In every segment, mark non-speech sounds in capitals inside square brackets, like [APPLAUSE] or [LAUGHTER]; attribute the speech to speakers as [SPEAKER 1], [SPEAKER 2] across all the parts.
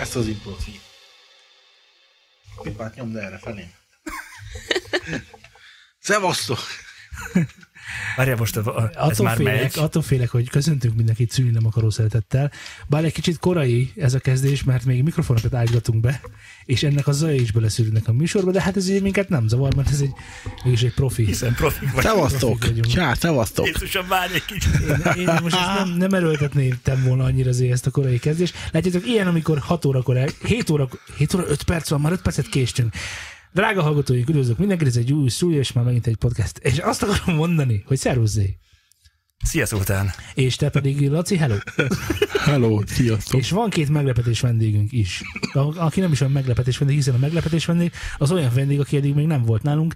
[SPEAKER 1] ezt az impót így. A pipát nyomd erre [LAUGHS] felém. Szevasztok!
[SPEAKER 2] Várjál most, a, a, ez
[SPEAKER 3] Attól
[SPEAKER 2] már
[SPEAKER 3] félek,
[SPEAKER 2] megy.
[SPEAKER 3] attól félek, hogy köszöntünk mindenkit szűni nem akaró szeretettel. Bár egy kicsit korai ez a kezdés, mert még mikrofonokat állítgatunk be, és ennek a zaja is beleszűrnek a műsorba, de hát ez ugye minket nem zavar, mert ez egy, mégis egy profi.
[SPEAKER 2] Hiszen profi vagy.
[SPEAKER 1] Szevasztok!
[SPEAKER 3] Profik vagyunk.
[SPEAKER 1] Csá, szevasztok!
[SPEAKER 2] Jézusom, várj egy kicsit.
[SPEAKER 3] Én, én most ezt nem, nem erőltetném volna annyira azért ezt a korai kezdést. Látjátok, ilyen, amikor 6 órakor, el, 7 óra, 7 óra 5 perc van, már 5 percet késtünk. Drága hallgatóink, üdvözlök mindenkit, ez egy új szúlya, és már megint egy podcast. És azt akarom mondani, hogy szervuzzé.
[SPEAKER 2] Szia, Szultán.
[SPEAKER 3] És te pedig, Laci, hello.
[SPEAKER 1] Hello, sziasztok!
[SPEAKER 3] És van két meglepetés vendégünk is. A- Aki nem is olyan meglepetés vendég, hiszen a meglepetés vendég az olyan vendég, aki eddig még nem volt nálunk,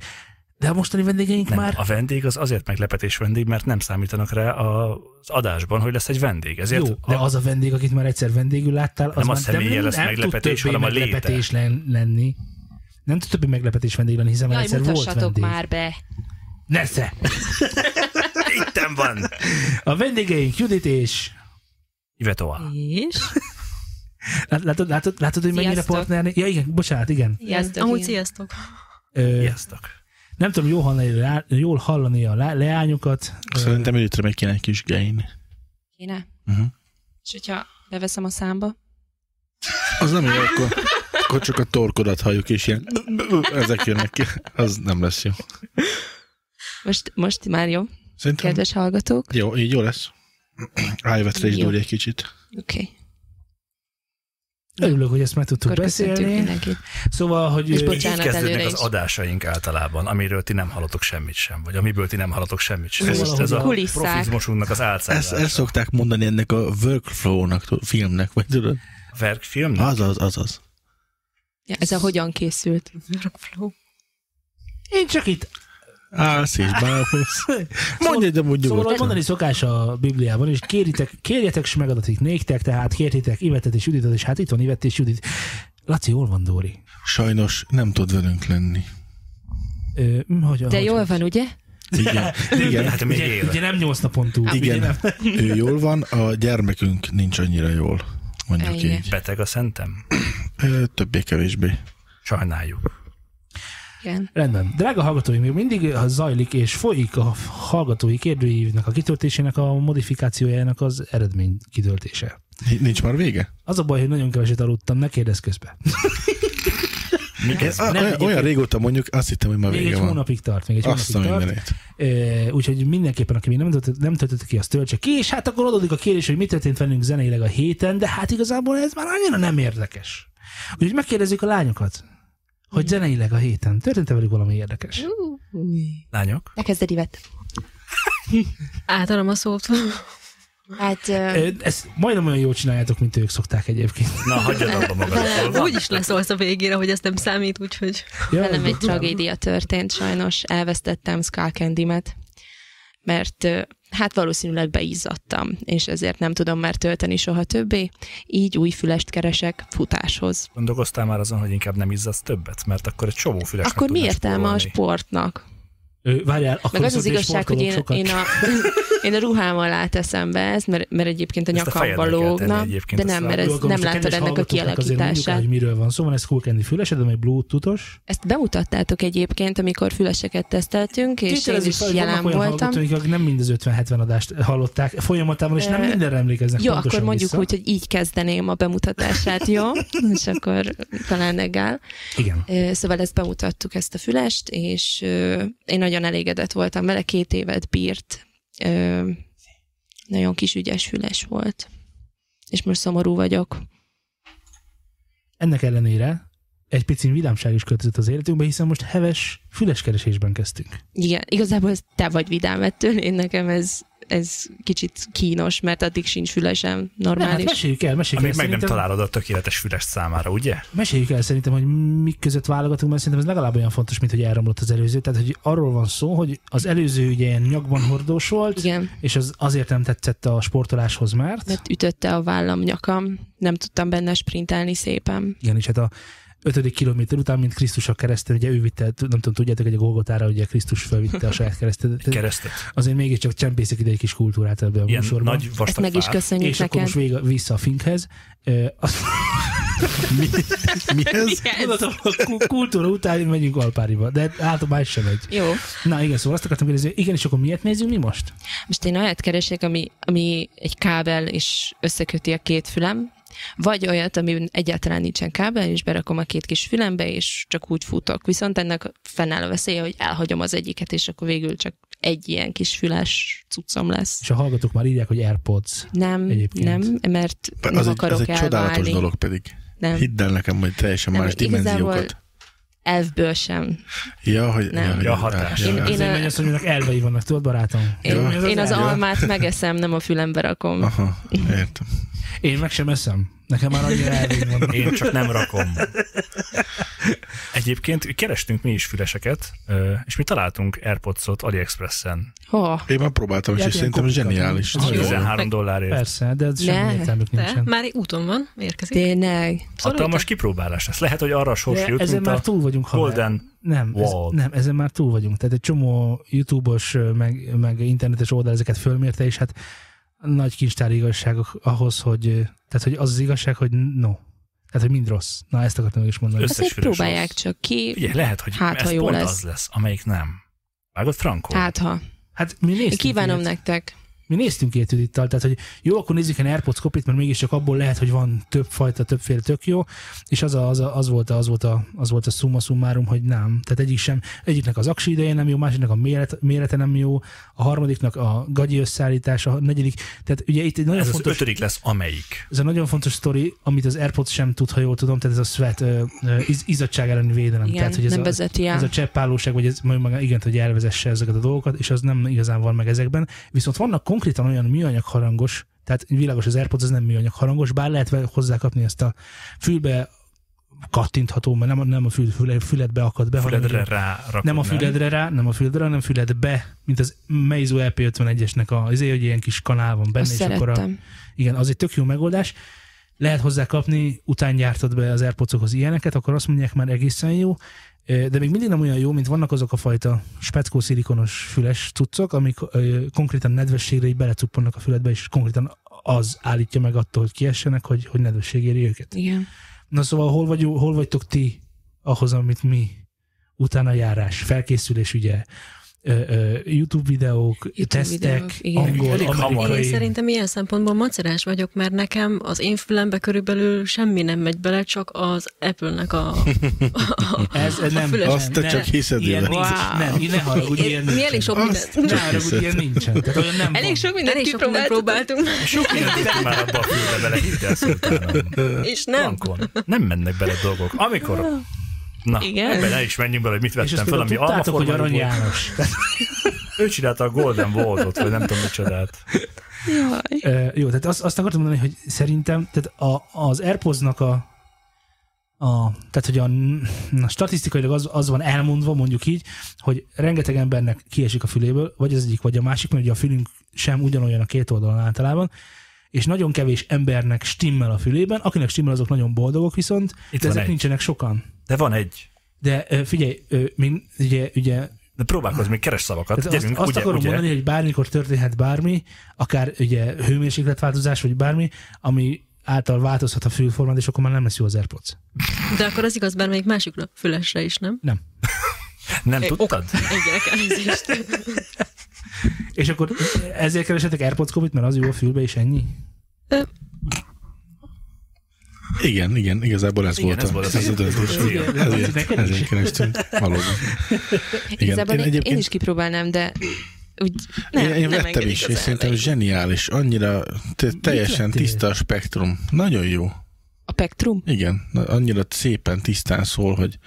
[SPEAKER 3] de a mostani vendégeink
[SPEAKER 2] Nem,
[SPEAKER 3] már...
[SPEAKER 2] a vendég az azért meglepetés vendég, mert nem számítanak rá a- az adásban, hogy lesz egy vendég. Ezért
[SPEAKER 3] Jó, de
[SPEAKER 2] [LAUGHS]
[SPEAKER 3] az a vendég, akit már egyszer vendégül láttál, az
[SPEAKER 2] Nem a
[SPEAKER 3] már
[SPEAKER 2] személye
[SPEAKER 3] nem,
[SPEAKER 2] lesz
[SPEAKER 3] nem
[SPEAKER 2] meglepetés,
[SPEAKER 3] tud többé
[SPEAKER 2] hanem a léte.
[SPEAKER 3] meglepetés len, lenni. Nem tud többé meglepetés vendég lenni, hiszen már
[SPEAKER 4] Jaj,
[SPEAKER 3] egyszer volt
[SPEAKER 4] mutassatok
[SPEAKER 3] vendég.
[SPEAKER 4] már be.
[SPEAKER 3] Nesze!
[SPEAKER 2] itten van.
[SPEAKER 3] A vendégeink Judit és...
[SPEAKER 2] Ivetoa.
[SPEAKER 4] És?
[SPEAKER 3] Lát- Látod, látod, látod hogy mennyire
[SPEAKER 4] Sziasztok.
[SPEAKER 3] partnerni? Ja igen, bocsánat, igen.
[SPEAKER 4] Sziasztok,
[SPEAKER 5] Amúgy
[SPEAKER 4] én.
[SPEAKER 5] [LAUGHS] sziasztok.
[SPEAKER 3] Ö,
[SPEAKER 2] Sziasztok.
[SPEAKER 3] Nem tudom jól hallani, lá- jól hallani a lá- leányokat. Ö,
[SPEAKER 1] Szerintem előttre meg kéne egy kis gain.
[SPEAKER 4] Kéne?
[SPEAKER 1] Mhm.
[SPEAKER 4] És hogyha beveszem a számba?
[SPEAKER 1] Az nem jó, akkor, akkor csak a torkodat halljuk, és ilyen ezek jönnek ki. Az nem lesz jó.
[SPEAKER 4] Most, most már jó,
[SPEAKER 1] Szerintem
[SPEAKER 4] kedves hallgatók.
[SPEAKER 1] jó, így jó lesz. Ájvetre is
[SPEAKER 4] Jó.
[SPEAKER 1] dúlj egy kicsit.
[SPEAKER 4] Oké, okay.
[SPEAKER 3] Örülök, hogy ezt meg tudtuk
[SPEAKER 4] akkor köszöntünk
[SPEAKER 3] beszélni.
[SPEAKER 4] mindenkit.
[SPEAKER 3] Szóval, hogy
[SPEAKER 4] És
[SPEAKER 3] ö,
[SPEAKER 4] bocs-
[SPEAKER 2] Így
[SPEAKER 4] Bocsánat
[SPEAKER 2] kezdődnek
[SPEAKER 4] előre
[SPEAKER 2] az
[SPEAKER 4] is.
[SPEAKER 2] adásaink általában, amiről ti nem hallotok semmit sem, vagy amiből ti nem hallotok semmit sem.
[SPEAKER 3] Ez-
[SPEAKER 2] Ez, ez a
[SPEAKER 4] Kulisszák.
[SPEAKER 2] profizmusunknak az
[SPEAKER 1] Ezt,
[SPEAKER 2] álcázása.
[SPEAKER 1] ezt szokták mondani ennek a workflow-nak, tud- filmnek, vagy tudod?
[SPEAKER 2] Verkfilm?
[SPEAKER 1] Azaz, azaz.
[SPEAKER 4] Ja, ez a hogyan készült.
[SPEAKER 5] Workflow.
[SPEAKER 3] én csak itt
[SPEAKER 1] Állsz és [LAUGHS] bálulsz. Mondj egy amúgy
[SPEAKER 3] Szóval ahogy
[SPEAKER 1] nyugodtan.
[SPEAKER 3] mondani szokás a Bibliában, és kéritek, kérjetek, és megadatik néktek, tehát kérjétek Ivetet és Juditot, és hát itt van Ivet és Judit. Laci, jól van, Dóri?
[SPEAKER 1] Sajnos nem tud velünk lenni.
[SPEAKER 3] Ö, hm, hogy,
[SPEAKER 4] De
[SPEAKER 3] hogy-
[SPEAKER 4] jól van, ugye?
[SPEAKER 1] Igen, igen.
[SPEAKER 2] Hát még
[SPEAKER 3] Ugye,
[SPEAKER 2] él.
[SPEAKER 3] ugye nem nyolc napon túl.
[SPEAKER 1] Igen, ő jól van, a gyermekünk nincs annyira jól, mondjuk
[SPEAKER 4] Igen.
[SPEAKER 1] így.
[SPEAKER 2] Beteg a szentem?
[SPEAKER 1] Ö, Többé-kevésbé.
[SPEAKER 2] Sajnáljuk.
[SPEAKER 4] Igen.
[SPEAKER 3] Rendben. Drága hallgatói, még mindig ha zajlik és folyik a hallgatói kérdőívnek a kitöltésének, a modifikációjának az eredmény kitöltése.
[SPEAKER 1] Ni- Nincs már vége?
[SPEAKER 3] Az a baj, hogy nagyon keveset aludtam, ne kérdezz közbe.
[SPEAKER 2] Mi ez?
[SPEAKER 1] Á, olyan, olyan régóta mondjuk, azt hittem, hogy már
[SPEAKER 3] Még egy
[SPEAKER 1] vége van.
[SPEAKER 3] hónapig tart, még egy
[SPEAKER 1] Azt a
[SPEAKER 3] hónapig tart.
[SPEAKER 1] mindenét.
[SPEAKER 3] Ö, úgyhogy mindenképpen, aki még nem töltötte, nem töltötte ki, azt töltse ki, és hát akkor adódik a kérdés, hogy mi történt velünk zeneileg a héten, de hát igazából ez már annyira nem érdekes. Úgyhogy megkérdezzük a lányokat, hogy zeneileg a héten történt-e velük valami érdekes?
[SPEAKER 2] Lányok?
[SPEAKER 4] Lekezded Ivet.
[SPEAKER 5] Átadom a szót.
[SPEAKER 4] Hát ö,
[SPEAKER 3] Ö, ezt majdnem olyan jól csináljátok, mint ők szokták
[SPEAKER 4] [LAUGHS]
[SPEAKER 3] egyébként.
[SPEAKER 2] Na, hagyjad abba magad.
[SPEAKER 5] Úgy is leszólsz a végére, hogy ezt nem számít, úgyhogy...
[SPEAKER 4] velem egy tragédia történt, sajnos elvesztettem Skullcandy-met, mert ö, hát valószínűleg beizzadtam, és ezért nem tudom már tölteni soha többé, így új fülest keresek futáshoz.
[SPEAKER 2] Gondolkoztál már azon, hogy inkább nem izzadsz többet, mert akkor egy csomó füles
[SPEAKER 4] Akkor mi értelme a sportnak?
[SPEAKER 3] Ö, Várjál, akkor
[SPEAKER 4] Meg az az
[SPEAKER 3] viszont én
[SPEAKER 4] igazság, hogy
[SPEAKER 3] sportolok
[SPEAKER 4] én,
[SPEAKER 3] sokat.
[SPEAKER 4] én, a, én a ruhámmal állt eszembe ez, mert, mert egyébként a
[SPEAKER 2] Ezt a
[SPEAKER 4] nyakamba
[SPEAKER 2] fejedre kell tenni
[SPEAKER 4] lógna,
[SPEAKER 2] egyébként,
[SPEAKER 4] de
[SPEAKER 2] azt látom.
[SPEAKER 4] nem, mert ez,
[SPEAKER 3] Jó, akkor
[SPEAKER 4] nem
[SPEAKER 3] most
[SPEAKER 4] láttad
[SPEAKER 3] kedves
[SPEAKER 4] ennek a
[SPEAKER 3] hallgatóknak azért mondjuk el,
[SPEAKER 4] kialakítását.
[SPEAKER 3] hogy miről van szó, van ez Cool Candy fülesed, ami bluetoothos.
[SPEAKER 4] Ezt bemutattátok egyébként, amikor füleseket teszteltünk, és én
[SPEAKER 3] Tételezzük
[SPEAKER 4] is
[SPEAKER 3] fel, hogy
[SPEAKER 4] jelen
[SPEAKER 3] vannak olyan
[SPEAKER 4] voltam.
[SPEAKER 3] hallgatóink, akik nem mind az 50-70 adást hallották folyamatában, és nem
[SPEAKER 4] Ö,
[SPEAKER 3] mindenre emlékeznek
[SPEAKER 4] Jó,
[SPEAKER 3] pontosan
[SPEAKER 4] akkor mondjuk
[SPEAKER 3] vissza.
[SPEAKER 4] úgy, hogy így kezdeném a bemutatását,
[SPEAKER 3] [LAUGHS]
[SPEAKER 4] jó? És akkor talán egál.
[SPEAKER 3] Igen.
[SPEAKER 4] Ö, Szóval ezt bemutattuk, ezt a fülest, és ö, én nagyon elégedett voltam vele, két évet bírt. Ö, Nagyon kis ügyes füles volt. És most szomorú vagyok.
[SPEAKER 3] Ennek ellenére egy pici vidámság is költözött az életünkbe, hiszen most heves füleskeresésben kezdtünk.
[SPEAKER 4] Igen, igazából ez te vagy vidám ettől, én nekem ez, ez kicsit kínos, mert addig sincs fülesem
[SPEAKER 3] Nem, hát
[SPEAKER 4] normális.
[SPEAKER 3] meséljük el, meséljük
[SPEAKER 2] Amíg
[SPEAKER 3] el,
[SPEAKER 2] meg nem
[SPEAKER 3] szerintem,
[SPEAKER 2] találod a tökéletes füles számára, ugye?
[SPEAKER 3] meséljük el szerintem, hogy mik között válogatunk, mert szerintem ez legalább olyan fontos, mint hogy elromlott az előző. Tehát, hogy arról van szó, hogy az előző ugye ilyen nyakban hordós volt,
[SPEAKER 4] Igen,
[SPEAKER 3] és az azért nem tetszett a sportoláshoz, mert...
[SPEAKER 4] mert ütötte a vállam nyakam, nem tudtam benne sprintelni szépen.
[SPEAKER 3] Igen, és hát a ötödik kilométer után, mint Krisztus a kereszten, ugye ő vitte, nem tudom, tudjátok, hogy a Golgotára ugye Krisztus felvitte a
[SPEAKER 2] [LAUGHS]
[SPEAKER 3] saját keresztet.
[SPEAKER 2] Keresztet.
[SPEAKER 3] Azért mégiscsak csempészek ide egy kis kultúrát ebbe a
[SPEAKER 2] Ilyen
[SPEAKER 3] műsorba.
[SPEAKER 2] nagy
[SPEAKER 4] Ezt
[SPEAKER 2] vastag
[SPEAKER 4] meg is
[SPEAKER 2] fát.
[SPEAKER 4] köszönjük
[SPEAKER 3] És akkor
[SPEAKER 2] [LAUGHS]
[SPEAKER 4] neked.
[SPEAKER 3] most vége, vissza a Finkhez. Ö, az-
[SPEAKER 1] Mi, mi ez?
[SPEAKER 4] Ez.
[SPEAKER 3] Tudod, a ku- kultúra után megyünk Alpáriba, de általában sem megy.
[SPEAKER 4] Jó.
[SPEAKER 3] Na igen, szóval azt akartam kérdezni, igen, és akkor miért nézünk mi most?
[SPEAKER 4] Most én olyat keresek, ami, ami egy kábel és összeköti a két fülem, vagy olyat, ami egyáltalán nincsen kábel, és berakom a két kis fülembe, és csak úgy futok. Viszont ennek fennáll a veszélye, hogy elhagyom az egyiket, és akkor végül csak egy ilyen kis füles cuccom lesz.
[SPEAKER 3] És a hallgatók már írják, hogy Airpods.
[SPEAKER 4] Nem,
[SPEAKER 3] Egyébként.
[SPEAKER 4] nem, mert nem
[SPEAKER 1] Az egy,
[SPEAKER 4] akarok
[SPEAKER 1] az egy
[SPEAKER 4] elválni.
[SPEAKER 1] csodálatos dolog pedig.
[SPEAKER 4] Nem.
[SPEAKER 1] Hidd el nekem, hogy teljesen
[SPEAKER 4] Nem,
[SPEAKER 1] más
[SPEAKER 4] igazából-
[SPEAKER 1] dimenziókat.
[SPEAKER 4] Elfből sem.
[SPEAKER 1] Ja, hogy...
[SPEAKER 4] Nem.
[SPEAKER 1] Ja, hogy
[SPEAKER 2] Ja, hatás.
[SPEAKER 1] Ja,
[SPEAKER 4] Én-
[SPEAKER 1] ja.
[SPEAKER 3] Én
[SPEAKER 4] a-
[SPEAKER 3] Azért megy az, hogy önök elvei vannak, tudod, barátom?
[SPEAKER 4] Én,
[SPEAKER 1] Jó.
[SPEAKER 4] én az
[SPEAKER 3] elve.
[SPEAKER 4] almát megeszem, nem a fülembe rakom.
[SPEAKER 1] Aha, értem.
[SPEAKER 3] Én meg sem eszem. Nekem már annyira elvei van.
[SPEAKER 2] Én csak nem
[SPEAKER 4] [LAUGHS]
[SPEAKER 2] rakom. Egyébként kerestünk mi is füleseket, ö, és mi találtunk AirPods-ot AliExpress-en.
[SPEAKER 4] Ho,
[SPEAKER 1] Én már próbáltam, és,
[SPEAKER 3] Ja,
[SPEAKER 1] és
[SPEAKER 3] ilyen
[SPEAKER 1] szerintem
[SPEAKER 3] kopikatom.
[SPEAKER 1] zseniális.
[SPEAKER 3] Az
[SPEAKER 1] Nagyon jó.
[SPEAKER 2] 13 dollárért.
[SPEAKER 3] Persze, de ez semmi
[SPEAKER 4] Ne.
[SPEAKER 3] értelmük
[SPEAKER 5] De
[SPEAKER 3] nincsen.
[SPEAKER 5] már úton van, érkezik.
[SPEAKER 4] tényleg.
[SPEAKER 2] Hatalmas kipróbálás lesz. Lehet, hogy arra a sors
[SPEAKER 3] De
[SPEAKER 2] jut,
[SPEAKER 3] ezen
[SPEAKER 2] mint
[SPEAKER 3] már
[SPEAKER 2] a
[SPEAKER 3] túl vagyunk, ha
[SPEAKER 2] Golden.
[SPEAKER 3] nem, ez,
[SPEAKER 2] Wall.
[SPEAKER 3] nem, ezen már túl vagyunk. Tehát egy csomó YouTube-os, meg, meg internetes oldal ezeket fölmérte, és hát nagy kincstár igazságok ahhoz, hogy, tehát hogy az az igazság, hogy no. Tehát, hogy mind rossz. Na, ezt akartam is mondani.
[SPEAKER 2] Össze-
[SPEAKER 4] Azért
[SPEAKER 2] füles
[SPEAKER 4] próbálják
[SPEAKER 2] rossz.
[SPEAKER 4] csak ki,
[SPEAKER 2] Ugye, lehet, hogy
[SPEAKER 4] Hát,
[SPEAKER 2] ez
[SPEAKER 4] ha jó
[SPEAKER 2] pont
[SPEAKER 4] lesz.
[SPEAKER 2] az lesz, amelyik nem. Vágod Franco?
[SPEAKER 4] hát ha.
[SPEAKER 3] Hát mi
[SPEAKER 4] Én
[SPEAKER 3] néztünk
[SPEAKER 4] kívánom
[SPEAKER 3] ilyet.
[SPEAKER 4] nektek.
[SPEAKER 3] Mi néztünk ilyet Judittal, tehát hogy jó, akkor nézzük egy AirPods kopit, mert mégiscsak abból lehet, hogy van több fajta, többféle tök jó, és az, a, az, a, az, volt, a, az, volt, a, az volt a summa summarum, hogy nem. Tehát egyik sem, egyiknek az aksi ideje nem jó, másiknak a méret, mérete nem jó, a harmadiknak a gagyi összeállítása, a negyedik. Tehát ugye itt egy nagyon
[SPEAKER 2] Ez az
[SPEAKER 3] fontos
[SPEAKER 2] ötödik lesz, amelyik.
[SPEAKER 3] ez egy nagyon fontos sztori, amit az AirPods sem tud, ha jól tudom, tehát ez a sweat, ö, ö, iz, izzadság elleni védelem.
[SPEAKER 4] Igen,
[SPEAKER 3] tehát, hogy ez
[SPEAKER 4] nem
[SPEAKER 3] a,
[SPEAKER 4] vezeti el.
[SPEAKER 3] ez a cseppálóság, vagy ez, majd meg, igen, hogy elvezesse ezeket a dolgokat, és az nem igazán van meg ezekben. Viszont vannak konkrétan olyan műanyag harangos, tehát világos az AirPods, az nem műanyag harangos, bár lehet vele hozzákapni ezt a fülbe kattintható, mert nem, a- nem a fül, füle, füledbe akad be, hanem
[SPEAKER 2] Füledre
[SPEAKER 3] ugye-
[SPEAKER 2] rá rakod,
[SPEAKER 3] nem a füledre rá, nem a füledre, hanem füledbe, mint az Meizu EP51-esnek a, azért, hogy ilyen kis kanál van benne,
[SPEAKER 4] Azt
[SPEAKER 3] és akkor a,
[SPEAKER 4] szerettem.
[SPEAKER 3] igen, az egy tök jó megoldás. Lehet hozzá kapni, után gyártod be az airpods ilyeneket, akkor azt mondják már egészen jó, Ö, de még mindig nem olyan jó, mint vannak azok a fajta speckó szilikonos füles cuccok, amik ö, konkrétan nedvességre így belecuppannak a füledbe, és konkrétan az állítja meg attól, hogy kiessenek, hogy, hogy nedvesség éri őket.
[SPEAKER 4] Igen.
[SPEAKER 3] Na szóval hol, vagy, hol vagytok ti ahhoz, amit mi? Utána járás, felkészülés, ugye, ö, ö, YouTube videók, YouTube
[SPEAKER 4] YouTube
[SPEAKER 3] tesztek,
[SPEAKER 4] videók, igen.
[SPEAKER 3] angol,
[SPEAKER 2] Elég hamar.
[SPEAKER 3] amerikai.
[SPEAKER 5] Én szerintem ilyen szempontból macerás vagyok, mert nekem az én fülembe körülbelül semmi nem megy bele, csak az Apple-nek a...
[SPEAKER 3] [LAUGHS] Ez, ez nem,
[SPEAKER 5] füles-
[SPEAKER 1] Azt te
[SPEAKER 3] nem,
[SPEAKER 1] csak hiszed,
[SPEAKER 3] ilyen
[SPEAKER 1] Ildikó.
[SPEAKER 3] nincs,
[SPEAKER 4] Wow.
[SPEAKER 3] Nem, így ne haragudj, ilyen
[SPEAKER 5] Mi elég sok
[SPEAKER 1] Azt
[SPEAKER 5] mindent.
[SPEAKER 3] Ne
[SPEAKER 5] [LAUGHS]
[SPEAKER 1] csak
[SPEAKER 3] haragudj,
[SPEAKER 1] hiszed.
[SPEAKER 3] ilyen nincsen. Tehát olyan nem van.
[SPEAKER 4] Elég sok mindent
[SPEAKER 5] Elég sok mindent
[SPEAKER 4] kipróbáltuk.
[SPEAKER 5] próbáltunk,
[SPEAKER 2] Sok mindent már abba a fülbe bele hittelsz utána.
[SPEAKER 5] és nem.
[SPEAKER 2] Frankon. Nem mennek bele dolgok. Amikor... Na,
[SPEAKER 4] Igen.
[SPEAKER 2] ebben el is menjünk bele, hogy mit
[SPEAKER 3] És
[SPEAKER 2] vettem
[SPEAKER 3] ezt
[SPEAKER 2] fel, ami
[SPEAKER 3] például tudtátok, hogy Arany
[SPEAKER 2] almaformájú volt.
[SPEAKER 3] [LAUGHS] János.
[SPEAKER 2] Ő csinálta a Golden Vault-ot, vagy nem tudom micsodát.
[SPEAKER 4] Jaj.
[SPEAKER 3] Ö, Jó, tehát azt, azt akartam mondani, hogy szerintem tehát a, az Airpods-nak a, a, tehát hogy a, na, statisztikailag az, az van elmondva, mondjuk így, hogy rengeteg embernek kiesik a füléből, vagy az egyik, vagy a másik, mert ugye a fülünk sem ugyanolyan a két oldalon általában, és nagyon kevés embernek stimmel a fülében, akinek stimmel, azok nagyon boldogok viszont,
[SPEAKER 2] Itt
[SPEAKER 3] de
[SPEAKER 2] van
[SPEAKER 3] ezek
[SPEAKER 2] egy.
[SPEAKER 3] nincsenek sokan.
[SPEAKER 2] De van egy.
[SPEAKER 3] De ö, figyelj, ö, mi, ugye, ugye
[SPEAKER 2] De próbálkozz még, keres szavakat. Hát
[SPEAKER 3] tehát
[SPEAKER 2] Gyerünk,
[SPEAKER 3] azt,
[SPEAKER 2] ugye,
[SPEAKER 3] azt akarom
[SPEAKER 2] ugye?
[SPEAKER 3] mondani, hogy bármikor történhet bármi, akár ugye hőmérsékletváltozás, vagy bármi, ami által változhat a fülformád, és akkor már nem lesz jó az AirPods.
[SPEAKER 5] De akkor az igaz bármelyik másik fülesre is, nem?
[SPEAKER 3] Nem.
[SPEAKER 2] Nem
[SPEAKER 5] Egy
[SPEAKER 2] tudtad?
[SPEAKER 5] Egyek elnézést.
[SPEAKER 3] És akkor ezért keresetek AirPods kopit, mert az jó a fülbe, és ennyi?
[SPEAKER 1] Igen, igen, igazából ez
[SPEAKER 2] Igen,
[SPEAKER 1] volt
[SPEAKER 2] ez volt az
[SPEAKER 1] ez a
[SPEAKER 2] igen.
[SPEAKER 1] döntés.
[SPEAKER 2] Igen.
[SPEAKER 1] Ezért,
[SPEAKER 3] Neked is?
[SPEAKER 1] ezért kerestünk. Valóban. Igen,
[SPEAKER 4] Igazából
[SPEAKER 1] én
[SPEAKER 4] én, én
[SPEAKER 1] egyébként
[SPEAKER 4] is kipróbálnám, de úgy nem,
[SPEAKER 1] én, én
[SPEAKER 4] nem
[SPEAKER 1] vettem
[SPEAKER 4] engedik
[SPEAKER 1] is,
[SPEAKER 4] az
[SPEAKER 1] és szerintem
[SPEAKER 4] elveim.
[SPEAKER 1] zseniális, annyira te, teljesen
[SPEAKER 3] vettél?
[SPEAKER 1] tiszta a spektrum. Nagyon jó.
[SPEAKER 4] A Pektrum?
[SPEAKER 1] Igen, na, annyira szépen tisztán szól, hogy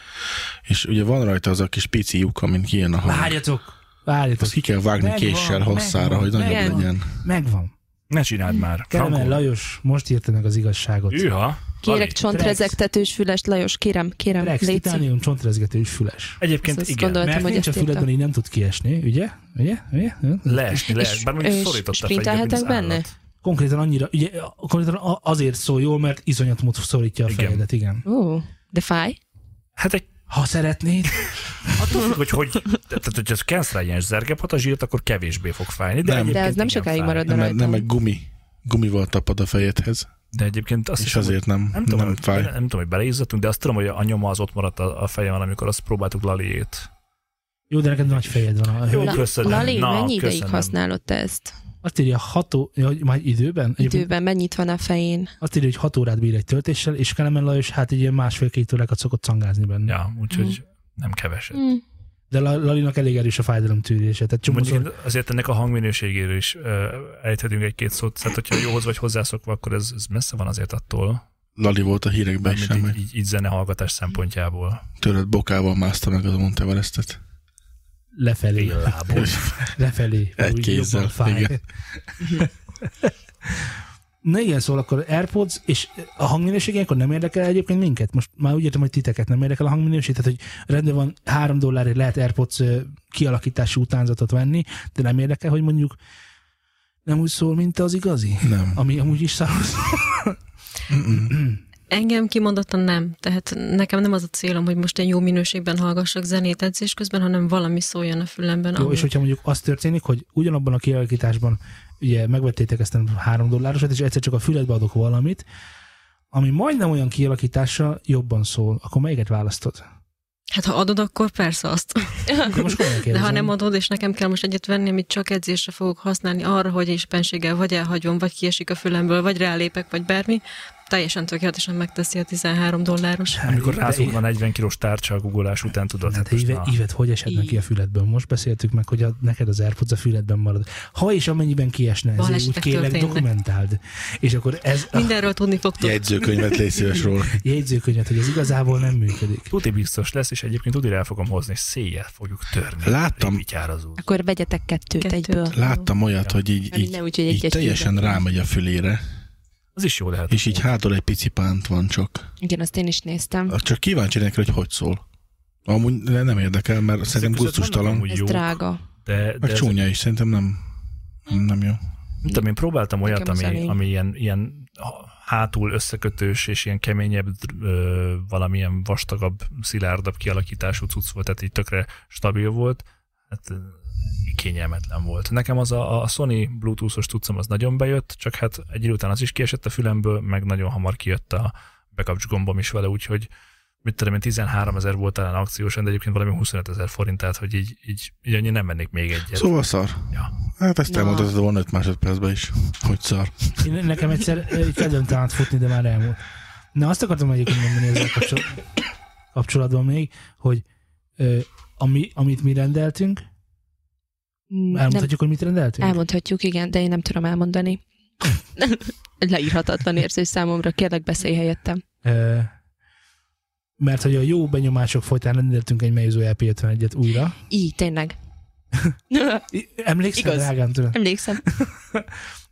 [SPEAKER 1] és ugye van rajta az a kis pici lyuk, amin kijön a hang.
[SPEAKER 3] Várjatok! Várjatok!
[SPEAKER 1] Azt ki kell vágni
[SPEAKER 3] Megvan,
[SPEAKER 1] késsel hosszára,
[SPEAKER 3] megvan,
[SPEAKER 1] hogy nagyobb
[SPEAKER 4] megvan.
[SPEAKER 1] legyen.
[SPEAKER 3] Megvan.
[SPEAKER 2] Ne csináld már.
[SPEAKER 3] Kelemen
[SPEAKER 2] Frankon.
[SPEAKER 3] Lajos most írta meg az igazságot.
[SPEAKER 2] Hűha.
[SPEAKER 4] Kérek
[SPEAKER 2] Lali.
[SPEAKER 4] csontrezegtetős fülest, Lajos, kérem, kérem,
[SPEAKER 3] Rex,
[SPEAKER 4] légy szí-
[SPEAKER 3] titánium csontrezgetős füles.
[SPEAKER 2] Egyébként
[SPEAKER 4] Azt
[SPEAKER 2] igen.
[SPEAKER 4] gondoltam,
[SPEAKER 3] Mert
[SPEAKER 4] hogy
[SPEAKER 3] nincs a
[SPEAKER 4] ezt írtam.
[SPEAKER 3] füledben, így nem tud kiesni, ugye? Ugye? ugye?
[SPEAKER 2] Leesni,
[SPEAKER 4] És-
[SPEAKER 2] leesni. Bár mondjuk
[SPEAKER 4] és
[SPEAKER 2] szorította fel.
[SPEAKER 4] sprintelhetek
[SPEAKER 2] mint az állat.
[SPEAKER 4] benne?
[SPEAKER 3] Konkrétan annyira, ugye, konkrétan a- azért szól jól, mert iszonyat mód szorítja a
[SPEAKER 2] Igen.
[SPEAKER 3] fejedet, igen.
[SPEAKER 4] Ó, de fáj.
[SPEAKER 2] Hát egy
[SPEAKER 3] Ha szeretnéd,
[SPEAKER 2] Attól függ, hogy, hogy tehát, hogy ez kenszrányás zergephat a zsírt, akkor kevésbé fog fájni. De,
[SPEAKER 1] Nem.
[SPEAKER 2] egyébként
[SPEAKER 4] De az nem
[SPEAKER 2] igen
[SPEAKER 4] sokáig
[SPEAKER 2] fáj.
[SPEAKER 4] marad
[SPEAKER 1] Nem,
[SPEAKER 4] rajtam.
[SPEAKER 1] nem, meg gumi. Gumival tapad a fejedhez.
[SPEAKER 2] De egyébként azt
[SPEAKER 1] És
[SPEAKER 2] hiszem,
[SPEAKER 1] azért nem,
[SPEAKER 2] Nem tudom,
[SPEAKER 1] nem
[SPEAKER 2] hogy-
[SPEAKER 1] fáj.
[SPEAKER 2] Nem, nem tudom, hogy beleizzadtunk, de azt tudom, hogy a nyoma az ott maradt a, a fejemen, amikor azt próbáltuk Laliét.
[SPEAKER 3] Jó, de neked nagy fejed van. A
[SPEAKER 2] Jó,
[SPEAKER 3] hölgy.
[SPEAKER 4] La-
[SPEAKER 2] köszönöm.
[SPEAKER 4] Lali,
[SPEAKER 2] Na,
[SPEAKER 4] mennyi ideig
[SPEAKER 2] köszönöm.
[SPEAKER 4] használod te ezt?
[SPEAKER 3] Azt írja, hat ó... ja, hogy már időben? Egyébként
[SPEAKER 4] Időben mennyit van a fején?
[SPEAKER 3] Azt írja, hogy hat órát bír egy töltéssel, és Kelemen Lajos hát egy ilyen másfél-két órákat szokott cangázni benne. Ja.
[SPEAKER 2] Ja,
[SPEAKER 4] Mm.
[SPEAKER 2] úgyhogy nem keveset.
[SPEAKER 4] Hm.
[SPEAKER 3] De La- Lalinak elég erős a fájdalomtűrése. Tehát csomószor...
[SPEAKER 2] Mondjuk azért ennek a hangminőségéről is ö, ejthetünk egy-két szót. Tehát, hogyha jóhoz vagy hozzászokva, akkor ez, ez messze van azért attól,
[SPEAKER 1] Lali volt a hírekben is, nem,
[SPEAKER 2] mint így,
[SPEAKER 1] hogy
[SPEAKER 2] így, így zenehallgatás szempontjából.
[SPEAKER 1] tőled bokával mászta meg az a Monteverestet.
[SPEAKER 3] lefelé.
[SPEAKER 2] Lából.
[SPEAKER 3] [LAUGHS] Lefelé.
[SPEAKER 1] Egy
[SPEAKER 3] úgy
[SPEAKER 1] kézzel,
[SPEAKER 3] jobban fáj.
[SPEAKER 1] igen.
[SPEAKER 3] [LAUGHS] Na igen, szóval akkor Airpods, és a hangminőség ilyenkor nem érdekel egyébként minket? Most már úgy értem, hogy titeket nem érdekel a hangminőség, tehát hogy rendben van, három dollárért lehet Airpods ö, kialakítású utánzatot venni, de nem érdekel, hogy mondjuk nem úgy szól, mint az igazi?
[SPEAKER 1] Nem.
[SPEAKER 3] Ami amúgy is szarul szól.
[SPEAKER 5] Engem kimondottan nem. Tehát nekem nem az a célom, hogy most egy jó minőségben hallgassak zenét edzés közben, hanem valami szóljon a fülemben.
[SPEAKER 3] Jó,
[SPEAKER 5] ami-
[SPEAKER 3] és hogyha mondjuk az történik, hogy ugyanabban a kialakításban ugye megvettétek ezt a három dollárosat, és egyszer csak a füledbe adok valamit, ami majdnem olyan kialakítással jobban szól, akkor melyiket választod?
[SPEAKER 5] Hát ha adod, akkor persze azt.
[SPEAKER 3] Akkor most komolyan
[SPEAKER 5] [LAUGHS] De
[SPEAKER 3] kérdezem.
[SPEAKER 5] ha nem adod, és nekem kell most egyet venni, amit csak edzésre fogok használni arra, hogy egy penséggel vagy elhagyom, vagy kiesik a fülemből, vagy rálépek, vagy bármi, teljesen tökéletesen megteszi a 13 dolláros.
[SPEAKER 1] Hát,
[SPEAKER 2] Amikor
[SPEAKER 3] Hát, De
[SPEAKER 2] rázunk
[SPEAKER 3] én-
[SPEAKER 2] a 40 kilós tárcsa a googolás után, tudod?
[SPEAKER 3] Hát
[SPEAKER 2] Hát most
[SPEAKER 3] éve,
[SPEAKER 2] na.
[SPEAKER 3] évet hogy esett neki a füledből? Most beszéltük meg, hogy a, neked az AirPods a füledben marad. Ha és amennyiben kiesne, ez
[SPEAKER 5] Balesetek
[SPEAKER 3] úgy kérlek
[SPEAKER 5] történnek.
[SPEAKER 3] dokumentáld. És akkor ez a
[SPEAKER 5] Mindenről tudni fogtok.
[SPEAKER 1] Jegyzőkönyvet légy szíves róla.
[SPEAKER 3] jegyzőkönyvet, hogy ez igazából nem működik.
[SPEAKER 2] Tuti biztos lesz, és egyébként tuti el fogom hozni, és széjjel fogjuk törni.
[SPEAKER 1] Láttam.
[SPEAKER 2] Ripityározó.
[SPEAKER 4] Akkor vegyetek kettőt,
[SPEAKER 5] Kettőt.
[SPEAKER 4] egyből.
[SPEAKER 1] Láttam olyat, hogy így,
[SPEAKER 4] Nem,
[SPEAKER 1] így,
[SPEAKER 4] ne úgy, hogy
[SPEAKER 1] így
[SPEAKER 4] egy-egy
[SPEAKER 1] teljesen
[SPEAKER 4] kézzel.
[SPEAKER 1] rámegy a fülére,
[SPEAKER 2] Az is jó lehet.
[SPEAKER 1] és így hátul egy pici pánt van csak.
[SPEAKER 4] Igen, azt én is néztem.
[SPEAKER 1] Csak kíváncsi lennék, rá, hogy hogy szól. Amúgy ne- nem érdekel, mert
[SPEAKER 2] Ezek
[SPEAKER 1] szerintem
[SPEAKER 2] között vannak
[SPEAKER 1] gusztustalan,
[SPEAKER 2] amúgy
[SPEAKER 4] Ez
[SPEAKER 2] jók,
[SPEAKER 4] drága. Mm,
[SPEAKER 2] De, de
[SPEAKER 1] meg
[SPEAKER 2] ez
[SPEAKER 1] csúnya is, szerintem nem, nem jó.
[SPEAKER 2] Nem tudom, én próbáltam olyat,
[SPEAKER 4] Nekem az
[SPEAKER 2] ami,
[SPEAKER 4] elég.
[SPEAKER 2] ami ilyen, ilyen hátul összekötős és ilyen keményebb, ö, valamilyen vastagabb, szilárdabb kialakítású cucc volt, tehát így tökre stabil volt. Hát ö, kényelmetlen volt. Nekem az a, a Sony Bluetooth-os cuccom az nagyon bejött, csak hát egy idő után az is kiesett a fülemből, meg nagyon hamar kijött a bekapcs gombom is vele, úgyhogy mit tudom én, 13 ezer volt talán akciósan, de egyébként valami 25 ezer forint, tehát hogy így, így, így annyi nem mennék még egyet.
[SPEAKER 1] Szóval szar.
[SPEAKER 2] Ja.
[SPEAKER 1] Hát ezt
[SPEAKER 4] Na.
[SPEAKER 1] elmondhatod volna 5 másodpercben is, hogy szar.
[SPEAKER 3] Én, nekem egyszer ö, így kedvem talált futni, de már elmúlt. Na azt akartam egyébként mondani ezzel kapcsol- kapcsolatban még, hogy ö, ami, amit mi rendeltünk,
[SPEAKER 4] Nem,
[SPEAKER 3] elmondhatjuk, hogy mit rendeltünk?
[SPEAKER 4] elmondhatjuk, igen, de én nem tudom elmondani. Leírhatatlan érzés számomra, kérlek beszélj helyettem.
[SPEAKER 3] Ö, mert hogy a jó benyomások folytán rendeltünk egy Meizu LP51-et újra.
[SPEAKER 4] Így, tényleg.
[SPEAKER 3] I- Emlékszel,
[SPEAKER 4] Igaz.
[SPEAKER 3] drágám, tőle?
[SPEAKER 4] Emlékszem.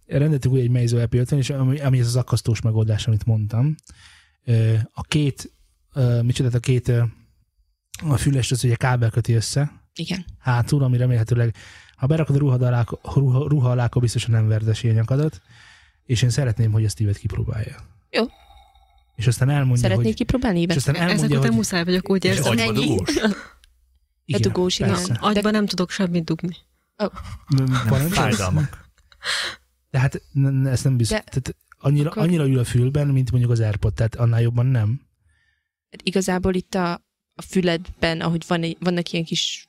[SPEAKER 3] rendeltük úgy egy Meizu ep és ami, ami ez az akasztós megoldás, amit mondtam. Ö, A két, ö, micsoda, a két, ö, a füles az ugye kábel köti össze
[SPEAKER 4] Igen.
[SPEAKER 3] hátul, ami Hát, remélhetőleg, ha berakod a ruhad alá, ruha, ruha alá, akkor biztosan nem verdesi a nyakadat, és én szeretném, hogy ezt Steve kipróbálja.
[SPEAKER 4] Jó.
[SPEAKER 3] És aztán elmondja,
[SPEAKER 4] Szeretnéd
[SPEAKER 3] hogy...
[SPEAKER 4] kipróbálni
[SPEAKER 3] És
[SPEAKER 4] évet?
[SPEAKER 3] aztán
[SPEAKER 5] Ezek
[SPEAKER 3] elmondja,
[SPEAKER 5] után
[SPEAKER 3] hogy...
[SPEAKER 5] muszáj vagyok, úgy
[SPEAKER 2] És
[SPEAKER 5] érzem.
[SPEAKER 2] agyba
[SPEAKER 4] ennyi.
[SPEAKER 2] dugós.
[SPEAKER 4] Bedugós, igen.
[SPEAKER 3] persze.
[SPEAKER 5] Agyban nem tudok semmit dugni.
[SPEAKER 3] Parancsolsz?
[SPEAKER 2] Fájdalmak.
[SPEAKER 3] De hát n- n- ezt nem biztos.
[SPEAKER 4] De
[SPEAKER 3] Tehát annyira,
[SPEAKER 4] akkor-
[SPEAKER 3] annyira ül a fülben, mint mondjuk az Airpod, tehát annál jobban nem.
[SPEAKER 4] Igazából itt a, a füledben, ahogy van egy, vannak ilyen kis,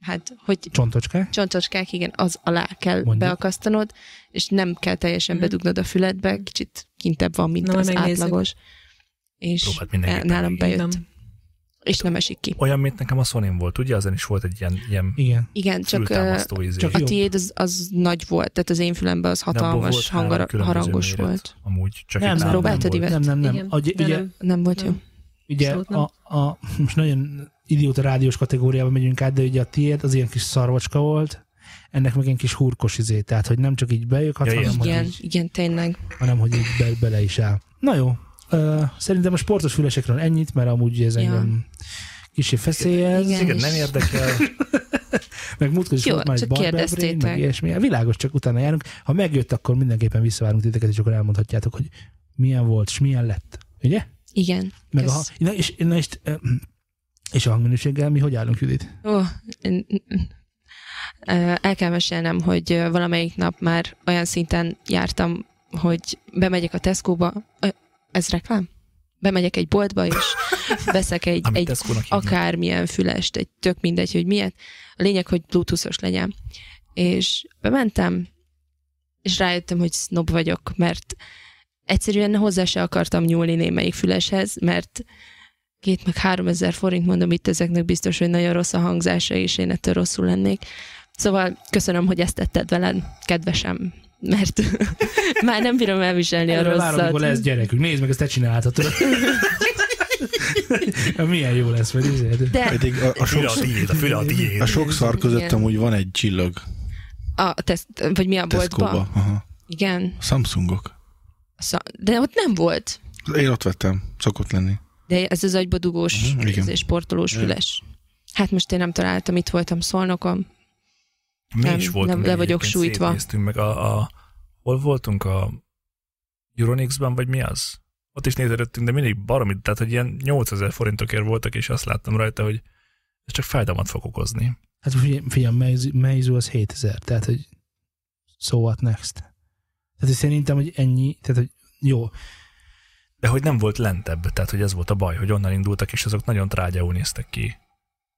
[SPEAKER 4] hát, hogy
[SPEAKER 3] Csontocskák.
[SPEAKER 4] csontocskák, igen, az alá kell
[SPEAKER 3] Mondjuk.
[SPEAKER 4] Mondjuk. beakasztanod, és nem kell teljesen
[SPEAKER 5] Mhm.
[SPEAKER 4] bedugnod a füledbe, kicsit kintebb van, mint
[SPEAKER 5] Na,
[SPEAKER 4] Na, az
[SPEAKER 5] megnézzük.
[SPEAKER 4] átlagos. És
[SPEAKER 2] Próbáld mindenképpen
[SPEAKER 4] nálam
[SPEAKER 2] meg.
[SPEAKER 4] bejött,
[SPEAKER 5] Nem.
[SPEAKER 4] és nem esik ki.
[SPEAKER 2] Olyan, mint nekem a sony volt, ugye? Azon is volt egy ilyen, ilyen
[SPEAKER 3] Igen.
[SPEAKER 4] Igen, csak ö,
[SPEAKER 2] fültámasztó izé.
[SPEAKER 3] csak
[SPEAKER 4] a
[SPEAKER 3] Jobb.
[SPEAKER 4] tiéd az, az nagy volt, tehát az én fülemben az
[SPEAKER 2] De abból
[SPEAKER 4] hatalmas,
[SPEAKER 2] három
[SPEAKER 4] hangar,
[SPEAKER 2] különböző
[SPEAKER 4] harangos
[SPEAKER 2] méret,
[SPEAKER 4] volt.
[SPEAKER 2] Amúgy csak
[SPEAKER 3] Nem,
[SPEAKER 2] itt
[SPEAKER 3] nem,
[SPEAKER 2] nálam
[SPEAKER 4] Próbáltad
[SPEAKER 2] volt.
[SPEAKER 4] Ivet?
[SPEAKER 3] Nem, nem, nem.
[SPEAKER 5] Igen,
[SPEAKER 3] Agy,
[SPEAKER 5] de
[SPEAKER 3] ugye,
[SPEAKER 5] nem.
[SPEAKER 4] Nem volt jó.
[SPEAKER 5] Nem.
[SPEAKER 3] ugye
[SPEAKER 5] abszolút nem.
[SPEAKER 3] a, a, most nagyon idióta rádiós kategóriába megyünk át, de ugye a tiéd az ilyen kis szarvacska volt, ennek meg ilyen kis hurkos izé, tehát hogy nem csak így bejökhatsz,
[SPEAKER 2] Ja,
[SPEAKER 3] ja,
[SPEAKER 2] ilyen.
[SPEAKER 3] hanem, hogy
[SPEAKER 4] Igen,
[SPEAKER 3] így,
[SPEAKER 4] igen, tényleg.
[SPEAKER 3] hanem hogy így be, bele is áll. Na jó, ö, szerintem a sportos fülesekről ennyit, mert amúgy ugye ez
[SPEAKER 4] Ja.
[SPEAKER 3] engem kicsi feszélyez.
[SPEAKER 4] Igen.
[SPEAKER 2] Igen, nem érdekel.
[SPEAKER 3] Meg múltkor is
[SPEAKER 4] Jó,
[SPEAKER 3] volt már egy
[SPEAKER 4] csak
[SPEAKER 3] barberbrain,
[SPEAKER 4] kérdeztétek.
[SPEAKER 3] meg ilyesmi. Hát Világos, csak utána járunk. Ha megjött, akkor mindenképpen visszavárunk titeket, és akkor elmondhatjátok, hogy milyen volt, és milyen lett. Ugye?
[SPEAKER 4] Igen.
[SPEAKER 3] Meg a,
[SPEAKER 4] Kösz.
[SPEAKER 3] na, és, na, és, és a hangminőséggel mi hogy állunk, Judit?
[SPEAKER 4] Ó, n- n- n- el kell mesélnem, hogy ö, valamelyik nap már olyan szinten jártam hogy bemegyek a Tesco-ba, Ö, ez reklám? Bemegyek egy boltba, és
[SPEAKER 2] [LAUGHS]
[SPEAKER 4] veszek egy,
[SPEAKER 2] Amit
[SPEAKER 4] egy
[SPEAKER 2] Tesco-nak hívnak.
[SPEAKER 4] akármilyen fülest, egy tök mindegy, hogy milyen. A lényeg, hogy bluetoothos legyen. És bementem, és rájöttem, hogy snob vagyok, mert egyszerűen hozzá se akartam nyúlni némelyik füleshez, mert két meg három ezer forint, mondom itt ezeknek biztos, hogy nagyon rossz a hangzása, és én ettől rosszul lennék. Szóval köszönöm, hogy ezt tetted velem, kedvesem, mert [LAUGHS] már nem bírom elviselni a
[SPEAKER 3] Előre várom, amikor lesz
[SPEAKER 4] rosszat.
[SPEAKER 3] gyerekünk. Nézd meg, ezt te csinálhatod.
[SPEAKER 4] [LAUGHS]
[SPEAKER 3] tudod. Ja, Milyen jó lesz, vagy izé, hát- üzed.
[SPEAKER 4] De
[SPEAKER 1] Pedig a, a,
[SPEAKER 2] Füle
[SPEAKER 1] sok,
[SPEAKER 2] a tiéd, a füle a tiéd.
[SPEAKER 1] a sok szar között
[SPEAKER 4] Igen.
[SPEAKER 1] amúgy van egy csillag
[SPEAKER 4] a teszt, vagy mi a
[SPEAKER 1] Tesco-ba.
[SPEAKER 4] boltban?
[SPEAKER 1] Aha.
[SPEAKER 4] Igen.
[SPEAKER 1] Samsungok.
[SPEAKER 4] Szá- De ott nem volt.
[SPEAKER 1] Én ott vettem, szokott lenni.
[SPEAKER 4] De ez az agyba dugós,
[SPEAKER 1] Mhm, igen.
[SPEAKER 4] ez egy sportolós
[SPEAKER 1] Igen.
[SPEAKER 4] füles. Hát most én nem találtam, itt voltam szolnokon.
[SPEAKER 2] Mi
[SPEAKER 4] Nem,
[SPEAKER 2] is voltunk.
[SPEAKER 4] nem, le
[SPEAKER 2] mi
[SPEAKER 4] vagyok
[SPEAKER 2] egyébként,
[SPEAKER 4] sújtva.
[SPEAKER 2] Szétnéztünk meg a, a, hol voltunk a Euronix-ben, vagy mi az? Ott is nézelődtünk, de mindig baromit, tehát hogy ilyen 8000 forintokért voltak, és azt láttam rajta, hogy ez csak fájdalmat fog okozni.
[SPEAKER 3] Hát figyelj, figyelj Meizu- Meizu az 7000, tehát hogy so what next? Tehát hogy szerintem, hogy ennyi, tehát hogy jó, Hát
[SPEAKER 2] De hogy nem volt lentebb, tehát hogy ez volt a baj, hogy onnan indultak, és azok nagyon trágyául néztek ki.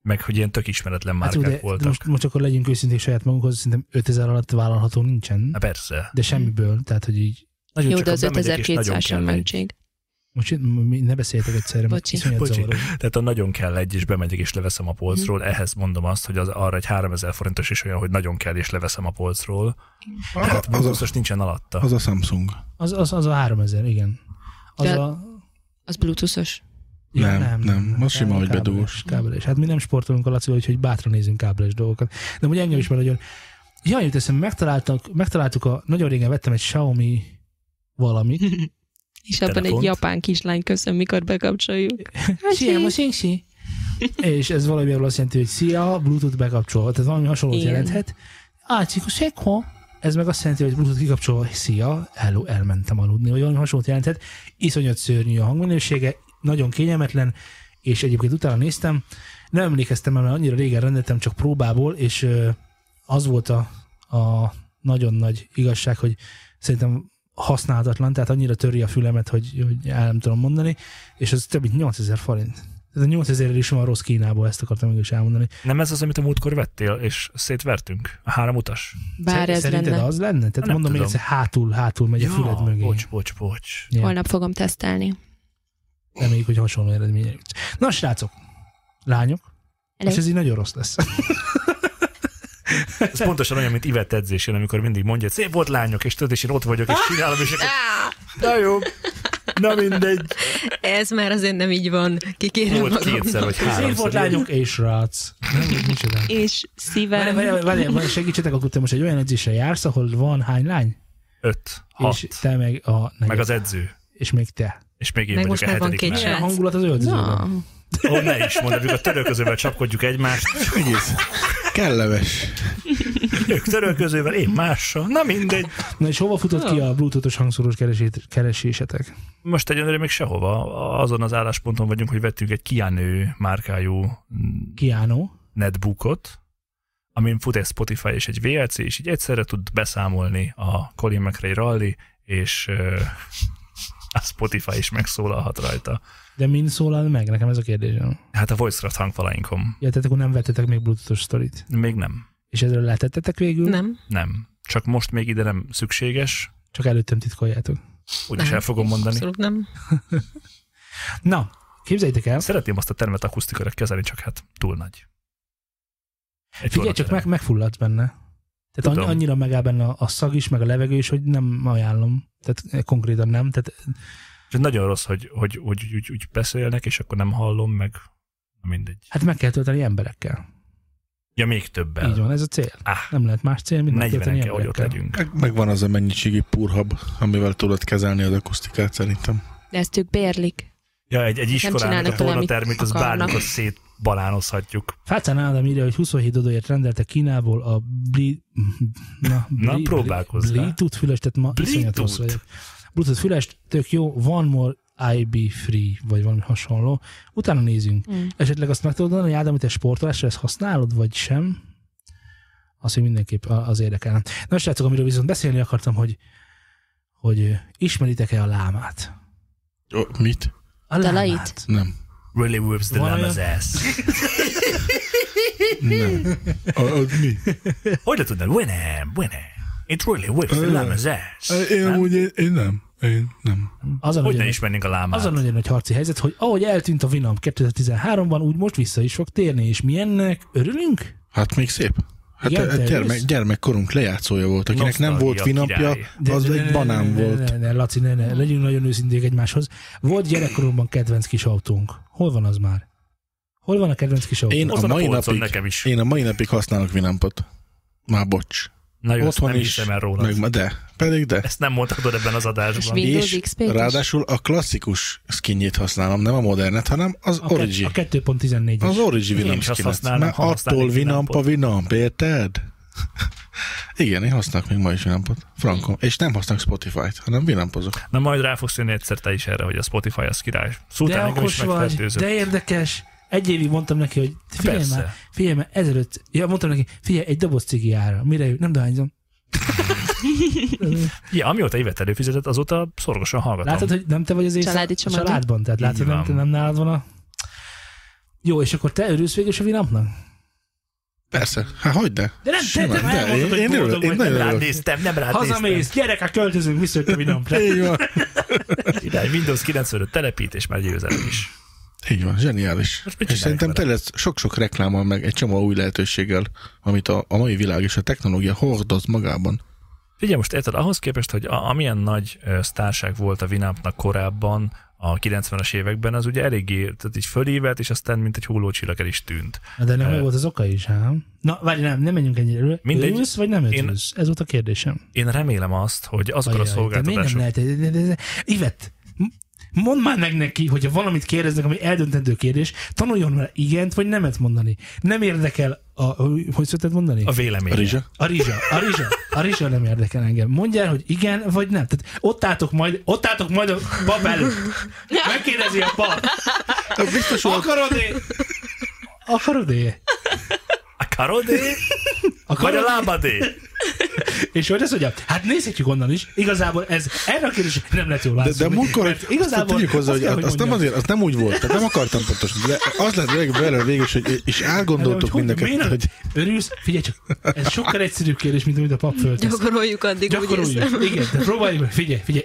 [SPEAKER 2] Meg hogy ilyen tök ismeretlen
[SPEAKER 3] hát
[SPEAKER 2] márkák
[SPEAKER 3] jó,
[SPEAKER 2] hát,
[SPEAKER 3] de,
[SPEAKER 2] voltak.
[SPEAKER 3] de most, most akkor legyünk őszinték saját magunkhoz, szerintem 5000 alatt vállalható nincsen,
[SPEAKER 2] Na Hát persze.
[SPEAKER 3] de semmiből, tehát hogy így,
[SPEAKER 2] Nagyon
[SPEAKER 4] Jó,
[SPEAKER 2] csak
[SPEAKER 4] de
[SPEAKER 2] a
[SPEAKER 4] az
[SPEAKER 2] bemegyek, és
[SPEAKER 4] 5200
[SPEAKER 2] nagyon
[SPEAKER 4] sem
[SPEAKER 2] kell egy.
[SPEAKER 4] mentség.
[SPEAKER 3] most itt mi- ne beszéljetek egyszerre, mert
[SPEAKER 4] Bocsi.
[SPEAKER 3] iszonyat
[SPEAKER 2] Bocsi.
[SPEAKER 3] zavaró.
[SPEAKER 2] Tehát a nagyon kell egy, és bemegyek, és leveszem a polcról.
[SPEAKER 4] Mhm.
[SPEAKER 2] Ehhez mondom azt, hogy az arra egy 3000 forintos is olyan, hogy nagyon kell, és leveszem a polcról. Tehát
[SPEAKER 1] Az a,
[SPEAKER 2] Hát, biztos nincsen alatta.
[SPEAKER 1] az a Samsung.
[SPEAKER 3] Az, az, az a 3000, igen. Az
[SPEAKER 4] De-
[SPEAKER 3] a...
[SPEAKER 4] Az bluetoothos.
[SPEAKER 3] Ja,
[SPEAKER 1] Nem, nem, az sima, hogy
[SPEAKER 3] kábeles,
[SPEAKER 1] bedugós.
[SPEAKER 3] Kábeles. Hát mi nem sportolunk a Lacival, úgyhogy bátran nézünk kábeles dolgokat. De ugye engem is már nagyon... Jaj, jut eszembe, megtaláltak, megtaláltuk a... Nagyon régen vettem egy Xiaomi valamit.
[SPEAKER 4] És abban egy
[SPEAKER 2] Telefont.
[SPEAKER 4] japán kislány köszön, mikor bekapcsoljuk. Hát,
[SPEAKER 3] Szia, most singsi. [LAUGHS] És ez valamiért azt jelenti, hogy szia, Bluetooth bekapcsolva. Tehát valami hasonlót
[SPEAKER 4] Igen.
[SPEAKER 3] jelenthet. Ácsik, sekho. Ez meg azt jelenti, hogy Bluetooth kikapcsolva, szia, hello, elmentem aludni, vagy valami hasonlót jelenthet. Iszonyat szörnyű a hangminősége, nagyon kényelmetlen, és egyébként utána néztem, nem emlékeztem, mert annyira régen rendeltem, csak próbából, és ö, az volt a, a nagyon nagy igazság, hogy szerintem használatlan, tehát annyira töri a fülemet, hogy, hogy el nem tudom mondani, és az több mint 8000 forint. Tehát a 8000 is van rossz Kínából, ezt akartam mégis elmondani.
[SPEAKER 2] Nem ez az, amit a múltkor vettél, és szétvertünk? A három utas?
[SPEAKER 4] Bár ez
[SPEAKER 3] Szerinted
[SPEAKER 4] lenne.
[SPEAKER 3] az lenne? Tehát
[SPEAKER 2] Nem
[SPEAKER 3] mondom, hogy
[SPEAKER 2] tudom.
[SPEAKER 3] egyszer hátul, hátul megy a füled mögé.
[SPEAKER 2] bocs, bocs, bocs.
[SPEAKER 3] Ja.
[SPEAKER 4] Holnap fogom tesztelni.
[SPEAKER 3] Reméljük, hogy hasonló eredménye jut. Na, srácok, lányok,
[SPEAKER 4] Hello.
[SPEAKER 3] és ez így nagyon rossz lesz.
[SPEAKER 2] Ez pontosan olyan, mint Ivett edzésén, amikor mindig mondja, szép volt lányok, és tudod, és én ott vagyok, és csinálom, és akkor, na jó, na mindegy.
[SPEAKER 5] Ez már azért nem így van, kikérem
[SPEAKER 2] Volt
[SPEAKER 5] magam.
[SPEAKER 2] kétszer, vagy
[SPEAKER 3] Szép volt
[SPEAKER 2] háromszor.
[SPEAKER 3] lányok és srác. Nem, micsoda.
[SPEAKER 4] És
[SPEAKER 3] Várj,
[SPEAKER 4] szívem.
[SPEAKER 3] várj, várj, várj, segítsetek, akkor te most egy olyan edzésre jársz, ahol van hány lány?
[SPEAKER 2] Öt, hat,
[SPEAKER 3] És te meg a negyed,
[SPEAKER 2] meg az edző.
[SPEAKER 3] és még te.
[SPEAKER 2] És még én
[SPEAKER 5] Meg
[SPEAKER 2] vagyok
[SPEAKER 5] most
[SPEAKER 2] a
[SPEAKER 5] már van
[SPEAKER 2] hetedik
[SPEAKER 5] két
[SPEAKER 2] már.
[SPEAKER 3] Milyen
[SPEAKER 5] Srác.
[SPEAKER 3] hangulat az öltözőben?
[SPEAKER 4] Na,
[SPEAKER 2] Ó, ne is mondd, amikor a törölközővel csapkodjuk egymást,
[SPEAKER 1] Egész kellemes.
[SPEAKER 2] ők törölközővel, én mással, na mindegy.
[SPEAKER 3] Na és hova futott ki a bluetoothos hangszóros keresét, keresésetek?
[SPEAKER 2] Most egyenlőre még sehova, azon az állásponton vagyunk, hogy vettünk egy kiánő márkájú
[SPEAKER 3] Kiano.
[SPEAKER 2] netbookot, amin fut egy Spotify és egy VLC, és így egyszerre tud beszámolni a Colin McRae rally, és ö, a Spotify is megszólalhat rajta.
[SPEAKER 3] De min szólal meg? Nekem ez a kérdésem.
[SPEAKER 2] Hát a VoiceCraft hangfaláinkom.
[SPEAKER 3] Ja, tehát akkor nem vettetek még bluetoothos sztorit.
[SPEAKER 2] Még nem.
[SPEAKER 3] És ezzel letettetek végül?
[SPEAKER 5] Nem.
[SPEAKER 2] Nem. Csak most még ide nem szükséges,
[SPEAKER 3] Csak előttem titkoljátok.
[SPEAKER 2] úgyis el fogom mondani.
[SPEAKER 5] Abszolút nem.
[SPEAKER 3] Hát Na, képzeljétek el.
[SPEAKER 2] Szeretném azt a termet akusztikára kezelni, csak hát túl nagy. Egy
[SPEAKER 3] Figyelj, csak
[SPEAKER 2] forgaterem.
[SPEAKER 3] meg, megfulladsz benne. Tehát annyi,
[SPEAKER 2] Tudom.
[SPEAKER 3] annyira megáll benne a- a szag is, meg a levegő is, hogy nem ajánlom. Tehát eh, konkrétan nem. Tehát
[SPEAKER 2] És Nagyon rossz, hogy, hogy, hogy, hogy, hogy, hogy beszélnek, és akkor nem hallom, meg na mindegy.
[SPEAKER 3] hát meg kell tölteni emberekkel.
[SPEAKER 2] Ja, még többen.
[SPEAKER 3] Így van, ez a cél.
[SPEAKER 2] Ah,
[SPEAKER 3] Nem lehet más cél, mint megtölteni
[SPEAKER 2] 40-en kell, hogy ott
[SPEAKER 3] emberekkel.
[SPEAKER 2] legyünk.
[SPEAKER 1] Meg- Megvan az a mennyiségi purhab, amivel tudod kezelni az akusztikát szerintem.
[SPEAKER 4] de ezt ők bérlik.
[SPEAKER 2] Ja, egy, egy iskolának
[SPEAKER 4] csinálnak
[SPEAKER 2] a
[SPEAKER 4] vele, amit
[SPEAKER 2] tornatermét, az
[SPEAKER 4] akarnak.
[SPEAKER 2] bármikor szétbalánozhatjuk.
[SPEAKER 3] Fácán Ádám írja, hogy 27 dodoért rendeltek Kínából a bli... [LAUGHS] Na,
[SPEAKER 2] Na, próbálkozz rá.
[SPEAKER 3] Bluetooth fülest, tehát ma iszonyat rossz
[SPEAKER 2] Bluetooth.
[SPEAKER 3] vagyok. Bluetooth fülest, tök jó, one more IB free, vagy valami hasonló. Utána nézünk.
[SPEAKER 4] Mm.
[SPEAKER 3] Esetleg azt meg tudod mondani, hogy Ádám, hogy te sportolásra ezt használod, vagy sem? Azt, hogy mindenképp a- az érdekelne. Na, srácok, amiről viszont beszélni akartam, hogy hogy ö, ismeritek-e a lámát?
[SPEAKER 1] Ö, Mit?
[SPEAKER 3] A
[SPEAKER 4] Dalait?
[SPEAKER 1] Nem.
[SPEAKER 2] Really whips the
[SPEAKER 3] Van
[SPEAKER 2] lamb
[SPEAKER 3] olyan?
[SPEAKER 2] az ass.
[SPEAKER 1] Nem. A, az mi?
[SPEAKER 2] Hogy le tudnád? Winham, Winham. It really whips the
[SPEAKER 1] Ö,
[SPEAKER 2] lamb az ass.
[SPEAKER 1] Én
[SPEAKER 2] Nem?
[SPEAKER 1] amúgy én, én nem. Én nem.
[SPEAKER 3] Az a
[SPEAKER 2] Hogy ne
[SPEAKER 3] nagyon,
[SPEAKER 2] ismernénk a
[SPEAKER 1] Hát.
[SPEAKER 2] lámát?
[SPEAKER 3] az a nagyon nagy harci helyzet, hogy ahogy eltűnt a Vinom 2013-ban, úgy most vissza is fog térni, és mi ennek örülünk?
[SPEAKER 1] Hát még szép. Hát
[SPEAKER 3] Igen,
[SPEAKER 1] Igen,
[SPEAKER 3] te
[SPEAKER 1] gyermek,
[SPEAKER 3] jössz?
[SPEAKER 1] gyermekkorunk lejátszója volt. Akinek nem volt
[SPEAKER 2] Nosztalgia
[SPEAKER 1] vinapja,
[SPEAKER 2] király.
[SPEAKER 1] az
[SPEAKER 3] ne, ne,
[SPEAKER 1] egy
[SPEAKER 3] ne,
[SPEAKER 1] banán
[SPEAKER 3] ne, ne,
[SPEAKER 1] volt. Mm.
[SPEAKER 3] Ne, ne, Laci, ne, ne, legyünk nagyon őszinték egymáshoz. Volt gyerekkoromban kedvenc kis autónk. Hol van az már? Hol van a kedvenc kis autó?
[SPEAKER 1] Én
[SPEAKER 2] Ott
[SPEAKER 1] a,
[SPEAKER 2] van a
[SPEAKER 1] mai
[SPEAKER 2] polcon,
[SPEAKER 1] napig,
[SPEAKER 2] nekem is.
[SPEAKER 1] én a mai napig használok vinampot. Már bocs.
[SPEAKER 2] Na jó, ezt
[SPEAKER 1] Otthon
[SPEAKER 2] nem
[SPEAKER 1] is,
[SPEAKER 2] hiszem el rólad.
[SPEAKER 1] meg ma de. Pedig de.
[SPEAKER 2] Ezt nem mondhatod ebben az
[SPEAKER 4] És
[SPEAKER 2] adásban.
[SPEAKER 4] mi- Windows
[SPEAKER 1] és
[SPEAKER 4] XP-t is?
[SPEAKER 1] ráadásul a klasszikus skinjét használom, nem a modernet, hanem az
[SPEAKER 3] A,
[SPEAKER 1] origi.
[SPEAKER 3] ke- a 2.14-es.
[SPEAKER 1] Az origi
[SPEAKER 2] Én
[SPEAKER 1] Winamp
[SPEAKER 2] is azt
[SPEAKER 1] skinet.
[SPEAKER 2] használom,
[SPEAKER 1] Mert
[SPEAKER 2] ha használnék
[SPEAKER 1] attól Winamp a
[SPEAKER 2] Winampot.
[SPEAKER 1] Winamp, érted? Igen, én használok még ma is Winampot. Frankom. És nem használok Spotify-t, hanem Winampozok.
[SPEAKER 2] Na majd rá fogsz jönni egyszer te is erre, hogy a Spotify az király.
[SPEAKER 3] De
[SPEAKER 2] Szultán engem is
[SPEAKER 3] okos vagy,
[SPEAKER 2] megfertőzött.
[SPEAKER 3] de érdekes. Egy évig mondtam neki, hogy figyelj
[SPEAKER 2] Persze.
[SPEAKER 3] már, figyelj már, ezelőtt, ja, mondtam neki, figyelj, egy doboz cigi ára, mire jön, nem dohányzom.
[SPEAKER 2] Ja, amióta évet előfizetett, azóta szorgosan hallgatom.
[SPEAKER 3] Látod, hogy nem te vagy az éjszak,
[SPEAKER 4] Családi
[SPEAKER 3] a
[SPEAKER 4] csomagban.
[SPEAKER 3] családban, tehát
[SPEAKER 2] Így
[SPEAKER 3] látod, nem,
[SPEAKER 2] van.
[SPEAKER 3] te nem nálad van a... Jó, és akkor te örülsz végül is a vinapnak?
[SPEAKER 1] Persze. Hát hogy de?
[SPEAKER 3] De nem, te-
[SPEAKER 1] Simán.
[SPEAKER 3] te
[SPEAKER 1] de,
[SPEAKER 3] elmondtad,
[SPEAKER 1] én,
[SPEAKER 3] hogy
[SPEAKER 1] én,
[SPEAKER 3] boldog
[SPEAKER 1] örülök, én
[SPEAKER 3] vagy,
[SPEAKER 1] nagyon
[SPEAKER 2] nem rád
[SPEAKER 1] örülök.
[SPEAKER 2] néztem, nem rád
[SPEAKER 3] Hazamész, gyerekek, költözünk vissza a vinapra.
[SPEAKER 1] Így van.
[SPEAKER 2] néztem. Király, Windows 95 telepítés már győzelem is.
[SPEAKER 1] Így van, zseniális.
[SPEAKER 2] Most mit
[SPEAKER 1] És
[SPEAKER 2] csináljuk
[SPEAKER 1] szerintem
[SPEAKER 2] vele?
[SPEAKER 1] tele lesz sok-sok reklámmal, meg egy csomó új lehetőséggel, amit a, a mai világ és a technológia hordoz magában.
[SPEAKER 2] Figyelj, most érted, ahhoz képest, hogy a, amilyen nagy ö, sztárság volt a Vinampnak korábban, a 90-es években, az ugye eléggé tehát így fölívelt, és aztán mint egy hullócsillag el is tűnt.
[SPEAKER 3] [LAUGHS] Na, de nem
[SPEAKER 2] Eh.
[SPEAKER 3] meg volt az oka is, hát. Na, várj, nem, nem menjünk ennyire. Örül-
[SPEAKER 2] Mindegy.
[SPEAKER 3] Örülsz, vagy nem
[SPEAKER 2] Én-
[SPEAKER 3] örülsz? Ez volt a kérdésem.
[SPEAKER 2] Én remélem azt, hogy azokon a
[SPEAKER 3] Ajaj, de miért nem
[SPEAKER 2] szolgáltatások...
[SPEAKER 3] lehet? De- de- de- de- Ivett, m- mondd már meg neki, hogyha valamit kérdeznek, ami eldöntendő kérdés, tanuljon már igent vagy nemet mondani. Nem érdekel a, a hogy szokták mondani?
[SPEAKER 2] A
[SPEAKER 3] A,
[SPEAKER 1] A
[SPEAKER 2] vélemény.
[SPEAKER 1] rizsa?
[SPEAKER 3] a rizsa, a rizsa, a rizsa nem érdekel engem. Mondj el, hogy igen vagy nem. Tehát ott álltok majd, ott álltok majd a bab előtt. Megkérdezi a bab.
[SPEAKER 1] Hát Biztos volt,
[SPEAKER 3] Akarod-e? Akarod-e?
[SPEAKER 2] A karodé? Vagy a
[SPEAKER 3] Akarod-e?
[SPEAKER 2] lábadé?
[SPEAKER 3] És hogy ez ugye, hát nézhetjük onnan is, igazából ez erre a kérdésre nem lehet jól
[SPEAKER 1] de,
[SPEAKER 3] válaszolni.
[SPEAKER 1] de múltkor,
[SPEAKER 3] Mert
[SPEAKER 1] hogy igazából tegyük hozzá, hogy,
[SPEAKER 3] kell,
[SPEAKER 1] azt nem
[SPEAKER 3] mondjam.
[SPEAKER 1] azért, az nem úgy volt, tehát nem akartam pontosan. De az lett vég- belőle végül, is, hogy és
[SPEAKER 3] Hát,
[SPEAKER 1] elgondoltuk
[SPEAKER 3] hogy
[SPEAKER 1] mind a
[SPEAKER 3] hogy
[SPEAKER 1] kettőt,
[SPEAKER 3] miért
[SPEAKER 1] hogy
[SPEAKER 3] nem? Örülsz? Figyelj csak, ez sokkal egyszerűbb kérdés, mint amit a pap föltesz.
[SPEAKER 5] Gyakoroljuk addig, úgy érzem.
[SPEAKER 3] Gyakoroljuk. Igen, de próbáljuk meg. Figyelj, figyelj.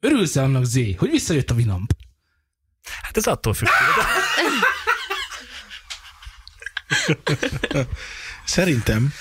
[SPEAKER 3] Örülsz-e annak Z, hogy visszajött a vinamp?
[SPEAKER 2] Hát ez attól függ.
[SPEAKER 1] szerintem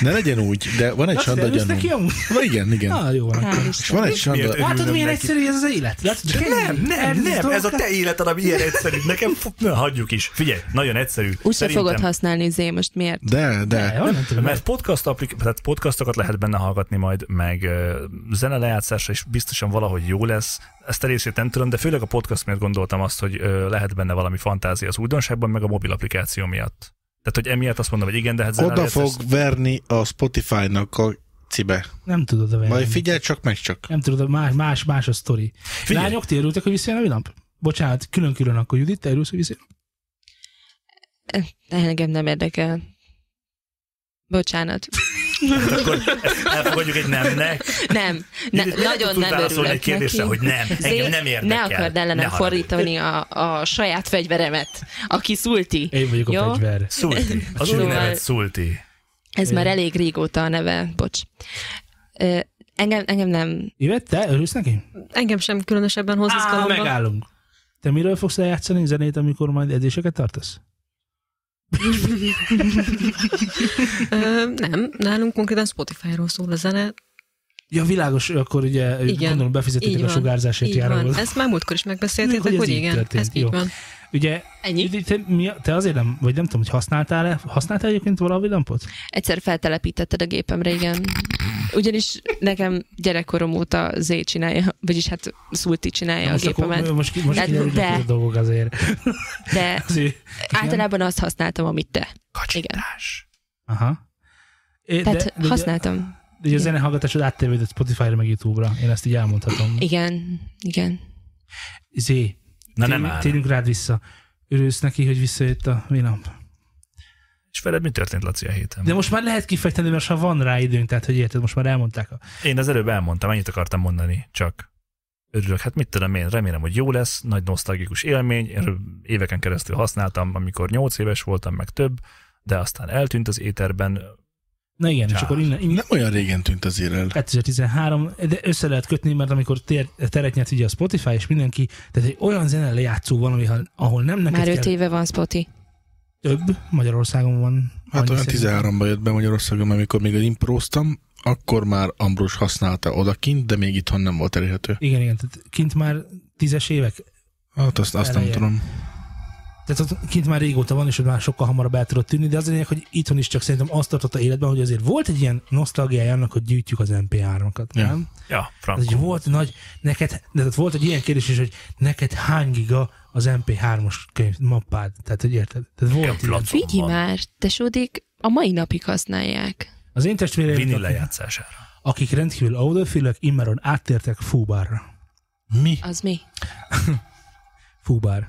[SPEAKER 1] ne legyen úgy, de van egy
[SPEAKER 3] Azt
[SPEAKER 1] Sanda
[SPEAKER 3] örülsz neki
[SPEAKER 1] gyanú.
[SPEAKER 3] amúgy?
[SPEAKER 1] Na igen, igen.
[SPEAKER 3] Na, jó van. akkor.
[SPEAKER 4] Hál'
[SPEAKER 1] És
[SPEAKER 4] Isten.
[SPEAKER 1] van egy Sanda,
[SPEAKER 2] Miért?
[SPEAKER 3] Látod,
[SPEAKER 2] Örülnöm
[SPEAKER 3] milyen
[SPEAKER 2] neki.
[SPEAKER 3] egyszerű ez az élet? Látod, csak ennyi.
[SPEAKER 2] Nem,
[SPEAKER 3] Elnézést,
[SPEAKER 2] nem, ez a
[SPEAKER 3] dolgokat.
[SPEAKER 2] te életed, ami ilyen egyszerű. Nekem, fú, na, hagyjuk is. Figyelj, nagyon egyszerű.
[SPEAKER 4] Úgyse
[SPEAKER 2] Szerintem-
[SPEAKER 4] fogod használni Zé, most miért?
[SPEAKER 1] de,
[SPEAKER 3] Ne,
[SPEAKER 1] de.
[SPEAKER 3] jó, nem tudom.
[SPEAKER 2] Mert podcast applik- tehát podcastokat lehet benne hallgatni majd, meg ö, zene lejátszása is biztosan valahogy jó lesz. Ezt a részét nem tudom, de főleg a podcast miatt gondoltam azt, hogy ö, lehet benne valami fantázia az újdonságban, meg a mobil applikáció miatt. Tehát, hogy emiatt azt mondom, hogy igen, de hát zene
[SPEAKER 1] Oda
[SPEAKER 2] lejátszás-
[SPEAKER 1] fog verni a Spotify-nak a cibe.
[SPEAKER 3] Nem tudod a
[SPEAKER 1] Majd
[SPEAKER 3] versenyt.
[SPEAKER 1] figyelj csak meg csak.
[SPEAKER 3] Nem tudod, más, más, más a sztori.
[SPEAKER 2] Figyelj.
[SPEAKER 3] Figyelj. Lányok, ti örültek, hogy visszajön a villamp? Bocsánat, külön-külön akkor Judit, te örülsz, hogy visszajön?
[SPEAKER 4] Engem nem érdekel. Bocsánat.
[SPEAKER 2] Akkor ezt elfogadjuk egy nemnek.
[SPEAKER 4] Nem, ne,
[SPEAKER 2] Judit, lehet,
[SPEAKER 4] nagyon
[SPEAKER 2] hogy tud
[SPEAKER 4] nem
[SPEAKER 2] válaszolni
[SPEAKER 4] örülök
[SPEAKER 2] egy kérdésre,
[SPEAKER 4] neki.
[SPEAKER 2] hogy nem,
[SPEAKER 4] Zé,
[SPEAKER 2] engem nem
[SPEAKER 4] Ne
[SPEAKER 2] érdekel.
[SPEAKER 4] akard
[SPEAKER 2] Ne
[SPEAKER 4] ellenem
[SPEAKER 2] haragudj.
[SPEAKER 4] fordítani a, a saját fegyveremet, aki szulti.
[SPEAKER 3] Én vagyok a
[SPEAKER 4] Jó.
[SPEAKER 3] fegyver.
[SPEAKER 2] Szulti. Az új
[SPEAKER 4] Szóval-
[SPEAKER 2] nevet Szulti.
[SPEAKER 4] Ez már
[SPEAKER 3] Igen.
[SPEAKER 4] elég régóta a neve, bocs. Ö, Engem, engem nem.
[SPEAKER 3] Ivett, te örülsz neki?
[SPEAKER 5] Engem sem különösebben hoz
[SPEAKER 3] Á,
[SPEAKER 5] izgalomba.
[SPEAKER 3] megállunk. Te miről fogsz lejátszani zenét, amikor majd edzéseket tartasz?
[SPEAKER 5] Ö, Nem, nálunk konkrétan Spotify-ról szól a zene.
[SPEAKER 3] Ja, világos, akkor ugye
[SPEAKER 5] Igen.
[SPEAKER 3] Igen. gondolom
[SPEAKER 5] Így
[SPEAKER 3] befizettétek a
[SPEAKER 5] van.
[SPEAKER 3] sugárzásért
[SPEAKER 5] Így van.
[SPEAKER 3] járóval.
[SPEAKER 5] Ezt már múltkor is megbeszéltétek,
[SPEAKER 3] Hogy
[SPEAKER 5] hogy,
[SPEAKER 3] ez így
[SPEAKER 5] igen,
[SPEAKER 3] történt.
[SPEAKER 5] ez így
[SPEAKER 3] Jó.
[SPEAKER 5] van.
[SPEAKER 3] Ugye,
[SPEAKER 4] Ennyi.
[SPEAKER 3] Judit, te, mi, a- te azért nem, vagy nem tudom, hogy használtál-e, használtál egyébként valahol villampot?
[SPEAKER 4] Egyszer feltelepítetted a gépemre, igen. Ugyanis nekem gyerekkorom óta Zé csinálja, vagyis hát Szulti csinálja a
[SPEAKER 3] most,
[SPEAKER 4] gépemet.
[SPEAKER 3] akkor, most, ki- most
[SPEAKER 4] Hát
[SPEAKER 3] kiderülnek
[SPEAKER 4] de.
[SPEAKER 3] ezek a dolgok azért.
[SPEAKER 4] De
[SPEAKER 3] azért
[SPEAKER 4] általában azt használtam, amit te.
[SPEAKER 2] Kacsintás.
[SPEAKER 3] Aha. É,
[SPEAKER 4] Tehát
[SPEAKER 3] ugye-
[SPEAKER 4] használtam.
[SPEAKER 3] Ugye a zenehallgatásod áttevődött Spotify-ra meg YouTube-ra, én ezt így elmondhatom.
[SPEAKER 4] Igen, igen.
[SPEAKER 3] Zé,
[SPEAKER 2] Na
[SPEAKER 3] tér-
[SPEAKER 2] nem áll.
[SPEAKER 3] térjünk rád vissza. Örülsz neki, hogy visszajött a Winamp?
[SPEAKER 2] És veled mi történt, Laci, a héten?
[SPEAKER 3] De most már lehet kifejteni, mert ha van rá időnk, tehát hogy érted, most már elmondták. A...
[SPEAKER 2] Én az előbb elmondtam, ennyit akartam mondani, csak örülök. Hát mit tudom én, remélem, hogy jó lesz, nagy nosztalgikus élmény, én éveken keresztül használtam, amikor 8 éves voltam, meg több, de aztán eltűnt az éterben.
[SPEAKER 3] Na igen, és
[SPEAKER 2] Csá.
[SPEAKER 3] akkor innen, innen
[SPEAKER 1] Nem olyan régen tűnt azért el.
[SPEAKER 3] 2013, de össze lehet kötni, mert amikor tér, teret nyert ugye a Spotify, és mindenki, tehát egy olyan zene lejátszó van, ami, ahol nem neked
[SPEAKER 4] Már
[SPEAKER 3] kell,
[SPEAKER 4] öt éve van Spoti.
[SPEAKER 3] több Magyarországon van.
[SPEAKER 1] Hát
[SPEAKER 3] annyi
[SPEAKER 1] olyan
[SPEAKER 3] szerint.
[SPEAKER 1] 13-ban jött be Magyarországon, amikor még improztam, akkor már Ambrus használta odakint, de még itthon nem volt elérhető.
[SPEAKER 3] Igen, igen, tehát kint már tízes évek,
[SPEAKER 1] Hát azt, azt nem
[SPEAKER 3] Eleje.
[SPEAKER 1] tudom.
[SPEAKER 3] tehát ott kint már régóta van, és ott már sokkal hamarabb el tudod tűnni, de az a lényeg, hogy itthon is csak szerintem azt tartotta életben, hogy azért volt egy ilyen nosztalgiája annak, hogy gyűjtjük az MP3-akat,
[SPEAKER 1] Ja.
[SPEAKER 3] nem?
[SPEAKER 2] Ja,
[SPEAKER 3] Az egy
[SPEAKER 2] Frank.
[SPEAKER 3] volt nagy, neked, de tehát volt egy ilyen kérdés is, hogy neked hány giga az MP3-os könyv mappád, tehát hogy érted? Tehát
[SPEAKER 2] Ilyen
[SPEAKER 3] volt ilyen.
[SPEAKER 2] flacon
[SPEAKER 4] Figyelj
[SPEAKER 2] van.
[SPEAKER 4] már, tesódik, a mai napig használják.
[SPEAKER 3] Az én testvéreim,
[SPEAKER 2] Vinil
[SPEAKER 3] akik,
[SPEAKER 2] lejátszására.
[SPEAKER 3] akik rendkívül audofilek, immáron áttértek fúbárra.
[SPEAKER 1] Mi?
[SPEAKER 4] Az mi?
[SPEAKER 3] Fúbár.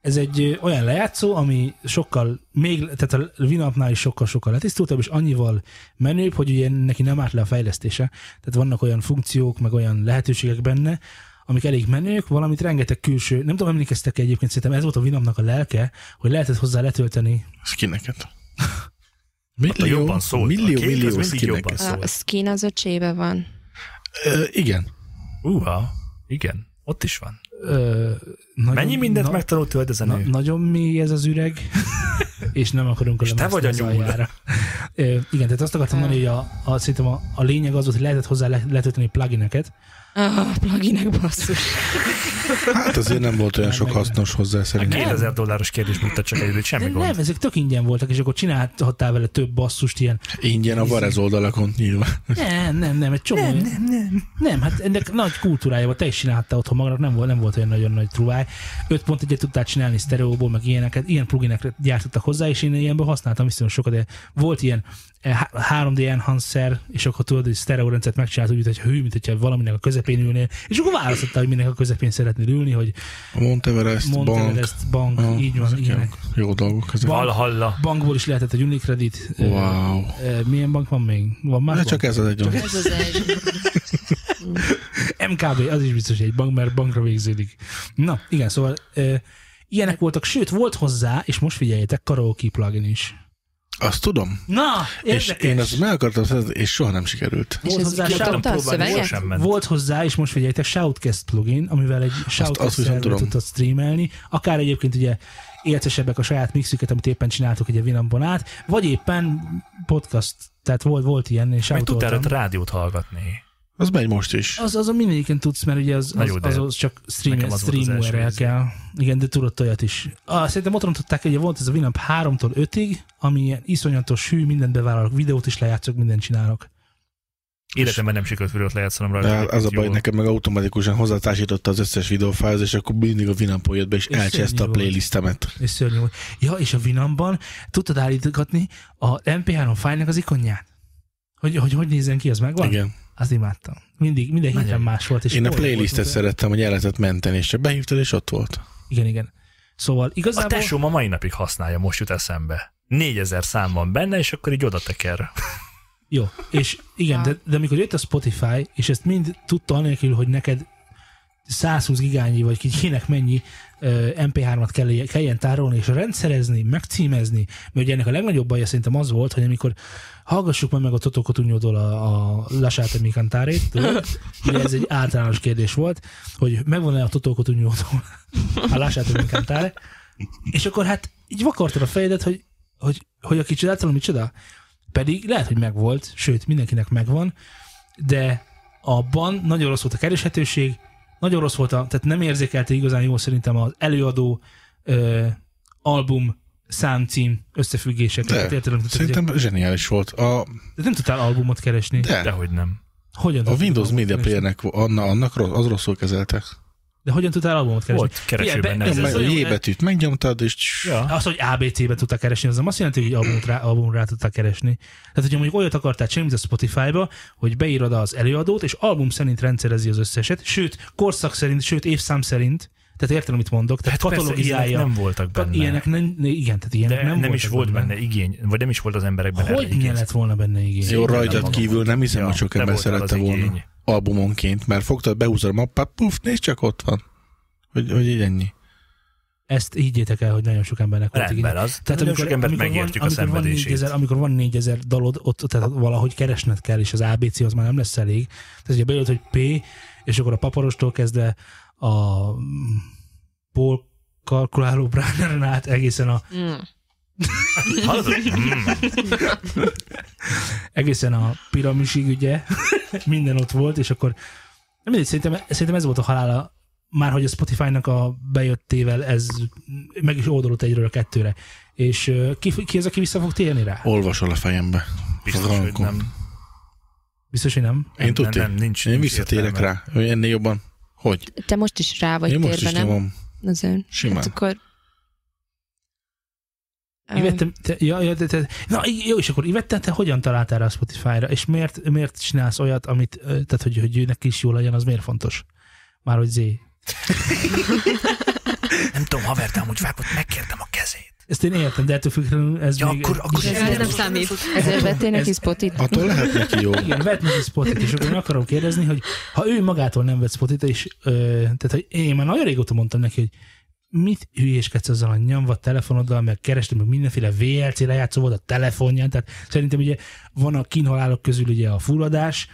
[SPEAKER 3] Ez egy ö, olyan lejátszó, ami sokkal, még, tehát a Vinapnál is sokkal-sokkal letisztultabb, és annyival menőbb, hogy ugye neki nem állt le a fejlesztése. Tehát vannak olyan funkciók, meg olyan lehetőségek benne, amik elég menők, valamint rengeteg külső, nem tudom, emlékeztek egyébként, szerintem ez volt a Vinapnak a lelke, hogy lehetett hozzá letölteni.
[SPEAKER 1] [LAUGHS] Skineket.
[SPEAKER 2] Attól Hát, jobban szólt.
[SPEAKER 1] millió,
[SPEAKER 2] A kék az
[SPEAKER 1] millió
[SPEAKER 2] mindig jobban
[SPEAKER 1] skineket.
[SPEAKER 2] szólt.
[SPEAKER 4] A skin az öcsébe van.
[SPEAKER 1] Ö, igen.
[SPEAKER 2] Uha, igen, ott is van.
[SPEAKER 3] Ö, nagyon,
[SPEAKER 2] Mennyi mindent
[SPEAKER 3] na-
[SPEAKER 2] megtanult tőled ez a
[SPEAKER 3] Na,
[SPEAKER 2] nő?
[SPEAKER 3] nagyon mély ez az üreg, [LAUGHS] és nem akarunk
[SPEAKER 2] És te vagy a nyúl.
[SPEAKER 3] nyúljára. Igen, tehát azt akartam mondani, hogy a, a, szerintem a, a lényeg az volt, hogy lehetett hozzá le- letölteni plugineket.
[SPEAKER 4] Ah, pluginek basszus.
[SPEAKER 1] Hát azért nem volt olyan sok hasznos hozzá szerintem.
[SPEAKER 2] 2000 dolláros kérdés mutat csak egyedül, semmi
[SPEAKER 3] De
[SPEAKER 2] gond.
[SPEAKER 3] nem, ezek tök ingyen voltak, és akkor csinálhattál vele több basszust ilyen.
[SPEAKER 1] Ingyen a Varez oldalakon nyilván.
[SPEAKER 3] Nem, nem, nem, egy csomó. Nem, nem, nem. Nem, hát ennek nagy kultúrája volt, te is csinálhattál otthon magadnak, nem volt, nem volt olyan nagyon nagy truváj. 5.1-et tudtál csinálni sztereóból, meg ilyeneket, ilyen pluginekre gyártottak hozzá, és én ilyenből használtam viszonylag sokat, de volt ilyen eh, há- 3D enhancer, és akkor tudod, hogy sztereó rendszert megcsinált úgy, hogy hű, mint hogyha valaminek a közepén ülnél, és akkor választottál, hogy minek a közepén szeretnél ülni, hogy
[SPEAKER 1] A Monteverest, Monteverest
[SPEAKER 3] Monteverest bank,
[SPEAKER 1] Bank. Ah,
[SPEAKER 3] bank így van,
[SPEAKER 1] ezek
[SPEAKER 3] ilyenek.
[SPEAKER 1] jó- Jó dolgok ezek.
[SPEAKER 2] Halla, halla.
[SPEAKER 3] Bankból is lehetett egy Unicredit. ö,
[SPEAKER 1] Wow.
[SPEAKER 3] ö, Milyen bank van még? Van más
[SPEAKER 1] Hát
[SPEAKER 3] bank?
[SPEAKER 1] csak ez az egy
[SPEAKER 4] Ez az egy.
[SPEAKER 3] MKB, az is biztos egy bank, mert bankra végződik. Na, igen, szóval ö, ilyenek voltak, sőt, volt hozzá, és most figyeljetek, karaoke plugin is.
[SPEAKER 1] Azt tudom.
[SPEAKER 3] Na,
[SPEAKER 1] És
[SPEAKER 3] érdekes.
[SPEAKER 1] én azt meg akartam szerezni, és soha nem sikerült.
[SPEAKER 4] És
[SPEAKER 3] Volt
[SPEAKER 4] ez
[SPEAKER 3] hozzá
[SPEAKER 4] kiadta
[SPEAKER 3] sárga
[SPEAKER 4] a
[SPEAKER 2] próbálni,
[SPEAKER 4] szöveget?
[SPEAKER 2] sem ment.
[SPEAKER 3] Volt hozzá, és most figyeljetek, Shoutcast plugin, amivel egy
[SPEAKER 1] azt viszont
[SPEAKER 3] Shoutcast
[SPEAKER 1] tudom.
[SPEAKER 3] tudtad streamelni, akár egyébként ugye éltesebbek a saját mixüket, amit éppen csináltuk egy Vinamban át, vagy éppen podcast, tehát volt, volt ilyen, és
[SPEAKER 2] Meg tudtál
[SPEAKER 3] shoutoltam.
[SPEAKER 2] ott rádiót hallgatni.
[SPEAKER 1] Az megy most is.
[SPEAKER 3] Az, az a mindegyiken tudsz, mert ugye az,
[SPEAKER 2] Na
[SPEAKER 3] az,
[SPEAKER 2] jó, de
[SPEAKER 3] az, az csak stream,
[SPEAKER 2] nekem az volt az
[SPEAKER 3] stream
[SPEAKER 2] első
[SPEAKER 3] URL
[SPEAKER 2] ízlés.
[SPEAKER 3] kell. Igen, de tudod olyat is. Ah, szerintem otthon tudták, hogy volt ez a Winamp 3-tól 5-ig, ami ilyen iszonyatos hű, mindent bevállalok, videót is lejátszok, mindent csinálok.
[SPEAKER 2] Életemben nem sikerült videót lejátszanom rajta.
[SPEAKER 1] De hát
[SPEAKER 2] egyébként
[SPEAKER 1] az a baj,
[SPEAKER 2] jól.
[SPEAKER 1] nekem meg automatikusan hozzátársította az összes videófához, és akkor mindig a Vinampon jött be, és
[SPEAKER 3] És
[SPEAKER 1] elcseszte a
[SPEAKER 3] szörnyű volt.
[SPEAKER 1] playlistemet.
[SPEAKER 3] És szörnyű volt. Ja, és a Winamban tudtad állítgatni a MP3 fájlnak az ikonját. Hogy, hogy hogy nézzen ki, az megvan?
[SPEAKER 1] Igen.
[SPEAKER 3] Az imádtam. Mindig, minden héten más volt. És
[SPEAKER 1] Én a
[SPEAKER 3] olyan volt,
[SPEAKER 1] playlistet
[SPEAKER 3] mint-
[SPEAKER 1] szerettem, hogy el lehetett menteni, és csak behívtad, és ott volt.
[SPEAKER 3] Igen, igen. Szóval
[SPEAKER 2] A
[SPEAKER 3] igazából...
[SPEAKER 2] tesóm a mai napig használja, most jut eszembe. 4000 szám van benne, és akkor így oda teker.
[SPEAKER 3] Jó, és igen, de, de amikor jött a Spotify, és ezt mind tudta anélkül, hogy neked 120 gigányi, vagy ki- kinek mennyi ö, MP3-at kell, kelljen tárolni, és rendszerezni, megcímezni, mert ugye ennek a legnagyobb baja szerintem az volt, hogy amikor hallgassuk meg meg a Totoko Tunyótól a, a Lasciate Mi Cantare-t, tudod? ugye ez egy általános kérdés volt, hogy megvan-e a Totoko Tunyótól a Lasciate Mi Cantare, és akkor hát így vakartad a fejedet, hogy, hogy, hogy a kicsit általán micsoda? Pedig lehet, hogy megvolt, sőt, mindenkinek megvan, de abban nagyon rossz volt a kereshetőség, nagyon rossz volt a, tehát nem érzékelte igazán jól szerintem az előadó ö, album számcím összefüggéseket.
[SPEAKER 1] De,
[SPEAKER 3] Tehát érted, amit-
[SPEAKER 1] Szerintem zseniális volt. A,
[SPEAKER 3] de nem tudtál albumot keresni.
[SPEAKER 1] de,
[SPEAKER 2] Dehogy nem.
[SPEAKER 3] Hogyan
[SPEAKER 1] a
[SPEAKER 3] tudtál
[SPEAKER 1] Windows
[SPEAKER 3] albumot
[SPEAKER 1] Media
[SPEAKER 3] keresni?
[SPEAKER 1] Player-nek anna, annak rossz, az rosszul kezelte.
[SPEAKER 3] De hogyan tudtál albumot keresni?
[SPEAKER 2] Volt keresőben
[SPEAKER 3] Figyelj, be-
[SPEAKER 2] nem.
[SPEAKER 3] ez
[SPEAKER 1] Meg
[SPEAKER 2] Ez
[SPEAKER 1] a
[SPEAKER 3] olyan-
[SPEAKER 1] J betűt megnyomtad, és
[SPEAKER 2] ja.
[SPEAKER 3] Az, hogy ABC-be tudták keresni, az nem azt jelenti, hogy albumot rá, albumra rá tudták keresni. Tehát, hogyha mondjuk olyat akartál csinálni, mint a Spotify-ba, hogy beírod az előadót, és album szerint rendszerezi az összeset, sőt, korszak szerint, sőt, évszám szerint Tehát értem, mit mondok. Tehát
[SPEAKER 2] Hát persze, ilyenek
[SPEAKER 3] katalogizája.
[SPEAKER 2] nem voltak benne.
[SPEAKER 3] Ilyenek nem, igen, tehát ilyenek
[SPEAKER 2] de nem,
[SPEAKER 3] nem,
[SPEAKER 2] nem is
[SPEAKER 3] voltak
[SPEAKER 2] volt benne igény, vagy nem is volt az emberekben erre
[SPEAKER 3] Hogy ne
[SPEAKER 2] igény.
[SPEAKER 3] lett volna benne igény?
[SPEAKER 1] Jó,
[SPEAKER 2] nem
[SPEAKER 1] rajtad
[SPEAKER 2] magam.
[SPEAKER 1] kívül nem hiszem,
[SPEAKER 2] Ja,
[SPEAKER 1] hogy sok
[SPEAKER 2] nem
[SPEAKER 1] ember
[SPEAKER 2] volt arra az
[SPEAKER 1] szerette volna
[SPEAKER 2] igény.
[SPEAKER 1] albumonként, mert fogtad, behúzod a mappát, puf, nézd csak ott van. Hogy, hogy így ennyi.
[SPEAKER 3] Ezt higgyétek el, hogy nagyon sok embernek volt igény.
[SPEAKER 2] Rendben az. Tehát amikor, sok embert megértjük a
[SPEAKER 3] amikor van,
[SPEAKER 2] szenvedését.
[SPEAKER 3] 4000, amikor van 4000 dalod, ott tehát valahogy keresned kell, és az ABC az már nem lesz elég. Tehát ugye beírod, hogy P, és akkor a paparostól kezdve a mm, Paul kalkuláló Branneren át egészen a,
[SPEAKER 4] Mm.
[SPEAKER 2] Hallod? Mm.
[SPEAKER 3] egészen a piramisig, ugye, [LAUGHS] minden ott volt, és akkor nem mindegy, szerintem, szerintem ez volt a halála, már hogy a Spotify-nak a bejöttével ez meg is oldalott egyről a kettőre. És ö, ki, ki ez, aki vissza fog térni rá?
[SPEAKER 1] Olvasol a fejembe.
[SPEAKER 2] Biztos, hogy
[SPEAKER 1] Frankon.
[SPEAKER 2] nem.
[SPEAKER 3] Biztos, hogy nem.
[SPEAKER 1] Én
[SPEAKER 2] nem,
[SPEAKER 1] tudti?
[SPEAKER 2] nem, nincs,
[SPEAKER 1] Én
[SPEAKER 2] nincs
[SPEAKER 1] visszatérek
[SPEAKER 2] értelme.
[SPEAKER 1] rá, hogy ennél jobban. Hogy?
[SPEAKER 4] Te most is rá vagy
[SPEAKER 1] Én most
[SPEAKER 4] térve,
[SPEAKER 1] is
[SPEAKER 4] nem?
[SPEAKER 1] nyomom.
[SPEAKER 4] Azon.
[SPEAKER 1] Simán.
[SPEAKER 4] Hát akkor...
[SPEAKER 3] Um, Ivettem, te, ja, ja, te, te, na í- jó, és akkor Ivettem, te hogyan találtál rá a Spotify-ra, és miért, miért csinálsz olyat, amit, ö, tehát hogy, hogy ő neki is jó legyen, az miért fontos? Már hogy Zé.
[SPEAKER 2] Nem tudom, havertám, úgy vágott, megkértem a kezét.
[SPEAKER 3] Ezt én értem, de ettől függetlenül ez
[SPEAKER 2] Ja,
[SPEAKER 3] még...
[SPEAKER 2] akkor, akkor
[SPEAKER 5] Ez
[SPEAKER 2] igen.
[SPEAKER 5] nem számít.
[SPEAKER 4] Ezért vettél neki
[SPEAKER 3] Ez-
[SPEAKER 4] spotit?
[SPEAKER 1] Attól lehet neki jó.
[SPEAKER 3] Igen, vett neki spotit, és akkor én akarom kérdezni, hogy ha ő magától nem vett spotit, és ö, tehát hogy én már nagyon régóta mondtam neki, hogy mit hülyéskedsz azzal a nyomva telefonoddal, meg kerestem, meg mindenféle VLC lejátszó volt a telefonján, tehát szerintem ugye van a kínhalálok közül ugye a fulladás,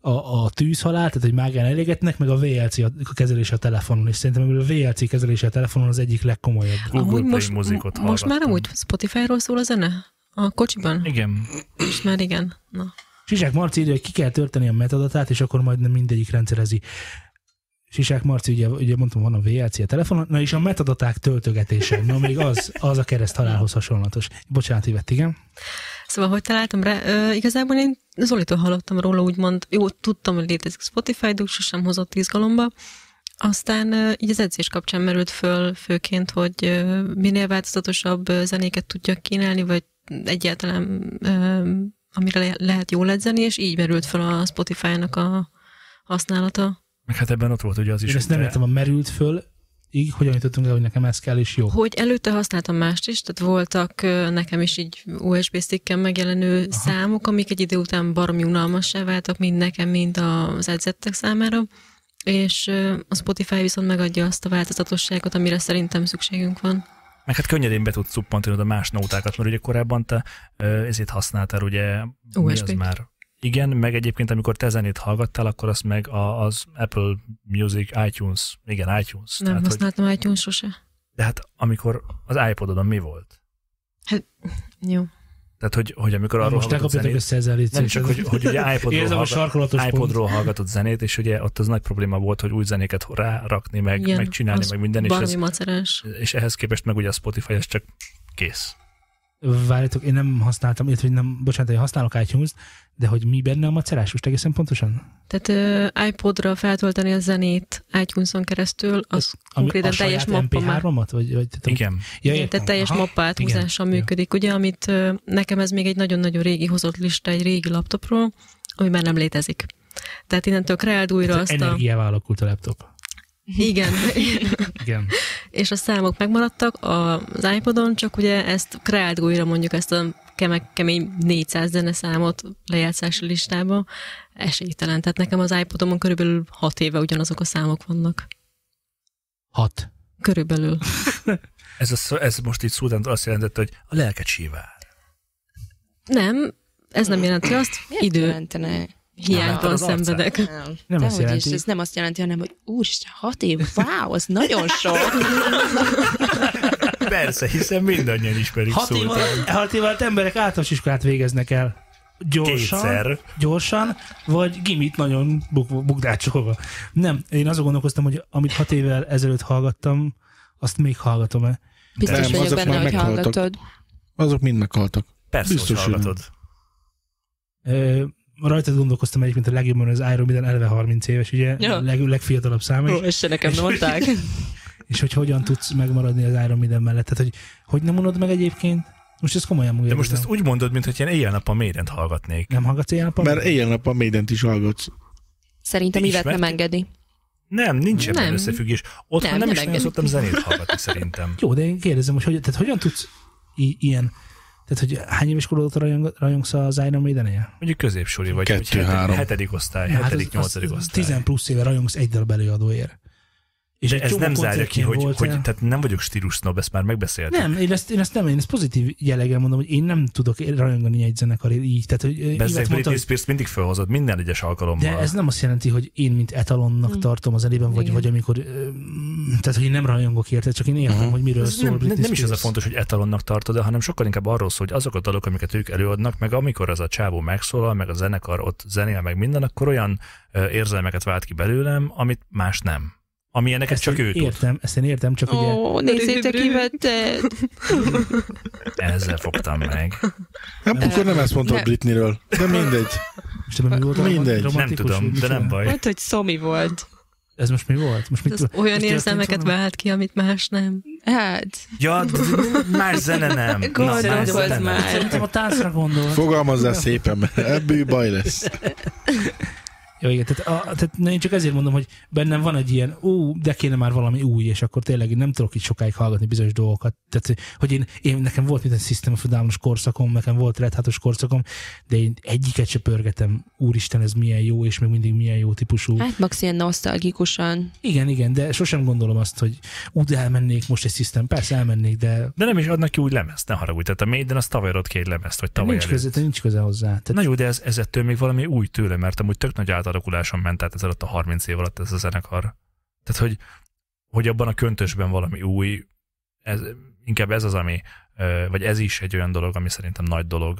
[SPEAKER 3] a, a tűzhalál, tehát hogy mágán elégetnek, meg a VLC a, a kezelése a telefonon, és szerintem ebből a VLC kezelése a telefonon az egyik legkomolyabb.
[SPEAKER 2] Google
[SPEAKER 5] Amúgy
[SPEAKER 2] Play
[SPEAKER 5] most,
[SPEAKER 2] muzikot
[SPEAKER 5] most már
[SPEAKER 2] hallgattam.
[SPEAKER 5] amúgy Spotify-ról szól a zene? A kocsiban?
[SPEAKER 2] Igen.
[SPEAKER 5] Most már igen. Na.
[SPEAKER 3] Sisák Marci írja, hogy ki kell törteni a metadatát, és akkor majd nem mindegyik rendszerezi. Sisák Marci, ugye, ugye mondtam, van a VLC a telefonon, na és a metadaták töltögetése, na még az, az a kereszt halálhoz hasonlatos. Bocsánat, Ivett, igen.
[SPEAKER 5] Szóval, hogy találtam rá, ö, igazából én Zolitól hallottam róla, úgymond, jó, tudtam, hogy létezik Spotify, de úgy sosem hozott izgalomba. Aztán ö, így az edzés kapcsán merült föl főként, hogy ö, minél változatosabb ö, zenéket tudjak kínálni, vagy egyáltalán ö, amire le- lehet jól edzeni, és így merült föl a Spotify-nak a használata.
[SPEAKER 2] Meg hát ebben ott volt ugye az is.
[SPEAKER 3] És ezt
[SPEAKER 2] hogy
[SPEAKER 3] nem
[SPEAKER 2] te-
[SPEAKER 3] értem, a merült föl, így hogyan jutottunk el, hogy nekem ez kell, és jó.
[SPEAKER 5] Hogy előtte használtam mást is, tehát voltak ö, nekem is így USB sticken megjelenő Aha. számok, amik egy idő után baromi unalmassá váltak, mind nekem, mind az edzettek számára, és ö, a Spotify viszont megadja azt a változatosságot, amire szerintem szükségünk van.
[SPEAKER 2] Meg hát könnyedén be tudsz szuppantani oda más nótákat, mert ugye korábban te ö, ezért használtál ugye mi az
[SPEAKER 5] USB-t.
[SPEAKER 2] már. Igen, meg egyébként amikor te zenét hallgattál, akkor azt meg a, az Apple Music, iTunes, igen, iTunes.
[SPEAKER 5] Nem
[SPEAKER 2] tehát, hogy,
[SPEAKER 5] használtam iTunes sose.
[SPEAKER 2] de hát amikor az iPododon mi volt?
[SPEAKER 5] Jó.
[SPEAKER 2] Tehát, hogy, hogy amikor
[SPEAKER 3] Na,
[SPEAKER 2] arról
[SPEAKER 3] most
[SPEAKER 2] hallgatott
[SPEAKER 3] elkapjátok
[SPEAKER 2] zenét,
[SPEAKER 3] össze ezzel, légy
[SPEAKER 2] nem
[SPEAKER 3] szíves.
[SPEAKER 2] csak, hogy, hogy ugye iPodról,
[SPEAKER 3] Érzem a
[SPEAKER 2] hallgat,
[SPEAKER 3] sarkolatos pont.
[SPEAKER 2] iPodról hallgatott zenét, és ugye ott az nagy probléma volt, hogy új zenéket rárakni, meg,
[SPEAKER 5] Igen,
[SPEAKER 2] meg csinálni,
[SPEAKER 5] az
[SPEAKER 2] meg minden, és,
[SPEAKER 5] baromi
[SPEAKER 2] ez,
[SPEAKER 5] macerás.
[SPEAKER 2] és ehhez képest meg ugye a Spotify, ez csak kész.
[SPEAKER 3] Várjátok, én nem használtam, illetve hogy nem, bocsánat, én használok iTunes-t, de hogy mi benne a macerás, most egészen pontosan?
[SPEAKER 5] Tehát ö, iPodra feltölteni a zenét iTunes-on keresztül, az konkrétan teljes
[SPEAKER 3] saját
[SPEAKER 5] mappa már.
[SPEAKER 3] MP3-at? Vagy, vagy, tehát, amit-
[SPEAKER 2] Igen.
[SPEAKER 3] Ja,
[SPEAKER 5] Igen,
[SPEAKER 3] értem.
[SPEAKER 5] tehát teljes
[SPEAKER 3] Aha.
[SPEAKER 5] mappa áthúzással
[SPEAKER 3] igen,
[SPEAKER 5] működik, ugye, amit ö, nekem ez még egy nagyon-nagyon régi hozott lista egy régi laptopról, ami már nem létezik. Tehát innentől kreáld újra
[SPEAKER 3] Tehát
[SPEAKER 5] azt a...
[SPEAKER 3] Energiával alakult a laptop.
[SPEAKER 5] [LAUGHS] Igen, [LAUGHS]
[SPEAKER 3] Igen.
[SPEAKER 5] és a számok megmaradtak a- az iPodon, csak ugye ezt kreáld újra mondjuk ezt a kemek, kemény 400 zeneszámot lejátszási listába, esélytelen. Tehát nekem az iPodomon körülbelül 6 éve ugyanazok a számok vannak.
[SPEAKER 3] Hat.
[SPEAKER 5] Körülbelül.
[SPEAKER 2] Ez, a, szó- ez most így szúdántól azt jelentette, hogy a lelket sívál.
[SPEAKER 5] Nem, ez nem jelenti azt,
[SPEAKER 4] Miért
[SPEAKER 5] idő
[SPEAKER 4] jelentene?
[SPEAKER 2] Láttad
[SPEAKER 5] hiányban
[SPEAKER 2] az arcát?
[SPEAKER 5] szenvedek.
[SPEAKER 4] Nem,
[SPEAKER 3] Nem
[SPEAKER 4] Dehogy
[SPEAKER 3] azt jelenti.
[SPEAKER 4] Is, ez nem azt jelenti, hanem, hogy úristen, hat év, wow, az nagyon sok.
[SPEAKER 2] Persze, hiszen mindannyian ismerjük
[SPEAKER 3] Hat év,
[SPEAKER 2] szultán.
[SPEAKER 3] alatt, hat év alatt emberek általános iskolát végeznek el. Gyorsan,
[SPEAKER 2] Kétszer.
[SPEAKER 3] gyorsan, vagy gimit nagyon buk- bukdácsolva. Nem, én azon gondolkoztam, hogy amit hat évvel ezelőtt hallgattam, azt még hallgatom-e.
[SPEAKER 4] Biztos
[SPEAKER 1] Nem,
[SPEAKER 4] vagyok
[SPEAKER 1] azok
[SPEAKER 4] benne,
[SPEAKER 1] már
[SPEAKER 4] hogy
[SPEAKER 1] meghaltak.
[SPEAKER 4] hallgatod.
[SPEAKER 1] Azok mind meghaltak.
[SPEAKER 2] Persze, Biztos,
[SPEAKER 1] Biztos,
[SPEAKER 2] hogy
[SPEAKER 1] hogy
[SPEAKER 2] hallgatod.
[SPEAKER 3] Ö, Rajtad gondolkoztam egyébként a legjobban, hogy az Iron Maiden eleve 30 éves, ugye?
[SPEAKER 4] Ja.
[SPEAKER 3] A leg, legfiatalabb száma. is.
[SPEAKER 4] Ó, ezt se nekem mondták.
[SPEAKER 3] és hogy hogyan tudsz megmaradni az Iron Maiden mellett. Tehát, hogy hogy nem unod meg egyébként? Most ez komolyan
[SPEAKER 2] De
[SPEAKER 3] mondja.
[SPEAKER 2] most ezt úgy mondod, mintha ilyen éjjel-nappal mélyrend hallgatnék.
[SPEAKER 3] nem hallgatsz ilyen napon?
[SPEAKER 1] Mert éjjel-nappal mindent is hallgatsz.
[SPEAKER 4] Szerintem
[SPEAKER 2] Ti
[SPEAKER 4] Ivet nem
[SPEAKER 2] ismerted?
[SPEAKER 4] engedi.
[SPEAKER 2] Nem, nincs ebben
[SPEAKER 5] Nem.
[SPEAKER 2] összefüggés. Ott nem, már
[SPEAKER 4] Nem,
[SPEAKER 2] nem
[SPEAKER 4] nem
[SPEAKER 2] is nagyon
[SPEAKER 4] engem.
[SPEAKER 2] szoktam zenét hallgatni szerintem.
[SPEAKER 3] Jó, de én kérdezem, hogy, hogy tehát hogyan tudsz i- ilyen, tehát hogy hány éves kor óta rajong, rajongsz az Iron Maiden-nél?
[SPEAKER 2] Mondjuk középsori vagy, vagy
[SPEAKER 1] Kettő,
[SPEAKER 2] hetedik,
[SPEAKER 1] három.
[SPEAKER 2] hetedik osztály,
[SPEAKER 3] Na, hát
[SPEAKER 2] hetedik,
[SPEAKER 3] az- az
[SPEAKER 2] nyolcadik osztály.
[SPEAKER 3] 10 plusz éve rajongsz egy darab előadóért. És
[SPEAKER 2] De ez
[SPEAKER 3] csomó
[SPEAKER 2] nem zárja ki,
[SPEAKER 3] koncertjén
[SPEAKER 2] hogy,
[SPEAKER 3] voltál.
[SPEAKER 2] hogy tehát nem vagyok stílus snob, ezt már megbeszéltük.
[SPEAKER 3] Nem, én ezt, én ezt nem, én ezt pozitív jelleggel mondom, hogy én nem tudok rajongani egy zenekarért így. Tehát, hogy ö,
[SPEAKER 2] Bezzeg
[SPEAKER 3] Ivett mondta,
[SPEAKER 2] Britney
[SPEAKER 3] hogy-
[SPEAKER 2] Spears mindig felhozod minden egyes alkalommal.
[SPEAKER 3] de ez nem azt jelenti, hogy én mint
[SPEAKER 2] Hm.
[SPEAKER 3] etalonnak tartom az zenében, vagy,
[SPEAKER 4] Igen.
[SPEAKER 3] vagy amikor, ö, tehát hogy én nem rajongok érte, csak én értem,
[SPEAKER 1] Aha.
[SPEAKER 3] hogy miről
[SPEAKER 2] Ez
[SPEAKER 3] szól
[SPEAKER 2] nem,
[SPEAKER 3] szóval Britney
[SPEAKER 2] nem is az a
[SPEAKER 3] Spears.
[SPEAKER 2] fontos, hogy etalonnak tartod, hanem sokkal inkább arról szól, hogy azok a dalok, amiket ők előadnak, meg amikor ez a csávó megszólal, meg a zenekar ott zenél, meg minden, akkor olyan ö, érzelmeket vált ki belőlem, amit más nem. Ami ennek
[SPEAKER 3] Ezt
[SPEAKER 2] csak
[SPEAKER 3] én
[SPEAKER 2] ő tud.
[SPEAKER 3] Értem, ezt én értem, csak
[SPEAKER 4] Ó,
[SPEAKER 3] ugye
[SPEAKER 4] oh, nézzétek, hát, ki vetted.
[SPEAKER 2] Ezzel fogtam meg.
[SPEAKER 1] Nem, Hát akkor nem ezt mondtad
[SPEAKER 4] Ne.
[SPEAKER 1] Britneyről. De mindegy.
[SPEAKER 3] Most ebben mi volt a
[SPEAKER 1] Mindegy.
[SPEAKER 3] [LAUGHS] romantikus,
[SPEAKER 2] Nem
[SPEAKER 3] vagy
[SPEAKER 2] tudom, de
[SPEAKER 3] micsoda?
[SPEAKER 2] nem baj.
[SPEAKER 4] Hát, hogy szomi volt.
[SPEAKER 3] Ez most mi volt? Most mit
[SPEAKER 5] Ez
[SPEAKER 3] tudom-
[SPEAKER 5] olyan
[SPEAKER 3] most történt
[SPEAKER 5] érzelmeket
[SPEAKER 3] valami?
[SPEAKER 5] vált ki, amit más nem.
[SPEAKER 4] Hát,
[SPEAKER 2] Ja, d- d- más zene nem. Na, más
[SPEAKER 4] Gondolkozz
[SPEAKER 2] zene nem.
[SPEAKER 4] már.
[SPEAKER 3] Szerintem a táncra gondol.
[SPEAKER 1] Fogalmazzál szépen, mert ebből baj lesz.
[SPEAKER 3] Jó, igen, tehát, a, tehát na, én csak ezért mondom, hogy bennem van egy ilyen, ú, de kéne már valami új, és akkor tényleg én nem tudok itt sokáig hallgatni bizonyos dolgokat. Tehát, hogy én, én nekem volt minden System of a Down-os korszakom, nekem volt Red Hat-os korszakom, de én egyiket se pörgetem, úristen, ez milyen jó, és még mindig milyen jó típusú.
[SPEAKER 4] hát max ilyen nosztalgikusan.
[SPEAKER 3] Igen, igen, de sosem gondolom azt, hogy ú, de elmennék most egy System, persze elmennék, de
[SPEAKER 2] De nem is adnak ki új lemezt, ne haragudj. Tehát a Maiden az tavaly adott ki egy lemezt, vagy tavaly
[SPEAKER 3] nincs
[SPEAKER 2] előtt.
[SPEAKER 3] köze, nincs köze hozzá. Tehát,
[SPEAKER 2] Na jó, de ez, ez ettől még valami új tőle, mert amúgy tök nagy átalakuláson ment át ez alatt a 30 év alatt ez a zenekar. Tehát, hogy, hogy abban a köntösben valami új, ez, inkább ez az, ami, ö, vagy ez is egy olyan dolog, ami szerintem nagy dolog.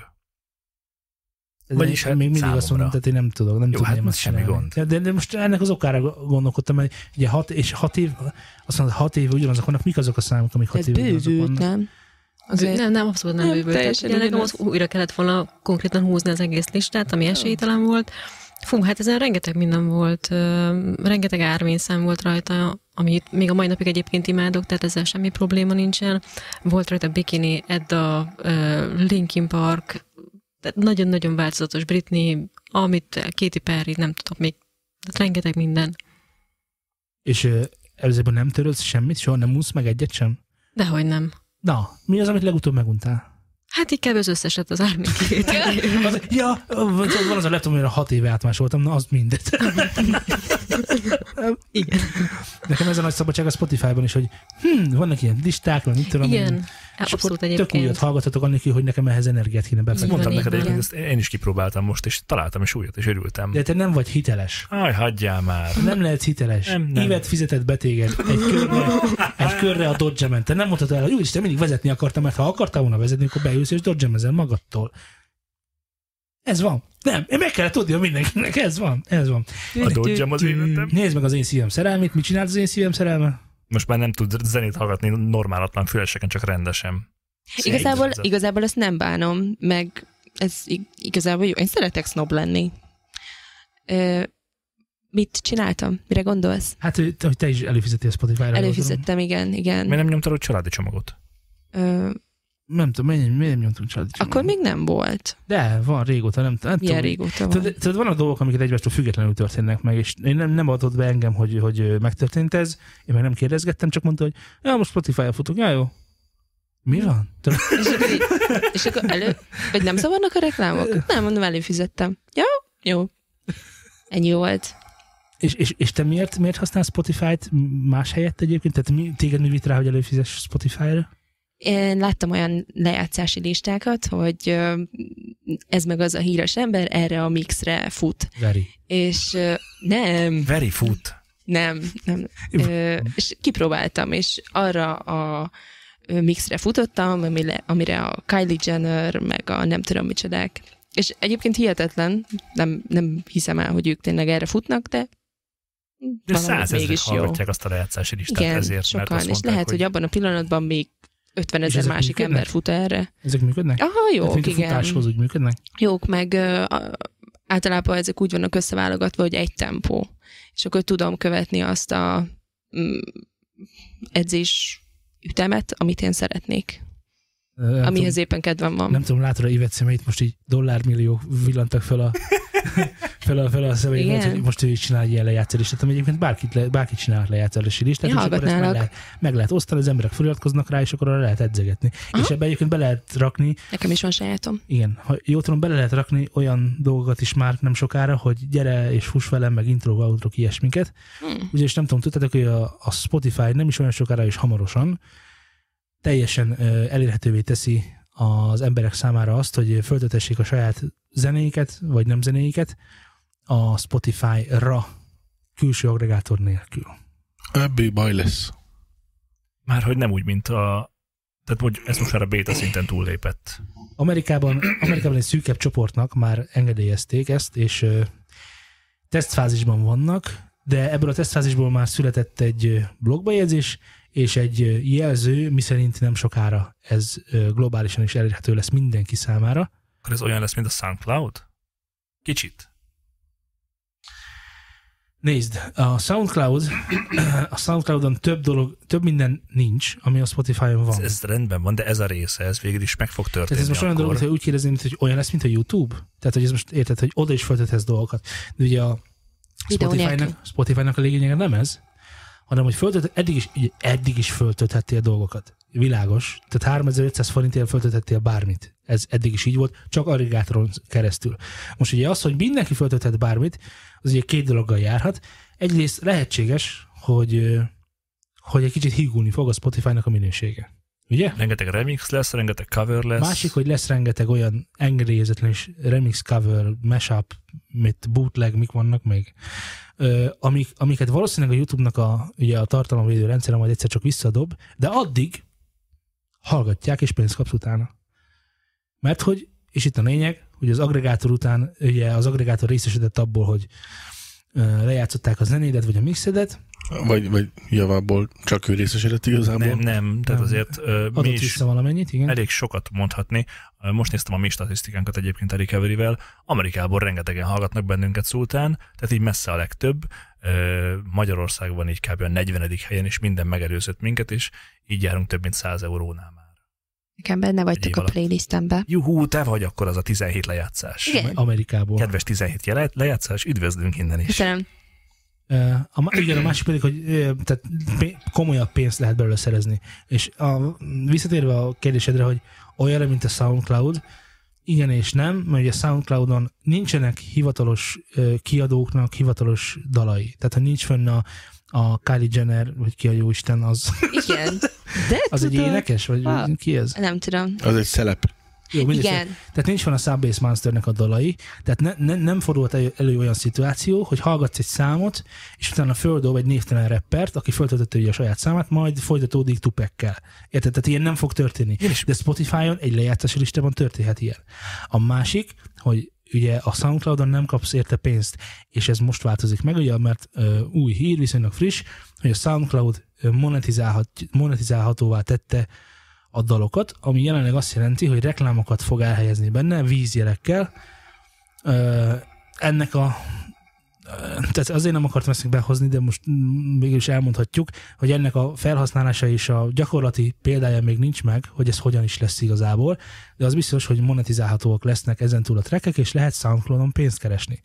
[SPEAKER 3] De
[SPEAKER 2] Vagyis
[SPEAKER 3] én
[SPEAKER 2] hát
[SPEAKER 3] még mindig azt
[SPEAKER 2] számomra.
[SPEAKER 3] mondom, tehát én nem tudok, nem
[SPEAKER 2] Jó,
[SPEAKER 3] tudnám
[SPEAKER 2] hát
[SPEAKER 3] ezt
[SPEAKER 2] most semmi
[SPEAKER 3] csinálni.
[SPEAKER 2] gond.
[SPEAKER 3] Ja, De, de, most ennek az okára gondolkodtam, hogy ugye hat, és hat év, azt mondod, hat év ugyanazok vannak, mik azok a számok, amik
[SPEAKER 5] Hát
[SPEAKER 3] hat
[SPEAKER 4] Ez
[SPEAKER 3] év ugyanazok
[SPEAKER 4] bővült,
[SPEAKER 3] vannak?
[SPEAKER 4] nem?
[SPEAKER 5] Azért...
[SPEAKER 4] Azért
[SPEAKER 5] Nem, nem, abszolút nem
[SPEAKER 4] Nem,
[SPEAKER 5] bővült. Tehát
[SPEAKER 4] teljesen
[SPEAKER 5] ugye Nekem
[SPEAKER 4] ugyanaz.
[SPEAKER 5] az újra kellett volna konkrétan húzni az egész listát, ami esélytelen volt. Fú, hát ezen rengeteg minden volt, ö, rengeteg árvényszám volt rajta, amit még a mai napig egyébként imádok, tehát ezzel semmi probléma nincsen. Volt rajta Bikini, Edda, ö, Linkin Park, tehát nagyon-nagyon változatos Britney, amit Katy Perry, nem tudok még, tehát rengeteg minden.
[SPEAKER 3] És ö, ezekből nem törődsz semmit, soha nem úsz meg egyet sem?
[SPEAKER 5] Dehogy nem.
[SPEAKER 3] Na, mi az, amit legutóbb meguntál?
[SPEAKER 5] Hát inkább az összeset az ármi
[SPEAKER 4] [LAUGHS]
[SPEAKER 3] Az, ja, van van az a laptop, amire hat éve átmásoltam, na az mindet.
[SPEAKER 5] [LAUGHS] Igen.
[SPEAKER 3] Nekem ez a nagy szabadság a Spotify-ban is, hogy hm, vannak ilyen listák, meg mit tudom. én.
[SPEAKER 5] Igen, Hát
[SPEAKER 3] és akkor
[SPEAKER 5] abszolút
[SPEAKER 3] tök újat
[SPEAKER 5] egyébként.
[SPEAKER 3] hallgathatok annélkül, hogy nekem ehhez energiát kéne
[SPEAKER 5] Így van,
[SPEAKER 3] befektetni.
[SPEAKER 2] Mondtam
[SPEAKER 5] így
[SPEAKER 2] neked
[SPEAKER 5] van.
[SPEAKER 2] egyébként, ezt én is kipróbáltam most, és találtam is újat, és örültem.
[SPEAKER 3] De te nem vagy hiteles.
[SPEAKER 2] Aj, hagyjál már.
[SPEAKER 3] Nem lehet hiteles.
[SPEAKER 2] Nem,
[SPEAKER 3] Nem,
[SPEAKER 2] nem.
[SPEAKER 3] nem. Évet fizetett be téged egy körre, egy körre a dodge ment. Te nem mondhatod el, hogy úgyis te mindig vezetni akartam, mert ha akartál volna vezetni, akkor beülsz és dodge ezel magadtól. Ez van. Nem, én meg kell tudnia mindenkinek, ez van, ez van.
[SPEAKER 2] A dodge az életem.
[SPEAKER 3] Nézd meg az én szívem szerelmét, mit csinált az én szívem szerelme?
[SPEAKER 2] Most már nem tud zenét hallgatni normálatlan füleseken, csak rendesen.
[SPEAKER 4] Igazából,
[SPEAKER 2] Szerintem.
[SPEAKER 4] igazából ezt nem bánom, meg ez ig- igazából jó. Én szeretek snob lenni. Ö, mit csináltam? Mire gondolsz?
[SPEAKER 3] Hát, hogy te- hogy te is előfizetél Spotify-ra. gondolom.
[SPEAKER 4] Előfizettem, igen,
[SPEAKER 2] Miért
[SPEAKER 4] igen.
[SPEAKER 2] nem nyomtad a családi csomagot?
[SPEAKER 4] Ö,
[SPEAKER 3] Nem tudom, mennyi, miért nem nyomtunk családi
[SPEAKER 4] akkor
[SPEAKER 3] csomagot?
[SPEAKER 4] még nem volt.
[SPEAKER 3] De, van régóta, nem, nem
[SPEAKER 4] Milyen
[SPEAKER 3] tudom.
[SPEAKER 4] régóta van.
[SPEAKER 3] Tudod, tudod, van a dolgok, amiket egymástól függetlenül történnek meg, és én nem, nem adott be engem, hogy, hogy ö, megtörtént ez, én meg nem kérdezgettem, csak mondta, hogy ja, most Spotify-ra futok, ja, jó. Mi van? Tudod,
[SPEAKER 4] És akkor, így, és akkor elő... Vagy nem zavarnak a reklámok? Nem, mondom, előfizettem. Ja, jó. Ennyi volt.
[SPEAKER 3] És, és, és te miért, miért használsz Spotify-t más helyett egyébként? Tehát mi, téged mi vitt rá, hogy előfizes Spotify-ra?
[SPEAKER 4] Én láttam olyan lejátszási listákat, hogy ö, ez meg az a híres ember erre a mixre fut.
[SPEAKER 3] Veri.
[SPEAKER 4] És ö, nem,
[SPEAKER 2] Very foot.
[SPEAKER 4] Nem, nem. Ö, és kipróbáltam, és arra a ö, mixre futottam, amire, amire a Kylie Jenner, meg a nem tudom micsodák. És egyébként hihetetlen, nem, nem hiszem el, hogy ők tényleg erre futnak, de,
[SPEAKER 2] De
[SPEAKER 4] valahogy
[SPEAKER 2] százezrek hallgatják azt a lejátszási listát
[SPEAKER 4] Igen,
[SPEAKER 2] ezért,
[SPEAKER 4] sokan,
[SPEAKER 2] mert azt
[SPEAKER 4] és
[SPEAKER 2] mondták,
[SPEAKER 4] lehet, hogy...
[SPEAKER 2] hogy
[SPEAKER 4] abban a pillanatban még 50
[SPEAKER 3] És
[SPEAKER 4] ezer
[SPEAKER 3] ezek
[SPEAKER 4] másik
[SPEAKER 3] működnek?
[SPEAKER 4] ember fut erre.
[SPEAKER 3] Ezek működnek?
[SPEAKER 4] Aha,
[SPEAKER 3] Tehát,
[SPEAKER 4] jó,
[SPEAKER 3] mint a
[SPEAKER 4] igen.
[SPEAKER 3] futáshoz úgy működnek?
[SPEAKER 4] Jók, meg ö, a- általában ezek úgy vannak összeválogatva, hogy egy tempó. És akkor tudom követni azt a mm, edzés ütemet, amit én szeretnék,
[SPEAKER 3] Ö, Nem
[SPEAKER 4] amihez éppen kedvem van. [LAUGHS]
[SPEAKER 3] tudom, nem tudom, látod a Ivet szemeit, most így dollármillió villantak fel a fel a, fel a személyeket,
[SPEAKER 4] Igen.
[SPEAKER 3] hogy most ő is csinál egy ilyen lejátszó listát, ami egyébként bárkit, le, bárkit csinálhat lejátszási listát,
[SPEAKER 4] Ja,
[SPEAKER 3] és akkor ezt meg
[SPEAKER 4] hallgatnálak.
[SPEAKER 3] lehet, meg lehet osztani, az emberek feliratkoznak rá, és akkor arra lehet edzegetni. Aha. És ebbe egyébként be lehet rakni,
[SPEAKER 4] Nekem is van sajátom.
[SPEAKER 3] igen, ha jól tudom, bele lehet rakni olyan dolgokat is már nem sokára, hogy gyere és fuss velem, meg intro, outro, ilyesmiket.
[SPEAKER 4] Hmm.
[SPEAKER 3] Ugye, és nem tudom, tudtátok, hogy a, a Spotify nem is olyan sokára, és hamarosan teljesen ö, elérhetővé teszi az emberek számára azt, hogy föltöltessék a saját zenéiket, vagy nem zenéiket a Spotify-ra külső agregátor nélkül.
[SPEAKER 1] Ebből baj lesz.
[SPEAKER 2] Már hogy nem úgy, mint a... Tehát hogy ez most már a beta szinten túllépett.
[SPEAKER 3] Amerikában, Amerikában egy szűkebb csoportnak már engedélyezték ezt, és ö, tesztfázisban vannak, de ebből a tesztfázisból már született egy ö, blogbejegyzés, és egy ö, jelző, miszerint nem sokára ez ö, globálisan is elérhető lesz mindenki számára.
[SPEAKER 2] Akkor ez olyan lesz, mint a SoundCloud? Kicsit.
[SPEAKER 3] Nézd, a SoundCloud, [CLEARS THROAT] a SoundCloudon több dolog, több minden nincs, ami a Spotify-on
[SPEAKER 2] Ez,
[SPEAKER 3] van.
[SPEAKER 2] ez rendben van, de ez a része, ez végül is meg fog történni
[SPEAKER 3] Tehát ez most olyan
[SPEAKER 2] akkor.
[SPEAKER 3] dolog, hogy úgy kérdezni, mint hogy olyan lesz, mint a YouTube? Tehát, hogy ez most érted, hogy oda is föltethetsz dolgokat. De ugye a
[SPEAKER 4] Videó nélkül.
[SPEAKER 3] Spotify-nak, Spotify-nak a lényege nem ez, hanem hogy föltölt, eddig is, ugye, eddig is föltölthettél dolgokat. Világos. Tehát 3500 forintért föltölthettél bármit. Ez eddig is így volt, csak agregátoron keresztül. Most ugye az, hogy mindenki föltölthet bármit, az ugye két dologgal járhat. Egyrészt lehetséges, hogy, ö, hogy egy kicsit hígulni fog a Spotify-nak a minősége. Ugye?
[SPEAKER 2] Rengeteg remix lesz, rengeteg cover lesz.
[SPEAKER 3] Másik, hogy lesz rengeteg olyan engedélyezetlen és remix cover, mashup, mit bootleg, mik vannak még, ö, amik, amiket valószínűleg a YouTube-nak a, ugye a tartalomvédő rendszere majd egyszer csak visszadob, de addig hallgatják és pénzt kapsz utána. Mert hogy, és itt a lényeg, hogy az agregátor után, ugye az agregátor részesített abból, hogy ö, lejátszották a zenédet vagy a mixedet,
[SPEAKER 1] Vagy, vagy javából csak ő részesedett igazából.
[SPEAKER 2] Nem, nem, tehát
[SPEAKER 3] Nem.
[SPEAKER 2] azért ö, mi
[SPEAKER 3] adott
[SPEAKER 2] is
[SPEAKER 3] vissza valamennyit,
[SPEAKER 4] Hm.
[SPEAKER 3] igen.
[SPEAKER 2] elég sokat mondhatni. Ö, Most néztem a mi statisztikánkat egyébként a Recovery-vel. Amerikából rengetegen hallgatnak bennünket szultán, tehát így messze a legtöbb. Ö, Magyarországban így kb. a 40. helyen, és minden megerőzött minket, és így járunk több mint 100 eurónál már.
[SPEAKER 4] Nekem benne
[SPEAKER 2] Egy év
[SPEAKER 4] vagytok a
[SPEAKER 2] alatt.
[SPEAKER 4] playlistembe.
[SPEAKER 2] Juhú, te vagy akkor az a 17 lejátszás.
[SPEAKER 4] Igen.
[SPEAKER 3] Amerikából.
[SPEAKER 2] Kedves 17 jele- lejátszás, üdvözlünk innen is.
[SPEAKER 4] Köszönöm.
[SPEAKER 3] Ö, A, ma- igen, a másik pedig, hogy ö, tehát pé- komolyabb pénzt lehet belőle szerezni. És a, visszatérve a kérdésedre, hogy olyanra, mint a SoundCloud, igen és nem, mert ugye a SoundCloudon nincsenek hivatalos ö, kiadóknak hivatalos dalai. Tehát ha nincs fönn a, a Kylie Jenner, vagy ki a jó Isten, az,
[SPEAKER 4] Igen. De
[SPEAKER 3] [LAUGHS] az egy
[SPEAKER 4] tudod.
[SPEAKER 3] énekes, vagy
[SPEAKER 4] Ah.
[SPEAKER 3] ki ez?
[SPEAKER 4] Nem tudom.
[SPEAKER 1] Az egy szelep.
[SPEAKER 3] Jó, mindegy, szóval-
[SPEAKER 4] Igen.
[SPEAKER 3] tehát nincs van a Subbase Monsternek a dalai, tehát ne, ne, nem fordult elő, elő olyan szituáció, hogy hallgatsz egy számot, és utána földob egy névtelen reppert, aki föltöltötte ugye a saját számát, majd folytatódik tupekkel. Érted? Tehát ilyen nem fog történni. De Spotify-on egy lejátszási listában történhet ilyen. A másik, hogy ugye a SoundCloud-on nem kapsz érte pénzt, és ez most változik meg, ugye, mert ö, új hír, viszonylag friss, hogy a SoundCloud ö, monetizálhat, monetizálhatóvá tette a dalokat, ami jelenleg azt jelenti, hogy reklámokat fog elhelyezni benne, vízjelekkel. Ö, ennek a ö, tehát azért nem akartam ezt behozni, de most mm, mégis elmondhatjuk, hogy ennek a felhasználása és a gyakorlati példája még nincs meg, hogy ez hogyan is lesz igazából, de az biztos, hogy monetizálhatóak lesznek ezentúl a trackek, és lehet SoundCloud-on pénzt keresni.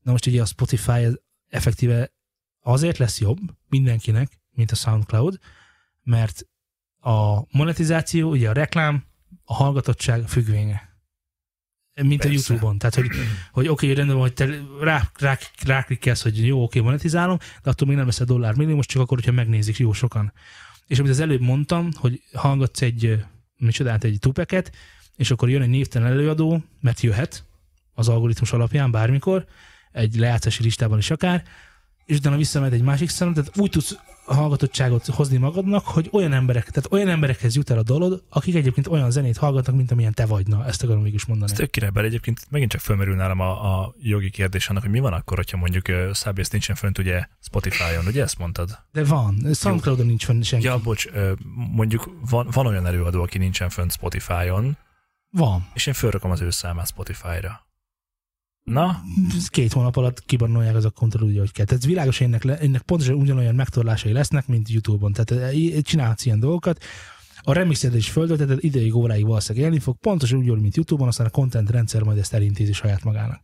[SPEAKER 3] Na most ugye a Spotify ez effektíve azért lesz jobb mindenkinek, mint a SoundCloud, mert a monetizáció, ugye a reklám, a hallgatottság függvénye. Mint Persze. a
[SPEAKER 2] Persze.
[SPEAKER 3] YouTube-on. Tehát, hogy, hogy oké, okay, rendben van, hogy te rá, rá, ráklikkelsz, hogy jó, oké, okay, monetizálom, de attól még nem lesz a dollár millió, most csak akkor, hogyha megnézik jó sokan. És amit az előbb mondtam, hogy hallgatsz egy, ö, micsodát, egy tupeket, és akkor jön egy névtelen előadó, mert jöhet az algoritmus alapján bármikor, egy lejátszási listában is akár, és utána visszamegy egy másik szám, tehát úgy tudsz hallgatottságot hozni magadnak, hogy olyan emberek, tehát olyan emberekhez jut el a dalod, akik egyébként olyan zenét hallgatnak, mint amilyen te vagy. Na, ezt akarom mégis mondani.
[SPEAKER 2] Ez tök király, bár egyébként megint csak fölmerül nálam a, a jogi kérdés annak, hogy mi van akkor, hogyha mondjuk uh, Subbase nincsen fönt ugye Spotify-on, ugye ezt mondtad?
[SPEAKER 3] De van, SoundCloudon nincs fönn senki.
[SPEAKER 2] Ja, bocs, ö, mondjuk van, van olyan előadó, aki nincsen fönt Spotify-on,
[SPEAKER 3] Van.
[SPEAKER 2] és én fölrakom az ő számát Spotify-ra. Na,
[SPEAKER 3] Ez Két hónap alatt kibarnolják az akkontot úgy, hogy kell. Tehát ez világos, hogy ennek, le- ennek pontosan ugyanolyan megtorlásai lesznek, mint YouTube-on. Tehát e, i- csinálhatsz ilyen dolgokat. A remixed is földölteted, ideig óráig valószínűleg élni fog, pontosan úgy, mint YouTube-on, aztán a content rendszer majd ezt elintézi saját magának.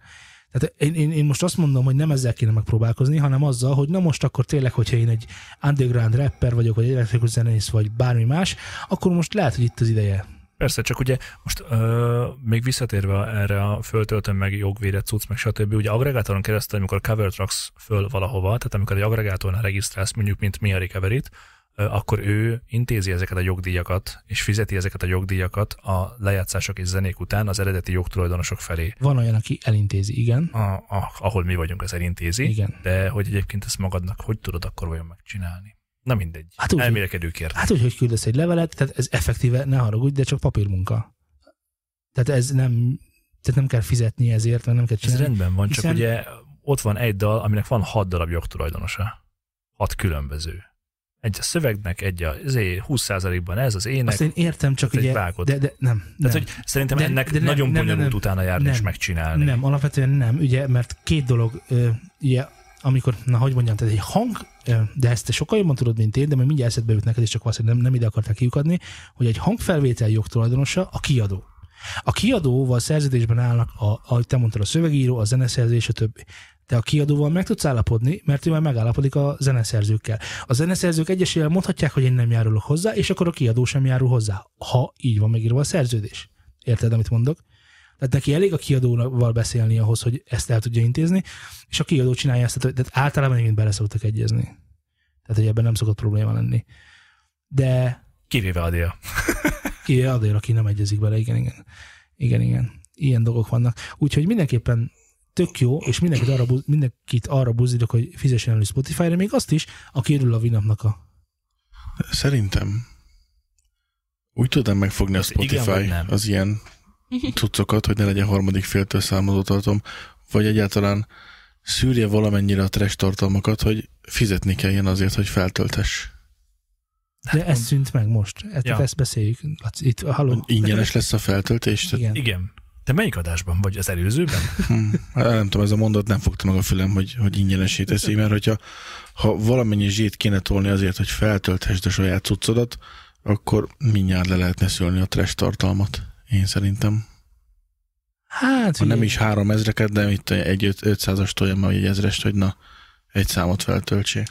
[SPEAKER 3] Tehát eh, én, én, én most azt mondom, hogy nem ezzel kéne megpróbálkozni, hanem azzal, hogy na most akkor tényleg, hogyha én egy underground rapper vagyok, vagy egy elektronikus zenész, vagy bármi más, akkor most lehet, hogy itt az ideje.
[SPEAKER 2] Persze, csak ugye most ö, még visszatérve erre a föltöltöm meg jogvédett cucc, meg stb. Ugye agregátoron keresztül, amikor cover tracks föl valahova, tehát amikor egy agregátornál regisztrálsz, mondjuk, mint mi a recovery-t, ö, akkor ő intézi ezeket a jogdíjakat, és fizeti ezeket a jogdíjakat a lejátszások és zenék után az eredeti jogtulajdonosok felé.
[SPEAKER 3] Van olyan, aki elintézi, igen.
[SPEAKER 2] A, a, ahol mi vagyunk, ez elintézi,
[SPEAKER 3] Igen.
[SPEAKER 2] de hogy egyébként ezt magadnak hogy tudod akkor vajon megcsinálni? Na mindegy.
[SPEAKER 3] Hát
[SPEAKER 2] Hát
[SPEAKER 3] úgy.
[SPEAKER 2] Elmélkedő kérdés.
[SPEAKER 3] Hát úgy, hogy küldesz egy levelet, tehát ez effektíve, ne haragudj, de csak papírmunka. Tehát ez nem, tehát nem kell fizetni ezért, mert nem kell
[SPEAKER 2] Ez
[SPEAKER 3] csinálni.
[SPEAKER 2] rendben van, csak
[SPEAKER 3] Hiszen-
[SPEAKER 2] ugye ott van egy dal, aminek van hat darab jogtulajdonosa. Hat különböző. Egy a szövegnek, egy a izé, 20%-ban ez az ének.
[SPEAKER 3] Azt én értem, csak
[SPEAKER 2] egy
[SPEAKER 3] ugye,
[SPEAKER 2] vágod.
[SPEAKER 3] de, de nem, nem.
[SPEAKER 2] Tehát, hogy szerintem
[SPEAKER 3] De-
[SPEAKER 2] ennek
[SPEAKER 3] de nem,
[SPEAKER 2] nagyon
[SPEAKER 3] nem, nem,
[SPEAKER 2] bonyolult
[SPEAKER 3] nem.
[SPEAKER 2] utána járni és
[SPEAKER 3] Nem.
[SPEAKER 2] megcsinálni.
[SPEAKER 3] Nem, alapvetően nem, ugye, mert két dolog, ö, ugye, amikor, na hogy mondjam, tehát egy hang, ö, de ezt te sokkal jobban tudod, mint én, de majd mindjárt eszedbe jut neked, és csak valószínűleg nem, nem ide akarták kiukadni, hogy egy hangfelvétel jogtulajdonosa a kiadó. A kiadóval szerződésben állnak, a, ahogy te mondtad, a szövegíró, a zeneszerző és a többi. Te a kiadóval meg tudsz állapodni, mert ő már megállapodik a zeneszerzőkkel. A zeneszerzők egyesével mondhatják, hogy én nem járulok hozzá, és akkor a kiadó sem járul hozzá, ha így van megírva a szerződés. Érted, amit mondok? Tehát neki elég a kiadóval beszélni ahhoz, hogy ezt el tudja intézni, és a kiadó csinálja ezt, tehát tehát általában egyébként bele szoktak egyezni. Tehát, hogy ebben nem szokott probléma lenni. De
[SPEAKER 2] Kivéve a dél.
[SPEAKER 3] ki adél, aki nem egyezik bele, igen, igen. Igen, igen. Ilyen dolgok vannak. Úgyhogy mindenképpen tök jó, és mindenkit arra, buz- mindenkit arra buzdítok, hogy fizessen elő Spotify-ra, még azt is, aki örül a vinapnak a...
[SPEAKER 1] Szerintem úgy tudnám megfogni a
[SPEAKER 2] Az Hát igen,
[SPEAKER 1] Spotify
[SPEAKER 2] vagy nem?
[SPEAKER 1] az ilyen cuccokat, hogy ne legyen harmadik féltől származó tartalom, vagy egyáltalán szűrje valamennyire a trash tartalmakat, hogy fizetni kelljen azért, hogy feltöltess.
[SPEAKER 3] De ez szűnt meg most. Ezt,
[SPEAKER 2] Ja.
[SPEAKER 3] ja. ezt beszéljük. Laci, Itt, halló.
[SPEAKER 1] Ingyenes lesz a feltöltés? Tehát,
[SPEAKER 3] Igen.
[SPEAKER 2] Igen. Te melyik adásban vagy? Az előzőben?
[SPEAKER 1] hm, hát nem tudom, ez a mondat nem fogta meg a fülem, hogy, hogy ingyenesé teszi, mert hogyha ha valamennyi zsét kéne tolni azért, hogy feltölthesd a saját cuccodat, akkor mindjárt le lehetne szülni a trash tartalmat. Én szerintem.
[SPEAKER 3] Hát,
[SPEAKER 1] Ha nem
[SPEAKER 3] figyelj.
[SPEAKER 1] is három ezreket, de itt egy öt- 500-as toljam, vagy egy ezrest, hogy na, egy számot feltöltsék.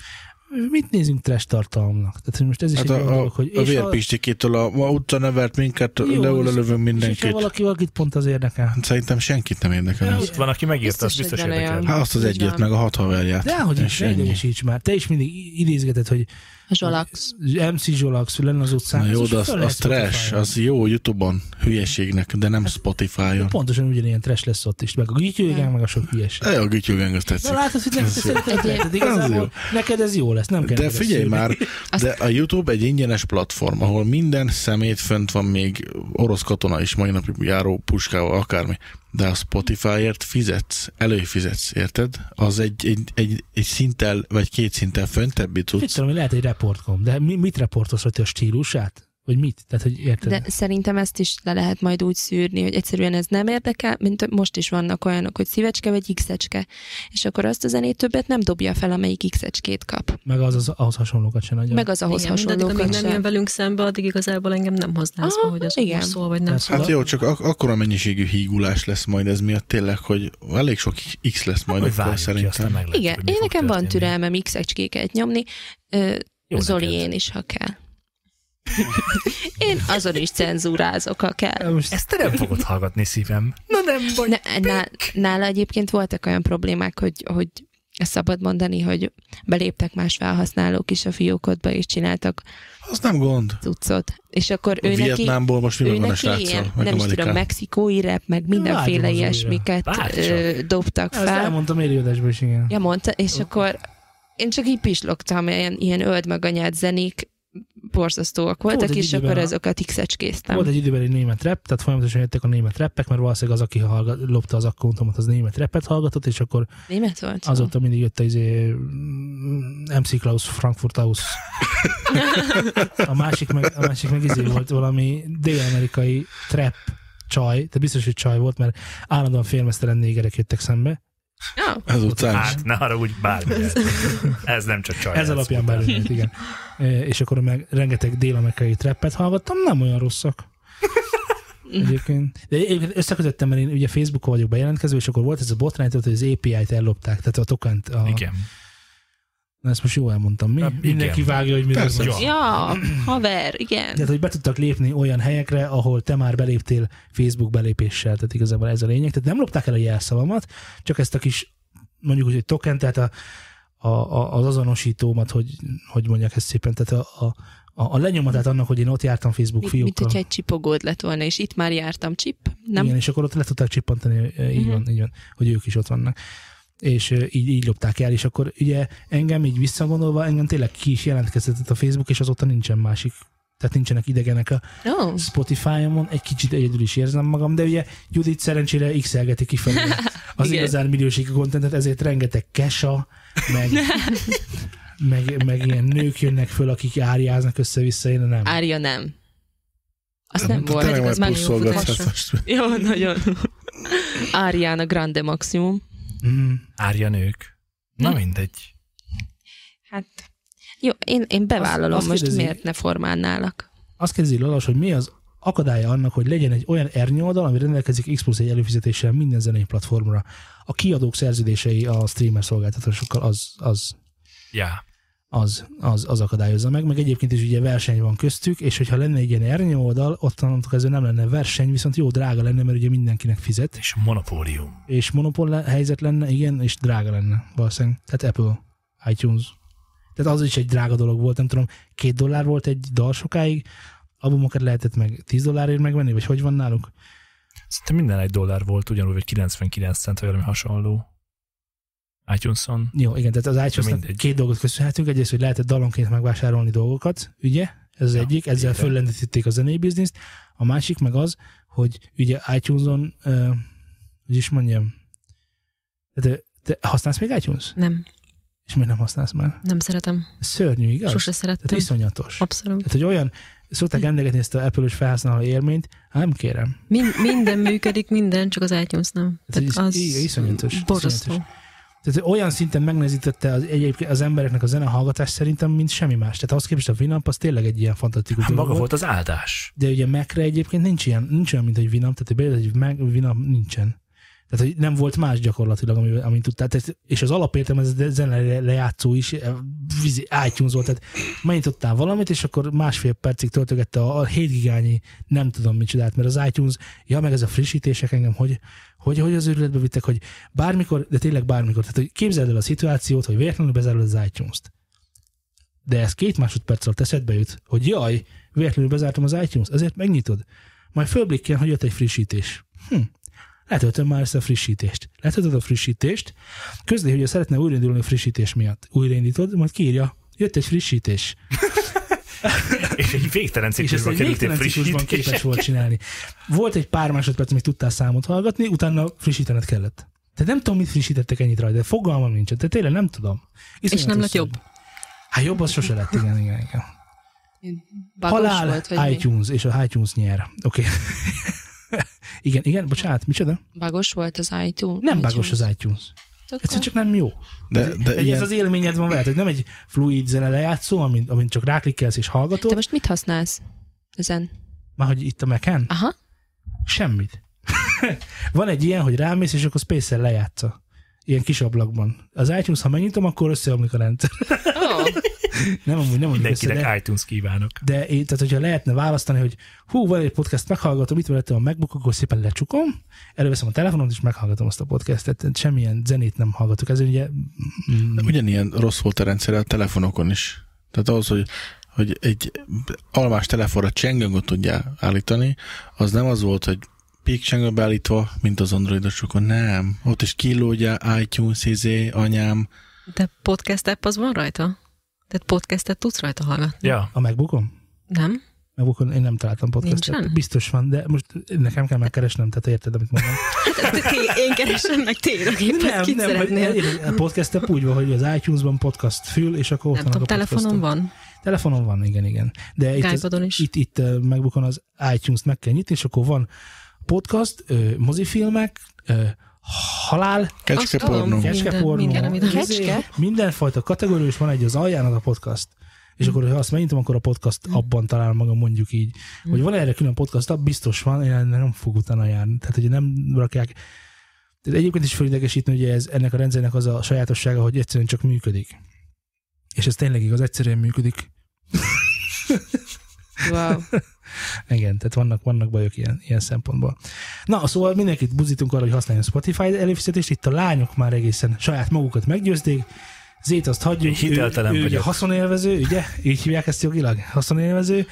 [SPEAKER 3] mit nézünk trash tartalomnak? Tehát hogy most ez is
[SPEAKER 1] Hát
[SPEAKER 3] egy olyan
[SPEAKER 1] a,
[SPEAKER 3] dolog,
[SPEAKER 1] a,
[SPEAKER 3] hogy...
[SPEAKER 1] a
[SPEAKER 3] és ha-
[SPEAKER 1] vérpistikétől a, a utca nevert minket,
[SPEAKER 3] Jó,
[SPEAKER 1] leül
[SPEAKER 3] és-
[SPEAKER 1] lövünk
[SPEAKER 3] és hogyha
[SPEAKER 1] mindenkit. Hát,
[SPEAKER 3] valaki valakit pont az érdekel.
[SPEAKER 1] Szerintem senkit nem érdekel.
[SPEAKER 3] Ja,
[SPEAKER 1] ez.
[SPEAKER 2] Ott van, aki megírta,
[SPEAKER 4] Biztos,
[SPEAKER 2] az biztos
[SPEAKER 4] hogy van
[SPEAKER 2] érdekel.
[SPEAKER 4] olyan.
[SPEAKER 1] Hát azt az
[SPEAKER 4] Így
[SPEAKER 1] egyet,
[SPEAKER 4] van.
[SPEAKER 1] meg a hat haverját.
[SPEAKER 3] De hogy is,
[SPEAKER 1] És
[SPEAKER 3] ne
[SPEAKER 1] ennyi.
[SPEAKER 3] idegesíts már. Te is mindig idézgeted, hogy
[SPEAKER 4] A Zsolax.
[SPEAKER 3] MC Zsolax lenne az utcán.
[SPEAKER 1] Na
[SPEAKER 3] Ez
[SPEAKER 1] jó,
[SPEAKER 3] is
[SPEAKER 1] de az,
[SPEAKER 3] föl lehet
[SPEAKER 1] az trash,
[SPEAKER 3] Spotify-on. Hát,
[SPEAKER 1] az jó YouTube-on hülyeségnek, de nem Spotify-on.
[SPEAKER 3] Pontosan ugyanilyen trash lesz ott is, meg a gyűjtőjegen, meg a sok hülyeség.
[SPEAKER 1] E, a Gityugeng azt
[SPEAKER 3] Na
[SPEAKER 1] tetszik.
[SPEAKER 3] látod, hogy neked,
[SPEAKER 1] Ez jó.
[SPEAKER 3] szerinted neked,
[SPEAKER 1] Ez
[SPEAKER 3] igazából
[SPEAKER 1] jó.
[SPEAKER 3] neked ez jó lesz, nem kell
[SPEAKER 1] De
[SPEAKER 3] neked ezt
[SPEAKER 1] figyelj
[SPEAKER 3] szülni. [LAUGHS]
[SPEAKER 1] már, de a YouTube egy ingyenes platform, ahol minden szemét fönt van még orosz katona is, mai napig járó puskával, akármi. De a Spotifyért fizetsz, előfizetsz, érted? Az egy, egy, egy, egy szinttel, vagy két szinttel föntebbi
[SPEAKER 3] Mit
[SPEAKER 1] tudsz.
[SPEAKER 3] tudom, hogy lehet egy reportkom, de mi, mit reportolsz, hogy te a stílusát? Vagy mit? Tehát, hogy érted?
[SPEAKER 4] De szerintem ezt is le lehet majd úgy szűrni, hogy egyszerűen ez nem érdekel, mint most is vannak olyanok, hogy szívecske vagy x-ecske, és akkor azt a zenét többet nem dobja fel, amelyik x-ecskét kap.
[SPEAKER 3] Meg az, az ahhoz hasonlókat sem nagyon.
[SPEAKER 4] Meg az ahhoz
[SPEAKER 5] Igen, mindaddig, amíg
[SPEAKER 4] hasonlókat
[SPEAKER 5] nem jön
[SPEAKER 4] sem.
[SPEAKER 5] velünk szembe, addig igazából engem nem hoznál
[SPEAKER 4] Aha,
[SPEAKER 5] szó, hogy az
[SPEAKER 4] igen.
[SPEAKER 5] igen. szól, vagy nem
[SPEAKER 3] Hát,
[SPEAKER 5] szól.
[SPEAKER 1] Hát jó, csak ak- akkora mennyiségű hígulás lesz majd ez miatt tényleg, hogy elég sok X lesz majd
[SPEAKER 3] Hát,
[SPEAKER 2] Hogy
[SPEAKER 1] akkor
[SPEAKER 2] várjuk ki, aztán
[SPEAKER 1] szerintem.
[SPEAKER 2] meglátjuk,
[SPEAKER 4] Igen,
[SPEAKER 2] hogy mi
[SPEAKER 4] én
[SPEAKER 2] fog
[SPEAKER 4] nekem van
[SPEAKER 2] történni.
[SPEAKER 4] türelmem x-ecskéket nyomni, ö,
[SPEAKER 2] Jó
[SPEAKER 4] Zoli
[SPEAKER 2] neked.
[SPEAKER 4] én is, ha
[SPEAKER 2] [LAUGHS]
[SPEAKER 4] kell. én azon is cenzúrázok, ha kell.
[SPEAKER 3] Most
[SPEAKER 2] Ezt te nem fogod hallgatni szívem. Na nem baj.
[SPEAKER 4] Ne, ná- nála egyébként voltak olyan problémák, hogy, hogy ezt szabad mondani, hogy beléptek más felhasználók is a fiókodba, és csináltak
[SPEAKER 1] Az nem gond.
[SPEAKER 4] cuccot. És akkor ő neki,
[SPEAKER 1] Vietnámból most mi
[SPEAKER 4] ő
[SPEAKER 1] van a
[SPEAKER 4] neki ilyen,
[SPEAKER 1] sráccal? Meg
[SPEAKER 4] nem is
[SPEAKER 1] Amerikán?
[SPEAKER 4] tudom, mexikói rep, meg mindenféle
[SPEAKER 3] Vágyom az
[SPEAKER 4] ilyesmiket
[SPEAKER 2] újra. Vágy
[SPEAKER 4] ö, dobtak
[SPEAKER 3] ezt
[SPEAKER 4] fel.
[SPEAKER 3] elmondtam élőadásban is, igen.
[SPEAKER 4] Ja, mondta, és akkor én csak így pislogtam, ilyen, ilyen öld meg anyád zenék borzasztóak voltak,
[SPEAKER 3] egy
[SPEAKER 4] és
[SPEAKER 3] időben
[SPEAKER 4] akkor
[SPEAKER 3] a-
[SPEAKER 4] azokat x-ecskéztem.
[SPEAKER 3] Volt egy időben egy német rep, tehát folyamatosan jöttek a német reppek, mert valószínűleg az, aki hallgat, lopta az akkontomat, az német repet hallgatott, és akkor
[SPEAKER 4] Német volt?
[SPEAKER 3] azóta mindig jött az izé, mm, MC Klaus, Frankfurt Klaus. A másik meg, a másik meg izé volt valami dél-amerikai trap csaj, tehát biztos, hogy csaj volt, mert állandóan félmeztelen négerek jöttek szembe.
[SPEAKER 4] Ja,
[SPEAKER 1] Az utcán is.
[SPEAKER 2] Hát, ne arra úgy bármi. Ez nem csak csaj.
[SPEAKER 3] Ez alapján
[SPEAKER 2] [LAUGHS]
[SPEAKER 3] belőled, igen. E, És akkor meg rengeteg dél-amerikai trappet hallgattam, nem olyan rosszak. Egyébként. De egyébként összekötöttem, mert én ugye Facebookon vagyok bejelentkező, és akkor volt ez a botrány, tehát, hogy az API-t ellopták, tehát a tokent. A...
[SPEAKER 2] Igen.
[SPEAKER 3] Na, ezt most jól elmondtam, mi?
[SPEAKER 2] Hát, igen.
[SPEAKER 3] Mindenki vágja, hogy mi
[SPEAKER 1] Persze.
[SPEAKER 3] lesz.
[SPEAKER 2] Ja.
[SPEAKER 4] Ja, haver, igen.
[SPEAKER 3] Tehát, hogy be tudtak lépni olyan helyekre, ahol te már beléptél Facebook belépéssel, tehát igazából ez a lényeg. Tehát nem lopták el a jelszavamat, csak ezt a kis, mondjuk úgy, hogy token, tehát a, a, a, az azonosítómat, hogy, hogy mondják ezt szépen, tehát a, a, a, a lenyomatát annak, hogy én ott jártam Facebook
[SPEAKER 4] Mint, mint
[SPEAKER 3] fiúkkal.
[SPEAKER 4] hogyha egy csipogód lett volna, és itt már jártam csip, nem? Mhm.
[SPEAKER 3] Igen, és akkor ott le tudták csippantani, eh, így van, így van, hogy ők is ott vannak. És eh, így, így lopták el, és akkor ugye engem így visszagondolva, engem tényleg ki is jelentkeztetett a Facebook, és azóta nincsen másik. Tehát nincsenek idegenek a
[SPEAKER 4] Ó,
[SPEAKER 3] Spotify-omon, egy kicsit egyedül is érzem magam, de ugye Judit szerencsére x kifelé az
[SPEAKER 4] Igen.
[SPEAKER 3] igazán minőségi kontentet, ezért rengeteg kesa, meg, [LAUGHS] meg, meg ilyen nők jönnek föl, akik árjáznak össze-vissza, én nem.
[SPEAKER 4] Árja nem. Azt nem
[SPEAKER 1] Te
[SPEAKER 4] volt.
[SPEAKER 1] Hát, Tényleg
[SPEAKER 5] pedig
[SPEAKER 1] majd
[SPEAKER 5] az már jó
[SPEAKER 1] puszolgatsz. hát
[SPEAKER 5] futása.
[SPEAKER 1] most.
[SPEAKER 4] Jó, nagyon. Árián a grande maximum.
[SPEAKER 3] Mm.
[SPEAKER 2] Árja nők.
[SPEAKER 3] Hm.
[SPEAKER 2] Na mindegy.
[SPEAKER 4] Hát, jó, én, én bevállalom
[SPEAKER 3] Azt- azt
[SPEAKER 4] azt, most,
[SPEAKER 3] kérdezi-
[SPEAKER 4] miért ne formálnálak.
[SPEAKER 3] Azt kérdezi Lalas, hogy mi az akadálya annak, hogy legyen egy olyan ernyő oldal, ami rendelkezik X plusz egy előfizetéssel minden zenei platformra. A kiadók szerződései a streamer szolgáltatásokkal az, az
[SPEAKER 2] Ja.
[SPEAKER 3] az, az, az akadályozza meg, meg egyébként is ugye verseny van köztük, és hogyha lenne egy ilyen ernyő oldal, ott onnantól kezdve nem lenne verseny, viszont jó drága lenne, mert ugye mindenkinek fizet,
[SPEAKER 2] És a monopólium.
[SPEAKER 3] és monopól le- helyzet lenne, igen, és drága lenne valószínűleg. Tehát Apple, iTunes. Tehát az is egy drága dolog volt, nem tudom, két dollár volt egy dal sokáig, albumokat lehetett meg 10 dollárért megvenni, vagy hogy van náluk?
[SPEAKER 2] Szerintem minden egy dollár volt, ugyanúgy, vagy 99 cent, vagy valami hasonló. iTunes-on.
[SPEAKER 3] Jó, igen, tehát az itunes
[SPEAKER 2] mindegy.
[SPEAKER 3] két dolgot köszönhetünk. Egyrészt, hogy lehetett dalonként megvásárolni dolgokat, ugye? Ez az
[SPEAKER 2] Ja,
[SPEAKER 3] egyik, ezzel
[SPEAKER 2] így van.
[SPEAKER 3] föllendítették a zenei bizniszt. A másik meg az, hogy ugye iTunes-on, ö, hogy is mondjam, te, te használsz még iTunes?
[SPEAKER 5] Nem,
[SPEAKER 3] És miért nem használsz már?
[SPEAKER 5] nem szeretem.
[SPEAKER 3] Ez Szörnyű, igaz?
[SPEAKER 5] Sose szerettem.
[SPEAKER 3] Tehát iszonyatos.
[SPEAKER 5] Abszolút.
[SPEAKER 3] Tehát, hogy olyan, szokták emlegetni ezt a Apple-ös felhasználó élményt, hát nem kérem.
[SPEAKER 5] Min- minden működik, minden, csak az iTunes nem.
[SPEAKER 3] Tehát
[SPEAKER 5] Tehát
[SPEAKER 3] ez
[SPEAKER 5] az
[SPEAKER 3] is- iszonyatos,
[SPEAKER 5] Borzasztó.
[SPEAKER 3] Tehát olyan szinten megnehezítette az, egyébként az embereknek a zenehallgatást szerintem, mint semmi más. Tehát ahhoz képest a Winamp az tényleg egy ilyen fantasztikus
[SPEAKER 2] Hát
[SPEAKER 3] dolog
[SPEAKER 2] maga volt az áldás.
[SPEAKER 3] De ugye Mac-re egyébként nincs ilyen, nincs olyan, mint egy Winamp, tehát például egy Mac, Winamp nincsen. Tehát hogy nem volt más gyakorlatilag, ami, amit tudtál. Tehát, és az alapértem, ez a zene le- lejátszó is eh, vízi, iTunes volt. Tehát megnyitottál valamit, és akkor másfél percig töltögette a, a 7 gigányi nem tudom micsodát, mert az iTunes, ja meg ez a frissítések engem, hogy hogy, hogy az őrületbe vittek, hogy bármikor, de tényleg bármikor, tehát hogy képzeld el a szituációt, hogy véletlenül bezárod az iTunes-t. De ez két másodperc alatt eszedbe jut, hogy jaj, véletlenül bezártam az iTunes, ezért megnyitod. Majd fölblikkel, hogy jött egy frissítés. Hm. Letöltöm már ezt a frissítést. Letöltöd a frissítést, közli, hogy szeretne újraindulni a frissítés miatt. Újraindítod, majd kiírja, jött egy frissítés.
[SPEAKER 2] [LAUGHS] És egy végtelen
[SPEAKER 3] És ezt
[SPEAKER 2] ciklusban
[SPEAKER 3] egy
[SPEAKER 2] kerültél
[SPEAKER 3] végtelen ciklusban
[SPEAKER 2] [LAUGHS] frissítés.
[SPEAKER 3] képes volt csinálni. Volt egy pár másodperc, amíg tudtál számot hallgatni, utána frissítened kellett. De nem tudom, mit frissítettek ennyit rajta, de fogalmam nincs. De tényleg nem tudom.
[SPEAKER 5] És nem lett
[SPEAKER 3] szörny.
[SPEAKER 5] jobb.
[SPEAKER 3] Hát jobb az sose lett, igen, igen, igen.
[SPEAKER 4] Bagos
[SPEAKER 3] Halál,
[SPEAKER 4] volt, vagy mi?
[SPEAKER 3] iTunes, és a iTunes nyer. Oké. [LAUGHS] Okay. igen, igen, bocsánat, micsoda?
[SPEAKER 4] Bagos volt az iTunes?
[SPEAKER 3] Nem bágos az iTunes. Egyszerűen csak nem jó.
[SPEAKER 1] De, de
[SPEAKER 3] Egy Hát, ez
[SPEAKER 1] ilyen,
[SPEAKER 3] az élményed van veled, hogy nem egy fluid zene lejátszó, amint, amint csak ráklikkelsz és
[SPEAKER 4] Te
[SPEAKER 3] hallgatod, most...
[SPEAKER 4] most mit használsz ezen?
[SPEAKER 3] már hogy itt a meken?
[SPEAKER 4] Aha.
[SPEAKER 3] Semmit. [LAUGHS] van egy ilyen, hogy rámész, és akkor space lejátsza. Ilyen kis ablakban. Az iTunes, ha megnyitom, akkor összeomlik a rendszer. [LAUGHS]
[SPEAKER 4] Oh.
[SPEAKER 3] nem amúgy, nem amúgy össze,
[SPEAKER 2] Mindenkinek
[SPEAKER 3] de,
[SPEAKER 2] iTunes kívánok.
[SPEAKER 3] de én, tehát hogyha lehetne választani, hogy hú, van egy podcast, meghallgatom, itt van előttem a MacBook, akkor szépen lecsukom, előveszem a telefonomat, és meghallgatom azt a podcastet. Tehát Semmilyen zenét nem hallgatok. Ez ugye... Mm,
[SPEAKER 1] ugyanilyen rossz volt a rendszer a telefonokon is. Tehát ahhoz, hogy, hogy egy almás telefonra csengőngot tudjál állítani, az nem az volt, hogy pék csengő beállítva, mint az androidosokon. Nem. Ott is kilódja, iTunes, izé, anyám.
[SPEAKER 5] De podcast app az van rajta? Tehát podcastet tudsz rajta hallgatni?
[SPEAKER 2] Ja.
[SPEAKER 3] a MacBookom?
[SPEAKER 5] Nem?
[SPEAKER 3] MacBookon én nem találtam podcastet.
[SPEAKER 5] Nincsen?
[SPEAKER 3] Biztos van, de most nekem kell megkeresnem, tehát érted, amit
[SPEAKER 5] [LAUGHS]
[SPEAKER 3] mondom.
[SPEAKER 5] Hát ezt ti- én keresem meg téged, akit kit szeretnél.
[SPEAKER 3] hogy a podcast app úgy van, hogy az iTunes-ban podcast fül, és akkor ott
[SPEAKER 5] Nem
[SPEAKER 3] vannak
[SPEAKER 5] tudom,
[SPEAKER 3] a podcastok.
[SPEAKER 5] telefonon van?
[SPEAKER 3] Telefonon van, igen, igen. De itt, az,
[SPEAKER 5] iPadon is?
[SPEAKER 3] itt, itt eh, MacBookon az iTunes-t meg kell nyitni, és akkor van podcast, ö, mozifilmek, ö, halál,
[SPEAKER 1] Kecske
[SPEAKER 5] tudom.
[SPEAKER 1] pornó.
[SPEAKER 5] Minden-
[SPEAKER 3] kecskepornó,
[SPEAKER 5] minden, amit-
[SPEAKER 3] izé,
[SPEAKER 4] Kecske?
[SPEAKER 3] mindenfajta kategória, és van egy az alján az a podcast. és akkor, ha azt megnyitom, akkor a
[SPEAKER 5] Mm.
[SPEAKER 3] podcast abban talál magam mondjuk így, hogy van erre külön podcast, app, biztos van, én ennek nem fog utána járni. Tehát, hogy nem rakják. Tehát egyébként is fölidegesítő, hogy ez, ennek a rendszernek az a sajátossága, hogy egyszerűen csak működik. És ez tényleg igaz, egyszerűen működik.
[SPEAKER 4] Wow.
[SPEAKER 3] Igen, tehát vannak, vannak bajok ilyen, ilyen szempontból. Na, szóval mindenkit buzítunk arra, hogy használjon Spotify előfizetést. Itt a lányok már egészen saját magukat meggyőzték. Zét azt hagyjuk.
[SPEAKER 2] Én hiteltelen
[SPEAKER 3] ő, ő ugye
[SPEAKER 2] vagyok.
[SPEAKER 3] haszonélvező, ugye? Így hívják ezt jogilag? Haszonélvező.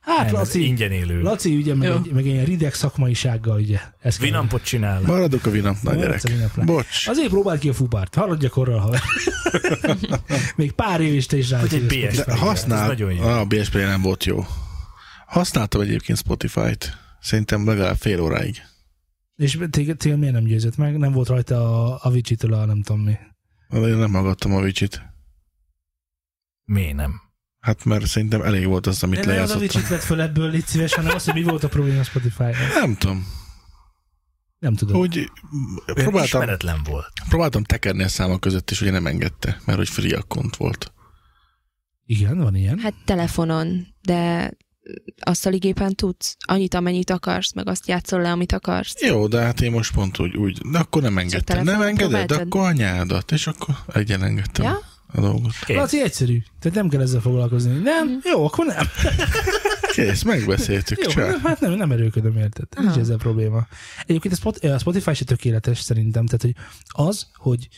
[SPEAKER 3] Hát
[SPEAKER 2] Nem, ez
[SPEAKER 3] Laci,
[SPEAKER 2] ingyen élő.
[SPEAKER 3] Laci ugye meg,
[SPEAKER 4] Jó.
[SPEAKER 3] egy, meg ilyen rideg szakmaisággal, ugye. Ez kell.
[SPEAKER 2] Vinampot csinál.
[SPEAKER 1] Maradok a vinapnál,
[SPEAKER 3] Maradsz
[SPEAKER 1] gyerek.
[SPEAKER 3] a vinapnál.
[SPEAKER 1] Bocs.
[SPEAKER 3] Azért próbáld ki a fubárt, haladja korral,
[SPEAKER 2] [LAUGHS]
[SPEAKER 3] ha Még pár év is te is rá.
[SPEAKER 2] Vagy egy
[SPEAKER 3] tudsz.
[SPEAKER 2] BS.
[SPEAKER 1] De használ...
[SPEAKER 2] Ez nagyon jó.
[SPEAKER 1] Ah, a BSP nem volt jó. Használtam egyébként Spotify-t. Szerintem legalább fél óráig.
[SPEAKER 3] És téged, téged miért nem győzött meg? Nem volt rajta a Avicii-től a nem tudom mi.
[SPEAKER 1] De én nem hallgattam a vicsit.
[SPEAKER 2] Miért nem?
[SPEAKER 1] Hát mert szerintem elég volt az, amit
[SPEAKER 3] Nem, nem az
[SPEAKER 1] lejátszottam.
[SPEAKER 3] Avicii-t vett föl ebből, légy szíves, hanem az, hogy mi volt a probléma a spotify
[SPEAKER 1] Nem tudom.
[SPEAKER 3] Nem tudom. Hogy...
[SPEAKER 1] Úgy m-
[SPEAKER 2] Olyan
[SPEAKER 1] próbáltam,
[SPEAKER 2] Ismeretlen volt.
[SPEAKER 1] próbáltam tekerni a számok között, és ugye nem engedte, mert hogy free account volt.
[SPEAKER 3] Igen, van ilyen.
[SPEAKER 4] Hát telefonon, de asztali gépen tudsz annyit, amennyit akarsz, meg azt játszol le, amit akarsz.
[SPEAKER 1] Jó, de hát én most pont úgy, úgy de akkor nem engedtem. Nem
[SPEAKER 4] telefonon
[SPEAKER 1] engeded, de
[SPEAKER 4] próbáltad?
[SPEAKER 1] akkor anyádat, és akkor egyen engedtem
[SPEAKER 4] Ja?
[SPEAKER 1] a dolgot.
[SPEAKER 2] Kész.
[SPEAKER 3] Laci egyszerű, tehát nem kell ezzel foglalkozni.
[SPEAKER 4] Mhm.
[SPEAKER 3] Nem? Jó, akkor nem.
[SPEAKER 1] Kész, megbeszéltük,
[SPEAKER 3] Jó,
[SPEAKER 1] csá.
[SPEAKER 3] nem, hát nem, nem erőködöm, érted? Nincs
[SPEAKER 4] Aha.
[SPEAKER 3] ezzel probléma. Egyébként a, Spot, a Spotify se tökéletes szerintem, tehát hogy az, hogy,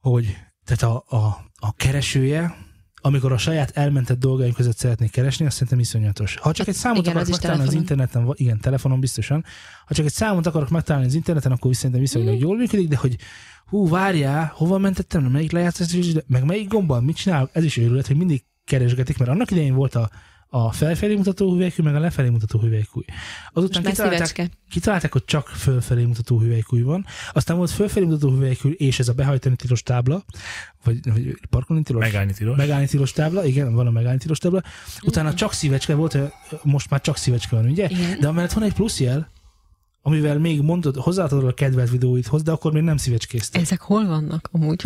[SPEAKER 3] hogy tehát a, a, a keresője, amikor a saját elmentett dolgaink között szeretnék keresni, azt szerintem iszonyatos. Ha csak
[SPEAKER 4] Hát
[SPEAKER 3] egy számot
[SPEAKER 4] igen,
[SPEAKER 3] akarok
[SPEAKER 4] az is
[SPEAKER 3] megtalálni az
[SPEAKER 4] telefonon.
[SPEAKER 3] interneten, va- igen, telefonon biztosan, ha csak egy számot akarok megtalálni az interneten, akkor is szerintem viszonylag
[SPEAKER 4] Mhm.
[SPEAKER 3] jól működik, de hogy hú, várjál, hova mentettem, melyik lejátszás, meg melyik gombbal, mit csinálok, ez is őrület, hogy mindig keresgetik, mert annak idején volt a, a felfelé mutató hüvelykű, meg a lefelé mutató hüvelykű. Azután
[SPEAKER 4] Most már
[SPEAKER 3] kitalálták,
[SPEAKER 4] szívecske.
[SPEAKER 3] kitalálták, hogy csak fölfelé mutató hüvelykúj van, aztán volt fölfelé mutató hüvelykű, és ez a behajtani tilos tábla, vagy, vagy parkolni tilos?
[SPEAKER 2] Megállni tilos.
[SPEAKER 3] Megállni tilos tábla, igen, van a megállni tilos tábla. Utána csak szívecske volt, most már csak szívecske van, ugye?
[SPEAKER 4] Igen.
[SPEAKER 3] De amellett van egy plusz jel, amivel még mondod, hozzáadod a kedvelt videóidhoz, de akkor még nem szívecskézted.
[SPEAKER 5] Ezek hol vannak amúgy?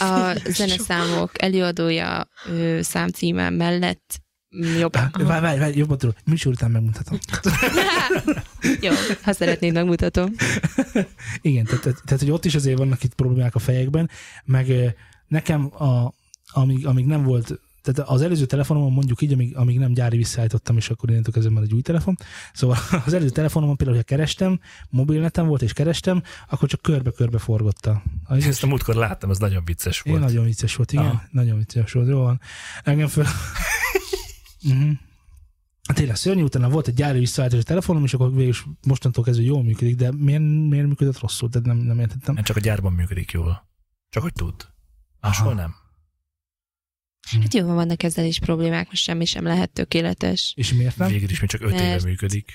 [SPEAKER 4] A zeneszámok előadója ö, számcíme
[SPEAKER 3] [LAUGHS]
[SPEAKER 4] mellett mm, jobban.
[SPEAKER 3] Várj, várj, várj, jobban tudom. Műsor után megmutatom.
[SPEAKER 4] Jó, ha szeretnéd, megmutatom.
[SPEAKER 3] Igen, tehát, tehát, tehát, hogy ott is azért vannak itt problémák a fejekben, meg ö, nekem a, amíg, amíg nem volt, tehát az előző telefonomon mondjuk így, amíg, amíg nem gyári visszaállítottam, és akkor innentől kezdve már egy új telefon. Szóval [LAUGHS] az előző telefonomon például, ha kerestem, mobilnetem volt és kerestem, akkor csak körbe-körbe forgotta. Az
[SPEAKER 2] Ezt a múltkor láttam, ez nagyon vicces
[SPEAKER 3] én
[SPEAKER 2] volt.
[SPEAKER 3] nagyon vicces volt, igen.
[SPEAKER 2] Aha.
[SPEAKER 3] Nagyon vicces volt, jó van. Engem
[SPEAKER 2] [LAUGHS]
[SPEAKER 3] föl... Mhm. Tényleg szörnyű, utána volt egy gyári visszaállítás a telefonom, és akkor végül is mostantól kezdve jól működik, de miért, miért működött rosszul? Tehát nem, nem értettem.
[SPEAKER 2] Nem csak a gyárban működik jól. Csak hogy tud. Máshol
[SPEAKER 3] Aha.
[SPEAKER 2] nem.
[SPEAKER 4] Hát jó, van, vannak ezzel is problémák, most semmi sem lehet tökéletes.
[SPEAKER 3] És miért nem?
[SPEAKER 2] Végül is még csak öt éve
[SPEAKER 4] Mert-
[SPEAKER 2] működik.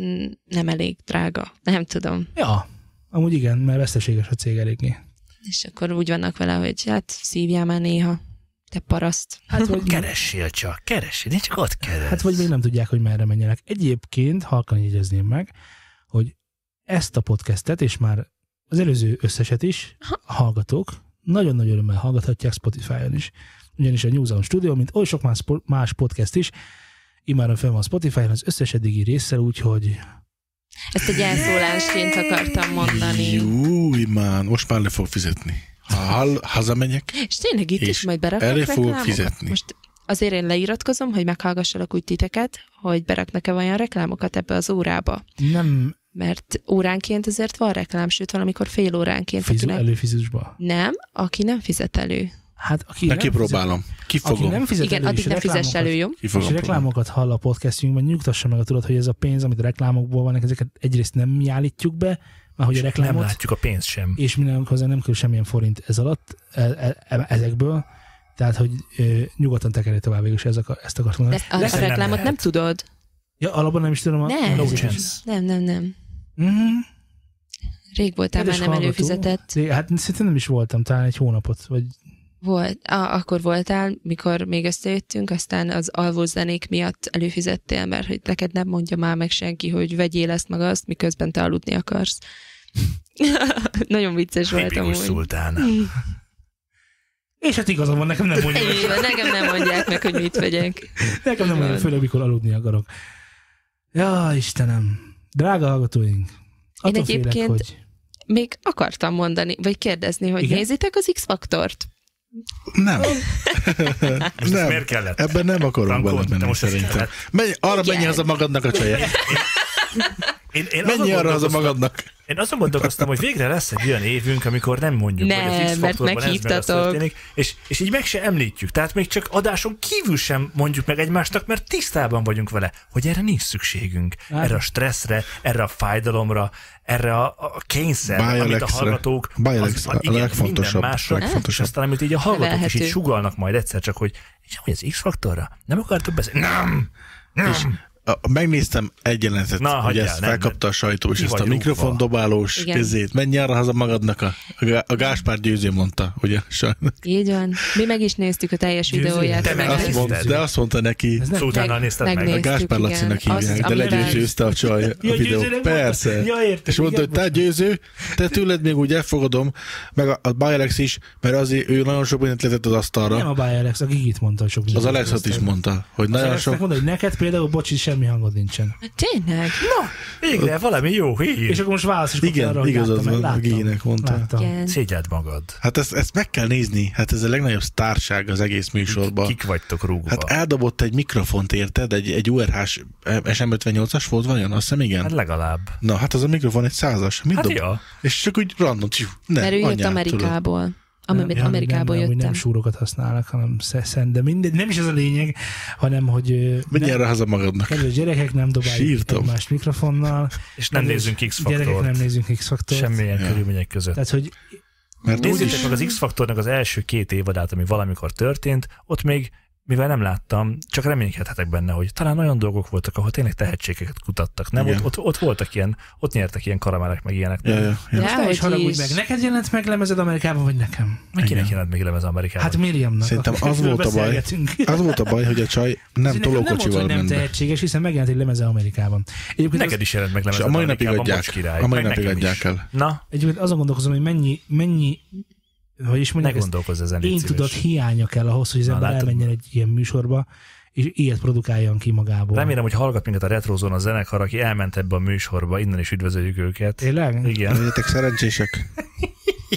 [SPEAKER 4] Mm, Nem elég drága, nem tudom.
[SPEAKER 3] Ja, amúgy igen, mert veszteséges a cég eléggé.
[SPEAKER 4] És akkor úgy vannak vele, hogy hát szívjál már néha, te paraszt.
[SPEAKER 3] Hát vagy,
[SPEAKER 2] Keressél csak, keressél, én csak ott keres.
[SPEAKER 3] hát vagy még nem tudják, hogy merre menjenek. Egyébként halkan jegyezném meg, hogy ezt a podcastet, és már az előző összeset is a hallgatók nagyon nagy örömmel hallgathatják Spotify-on is. Ugyanis a New Zealand Studio, mint oly sok más, po- más podcast is, immáron fenn van Spotify-on az összes eddigi résszel, úgyhogy
[SPEAKER 4] [LAUGHS] Ezt egy elszólásként akartam mondani.
[SPEAKER 1] Júj, már, most már le fog fizetni. Ha hall, hazamegyek,
[SPEAKER 4] És tényleg itt
[SPEAKER 1] És
[SPEAKER 4] is majd beraknak
[SPEAKER 1] elő fogok
[SPEAKER 4] reklámokat?
[SPEAKER 1] fizetni.
[SPEAKER 4] Most azért én leiratkozom, hogy meghallgassalak úgy titeket, hogy beraknak-e olyan reklámokat ebbe az órába.
[SPEAKER 3] nem
[SPEAKER 4] Mert óránként azért van reklám, sőt valamikor fél óránként.
[SPEAKER 3] fizu,
[SPEAKER 4] Akinek...
[SPEAKER 3] előfizetésbe.
[SPEAKER 4] Nem, aki nem fizet elő.
[SPEAKER 3] Hát aki
[SPEAKER 1] de
[SPEAKER 3] nem fizet,
[SPEAKER 1] kipróbálom.
[SPEAKER 3] aki
[SPEAKER 1] Kifogom.
[SPEAKER 3] nem fizet
[SPEAKER 4] Igen,
[SPEAKER 3] elő
[SPEAKER 4] addig
[SPEAKER 3] is
[SPEAKER 4] ne fizess
[SPEAKER 3] reklámokat-
[SPEAKER 4] elő, jó?
[SPEAKER 1] Kifogom.
[SPEAKER 3] és reklámokat hall a podcastjünkben, nyugtassa meg a tudat, hogy ez a pénz, amit a reklámokból van, ezeket egyrészt nem mi állítjuk be, már hogy a
[SPEAKER 2] Nem
[SPEAKER 3] reklámot,
[SPEAKER 2] látjuk a pénzt sem.
[SPEAKER 3] és mindenünk hozzá nem kerül semmilyen forint ez alatt, e- e- e- ezekből, tehát, hogy ö, nyugodtan tekerj tovább, végül is ez akar, ezt akartam
[SPEAKER 4] De
[SPEAKER 3] mondani.
[SPEAKER 4] a, a
[SPEAKER 2] Lehet, hogy nem
[SPEAKER 4] reklámot nem
[SPEAKER 2] lehet.
[SPEAKER 4] tudod.
[SPEAKER 3] Ja, alapban nem is tudom a...
[SPEAKER 4] Nem.
[SPEAKER 2] No
[SPEAKER 3] Mhm.
[SPEAKER 2] chance.
[SPEAKER 4] Nem, nem, nem. Rég voltál
[SPEAKER 3] Kedves
[SPEAKER 4] már nem
[SPEAKER 3] hallgató.
[SPEAKER 4] előfizetett.
[SPEAKER 3] De Hát szerintem nem is voltam, talán egy hónapot, vagy
[SPEAKER 4] Volt. A, akkor voltál, mikor még összejöttünk, aztán az alvó zenék miatt előfizettél, mert hogy neked nem mondja már meg senki, hogy vegyél ezt meg azt, miközben te aludni akarsz. [LAUGHS] Nagyon vicces volt
[SPEAKER 2] Tipikus
[SPEAKER 4] amúgy.
[SPEAKER 2] szultán.
[SPEAKER 3] És hát igazam van, nekem nem mondja. [LAUGHS]
[SPEAKER 4] Így van, nekem nem mondják meg, hogy mit vegyek.
[SPEAKER 3] Nekem nem mondja, főleg mikor aludni akarok. Ja, Istenem. Drága hallgatóink. Attól Én egyébként...
[SPEAKER 4] egyébként-
[SPEAKER 3] félek, hogy...
[SPEAKER 4] Még akartam mondani, vagy kérdezni, hogy
[SPEAKER 3] Igen?
[SPEAKER 4] Igen? nézitek az X-faktort?
[SPEAKER 1] Nem. [LAUGHS]
[SPEAKER 2] Most nem. miért kellett?
[SPEAKER 1] Ebben nem akarok
[SPEAKER 2] Frankó,
[SPEAKER 1] belemenni most
[SPEAKER 2] te most ezt
[SPEAKER 1] szerintem.
[SPEAKER 2] kellett.
[SPEAKER 1] Menj, arra
[SPEAKER 4] Igen.
[SPEAKER 1] menj haza magadnak a csaját.
[SPEAKER 2] Én, én azon
[SPEAKER 1] Menj arra haza
[SPEAKER 2] gondolkoztam-
[SPEAKER 1] magadnak.
[SPEAKER 2] Én azon gondolkoztam, hogy végre lesz egy olyan évünk, amikor nem mondjuk,
[SPEAKER 4] Ne,
[SPEAKER 2] hogy az
[SPEAKER 4] mert
[SPEAKER 2] X faktorban ez meg az
[SPEAKER 4] meghívtatok.
[SPEAKER 2] történik, és, és így meg se említjük. Tehát még csak adáson kívül sem mondjuk meg egymásnak, mert tisztában vagyunk vele, hogy erre nincs szükségünk.
[SPEAKER 3] Hát.
[SPEAKER 2] Erre a stresszre, erre a fájdalomra, erre a, a kényszerre,
[SPEAKER 1] Buy
[SPEAKER 2] amit a
[SPEAKER 1] Alexa.
[SPEAKER 2] hallgatók,
[SPEAKER 1] Buy Alexa, a
[SPEAKER 2] igen,
[SPEAKER 1] legfontosabb,
[SPEAKER 2] minden másra, és
[SPEAKER 1] legfontosabb.
[SPEAKER 2] aztán amit így a hallgatók is így
[SPEAKER 4] Nevelhető.
[SPEAKER 2] sugalnak majd egyszer csak, hogy és hogy az X-faktorra nem akartok beszélni? Nem! Nem!
[SPEAKER 1] A- Megnéztem egy jelenetet,
[SPEAKER 2] Na,
[SPEAKER 1] hogy
[SPEAKER 2] hagyjál,
[SPEAKER 1] ezt
[SPEAKER 2] nem,
[SPEAKER 1] felkapta a sajtó, és
[SPEAKER 2] ki
[SPEAKER 1] ezt a
[SPEAKER 2] vagy rúgva.
[SPEAKER 1] mikrofondobálós
[SPEAKER 4] Igen.
[SPEAKER 1] izét. Menj arra haza magadnak, a, a Gá- a Gáspár Győző mondta, ugye? Sajnos.
[SPEAKER 4] Így van. Mi meg is néztük a teljes
[SPEAKER 3] Győzi,
[SPEAKER 4] videóját.
[SPEAKER 2] te
[SPEAKER 4] meg
[SPEAKER 2] meg-
[SPEAKER 1] Azt
[SPEAKER 2] Megnézted?
[SPEAKER 1] mondta, de azt mondta neki,
[SPEAKER 3] Ez nem-
[SPEAKER 2] Szóval utána nézted meg.
[SPEAKER 1] a
[SPEAKER 4] megnéztük,
[SPEAKER 1] Gáspár
[SPEAKER 4] igen.
[SPEAKER 1] Lacinak hívják,
[SPEAKER 4] Azt,
[SPEAKER 1] de
[SPEAKER 4] amiben-
[SPEAKER 1] legyőzőzte a csaj a
[SPEAKER 3] Ja,
[SPEAKER 1] videó.
[SPEAKER 3] győzőnek
[SPEAKER 1] Persze.
[SPEAKER 3] mondta? Ja, értem,
[SPEAKER 1] és mondta,
[SPEAKER 3] igen,
[SPEAKER 1] hogy te győző, te tőled még úgy elfogadom, meg a, a Bay Alex is, mert azért ő nagyon sok mindent letett az
[SPEAKER 3] Nem
[SPEAKER 1] asztalra.
[SPEAKER 3] a Báj Alex, a Gigit mondta sok
[SPEAKER 1] Az
[SPEAKER 3] mindent.
[SPEAKER 1] Alexot is mondta, hogy
[SPEAKER 3] Az
[SPEAKER 1] nagyon
[SPEAKER 3] Alexnek
[SPEAKER 1] sok...
[SPEAKER 3] mondta, hogy neked például, bocsi, semmi hangod nincsen.
[SPEAKER 4] Tényleg?
[SPEAKER 2] Na, végre valami jó
[SPEAKER 3] És
[SPEAKER 2] hír.
[SPEAKER 3] akkor most válasz, és
[SPEAKER 1] Igen,
[SPEAKER 3] arra, hogy
[SPEAKER 1] igazad
[SPEAKER 3] láttam,
[SPEAKER 1] van, a
[SPEAKER 3] láttam,
[SPEAKER 1] Giginek mondta.
[SPEAKER 3] Láttam.
[SPEAKER 4] Igen.
[SPEAKER 2] Szégyeld magad.
[SPEAKER 1] Hát ezt, ezt meg kell nézni, hát ez a legnagyobb sztárság az egész műsorban.
[SPEAKER 2] Kik vagytok rúgva?
[SPEAKER 1] Hát eldobott egy mikrofont, érted? Egy, egy URH-s SM58-as volt, vajon? Azt hiszem, igen.
[SPEAKER 2] Hát legalább.
[SPEAKER 1] Na, hát az a mikrofon egy százas. Mit
[SPEAKER 2] Hát
[SPEAKER 1] dob?
[SPEAKER 2] ja.
[SPEAKER 1] És csak úgy random. Csiu, ne,
[SPEAKER 4] Mert ő jött
[SPEAKER 1] anyád, tudod.
[SPEAKER 4] Amerikából. Amit
[SPEAKER 3] Ja,
[SPEAKER 4] Amerikából
[SPEAKER 3] nem, nem, hogy
[SPEAKER 4] jöttem.
[SPEAKER 3] Nem súrokat használnak, hanem szeszen, de mindegy, nem is ez a lényeg, hanem, hogy ö,
[SPEAKER 1] Menj
[SPEAKER 3] ne-
[SPEAKER 1] erre haza magadnak.
[SPEAKER 3] kedves gyerekek, nem dobáljuk
[SPEAKER 1] Sírtam.
[SPEAKER 3] egymást mikrofonnal.
[SPEAKER 2] És nem
[SPEAKER 3] Kedves
[SPEAKER 2] nézzünk X-faktort.
[SPEAKER 3] Gyerekek, nem nézünk X-faktort.
[SPEAKER 2] Semmilyen
[SPEAKER 1] Ja.
[SPEAKER 2] körülmények között.
[SPEAKER 3] Tehát, hogy
[SPEAKER 1] Mert úgyis
[SPEAKER 2] Nézzétek meg az X-faktornak az első két évadát, ami valamikor történt, ott még mivel nem láttam, csak reménykedhetek benne, hogy talán olyan dolgok voltak, ahol tényleg tehetségeket kutattak. Nem,
[SPEAKER 1] Igen.
[SPEAKER 2] ott, ott, ott, voltak ilyen, ott nyertek ilyen karamelek, meg ilyenek.
[SPEAKER 1] Ja,
[SPEAKER 2] nem?
[SPEAKER 1] ja, ja.
[SPEAKER 3] most te is
[SPEAKER 4] Dehogy
[SPEAKER 3] haragudj
[SPEAKER 4] is.
[SPEAKER 3] meg. Neked jelent meg lemezed Amerikában, vagy nekem?
[SPEAKER 2] Meg
[SPEAKER 1] Igen.
[SPEAKER 2] kinek jelent még lemez Amerikában?
[SPEAKER 3] Hát Miriamnak.
[SPEAKER 1] Szerintem az
[SPEAKER 3] akiről
[SPEAKER 1] volt a baj.
[SPEAKER 3] beszélgetünk.
[SPEAKER 1] Az volt a baj, hogy a csaj nem
[SPEAKER 3] Szerintem nem
[SPEAKER 1] tolókocsival
[SPEAKER 3] volt, hogy nem
[SPEAKER 1] ment be.
[SPEAKER 3] tehetséges, hiszen megjelent egy lemeze Amerikában. Egyébként,
[SPEAKER 2] Neked
[SPEAKER 3] az,
[SPEAKER 2] is jelent meg
[SPEAKER 1] És
[SPEAKER 2] lemez
[SPEAKER 1] a mai napig
[SPEAKER 2] Amerikában,
[SPEAKER 1] adják.
[SPEAKER 2] bocs király.
[SPEAKER 1] A mai
[SPEAKER 2] Meg
[SPEAKER 1] napig
[SPEAKER 2] nekem is.
[SPEAKER 1] adják el.
[SPEAKER 2] Na,
[SPEAKER 3] egyébként azon gondolkozom, hogy mennyi, mennyi hogy is
[SPEAKER 2] ne
[SPEAKER 3] mondják, ezt
[SPEAKER 2] gondolkozz ezen, légy
[SPEAKER 3] én
[SPEAKER 2] szíves.
[SPEAKER 3] tudat hiánya kell ahhoz, hogy az
[SPEAKER 2] Na,
[SPEAKER 3] ember
[SPEAKER 2] látod?
[SPEAKER 3] elmenjen egy ilyen műsorba, és ilyet produkáljon ki magából.
[SPEAKER 2] Remélem, hogy hallgat minket a Retrozona zenekar, aki elment ebbe a műsorba, innen is üdvözöljük őket.
[SPEAKER 3] Tényleg?
[SPEAKER 2] Igen.
[SPEAKER 1] Legyetek szerencsések.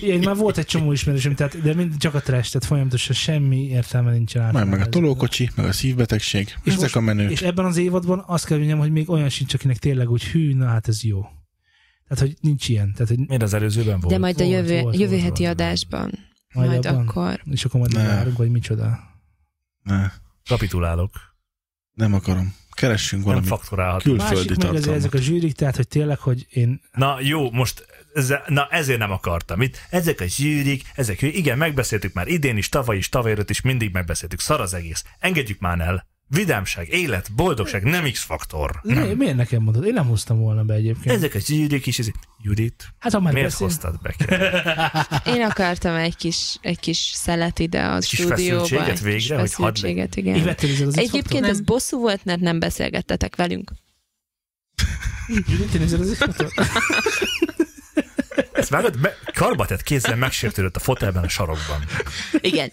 [SPEAKER 3] Én már volt egy csomó ismerősöm, tehát, de mind csak a trash, tehát folyamatosan semmi értelme nincsen
[SPEAKER 1] Már
[SPEAKER 3] általában
[SPEAKER 1] meg a
[SPEAKER 3] ez-
[SPEAKER 1] tolókocsi, meg a szívbetegség.
[SPEAKER 3] És
[SPEAKER 1] Ezek
[SPEAKER 3] most-
[SPEAKER 1] a menők.
[SPEAKER 3] És ebben az évadban azt kell mondjam, hogy még olyan sincs, akinek tényleg úgy hű, na hát ez jó. Tehát, hogy nincs ilyen. Tehát, hogy
[SPEAKER 2] Miért az előzőben volt?
[SPEAKER 4] De majd a
[SPEAKER 3] volt,
[SPEAKER 4] jövő,
[SPEAKER 3] volt,
[SPEAKER 4] jövő
[SPEAKER 3] volt,
[SPEAKER 4] heti
[SPEAKER 3] volt.
[SPEAKER 4] adásban.
[SPEAKER 3] majd,
[SPEAKER 4] Majd,
[SPEAKER 3] abban,
[SPEAKER 4] akkor.
[SPEAKER 3] és akkor majd
[SPEAKER 1] Ne.
[SPEAKER 3] várunk, vagy micsoda.
[SPEAKER 1] Ne,
[SPEAKER 2] Kapitulálok.
[SPEAKER 1] nem akarom. Keressünk
[SPEAKER 2] Nem
[SPEAKER 1] valamit.
[SPEAKER 2] faktorálhat.
[SPEAKER 1] Külföldi
[SPEAKER 3] Másik meg azért
[SPEAKER 1] tartalmat.
[SPEAKER 3] ezek a zsűrik, tehát, hogy tényleg, hogy én
[SPEAKER 2] Na jó, most ezzel, na ezért nem akartam. Itt ezek a zsűrik, ezek, igen, megbeszéltük már idén is, tavaly is, tavaly előtt is, mindig megbeszéltük. Szar az egész. Engedjük már el. Vidámság, élet, boldogság, nem X-faktor.
[SPEAKER 3] Mi, miért nekem mondod? Én nem hoztam volna be egyébként.
[SPEAKER 2] Ezek a zsűrik is, ez... Judit,
[SPEAKER 3] hát ha már
[SPEAKER 2] miért
[SPEAKER 3] beszél-
[SPEAKER 2] hoztad be? kell?
[SPEAKER 4] Én akartam egy kis, egy kis szelet ide a
[SPEAKER 2] kis
[SPEAKER 4] stúdióba.
[SPEAKER 2] feszültséget
[SPEAKER 4] egy kis
[SPEAKER 2] végre, hogy hadd legyen.
[SPEAKER 4] feszültséget, igen.
[SPEAKER 3] Évettelized az
[SPEAKER 4] Egyébként
[SPEAKER 5] Nem.
[SPEAKER 4] ez bosszú volt, mert nem beszélgettetek velünk.
[SPEAKER 3] Évettelized az X-faktor?
[SPEAKER 2] Ezt vágod? Be, karbatett kézzel megsértődött a fotelben a sarokban.
[SPEAKER 3] [LAUGHS]
[SPEAKER 4] Igen,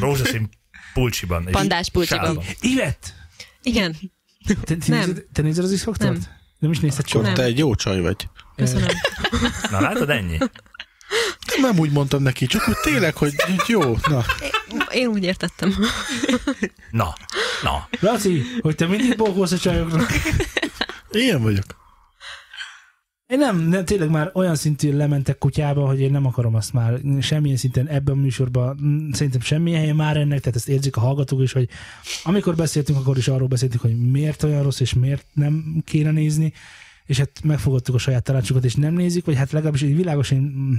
[SPEAKER 2] Rózsaszín pulcsiban. és
[SPEAKER 4] pandás pulcsiban.
[SPEAKER 2] sálban.
[SPEAKER 3] Ivett!
[SPEAKER 5] Igen,
[SPEAKER 3] Te, te,
[SPEAKER 5] Nem.
[SPEAKER 3] nézed, te nézed az X-faktort?
[SPEAKER 5] Nem.
[SPEAKER 3] nem is nézted soha?
[SPEAKER 1] Akkor
[SPEAKER 5] Nem.
[SPEAKER 1] te egy jó csaj vagy.
[SPEAKER 5] köszönöm.
[SPEAKER 2] Na látod, ennyi?
[SPEAKER 1] Nem úgy mondtam neki, csak úgy tényleg, hogy hogy jó. Na,
[SPEAKER 5] Én úgy értettem.
[SPEAKER 2] Na, na.
[SPEAKER 3] Laci, hogy te mindig bókolsz a csajoknak.
[SPEAKER 1] ilyen vagyok.
[SPEAKER 3] Én nem, nem, tényleg már olyan szintű lementek kutyába, hogy én nem akarom azt már semmilyen szinten ebben a műsorban, mm, szerintem semmilyen helyen már ennek, tehát ezt érzik a hallgatók is, hogy amikor beszéltünk, akkor is arról beszéltünk, hogy miért olyan rossz, és miért nem kéne nézni, és hát megfogadtuk a saját tanácsokat, és nem nézik, vagy hát legalábbis egy világos én mm,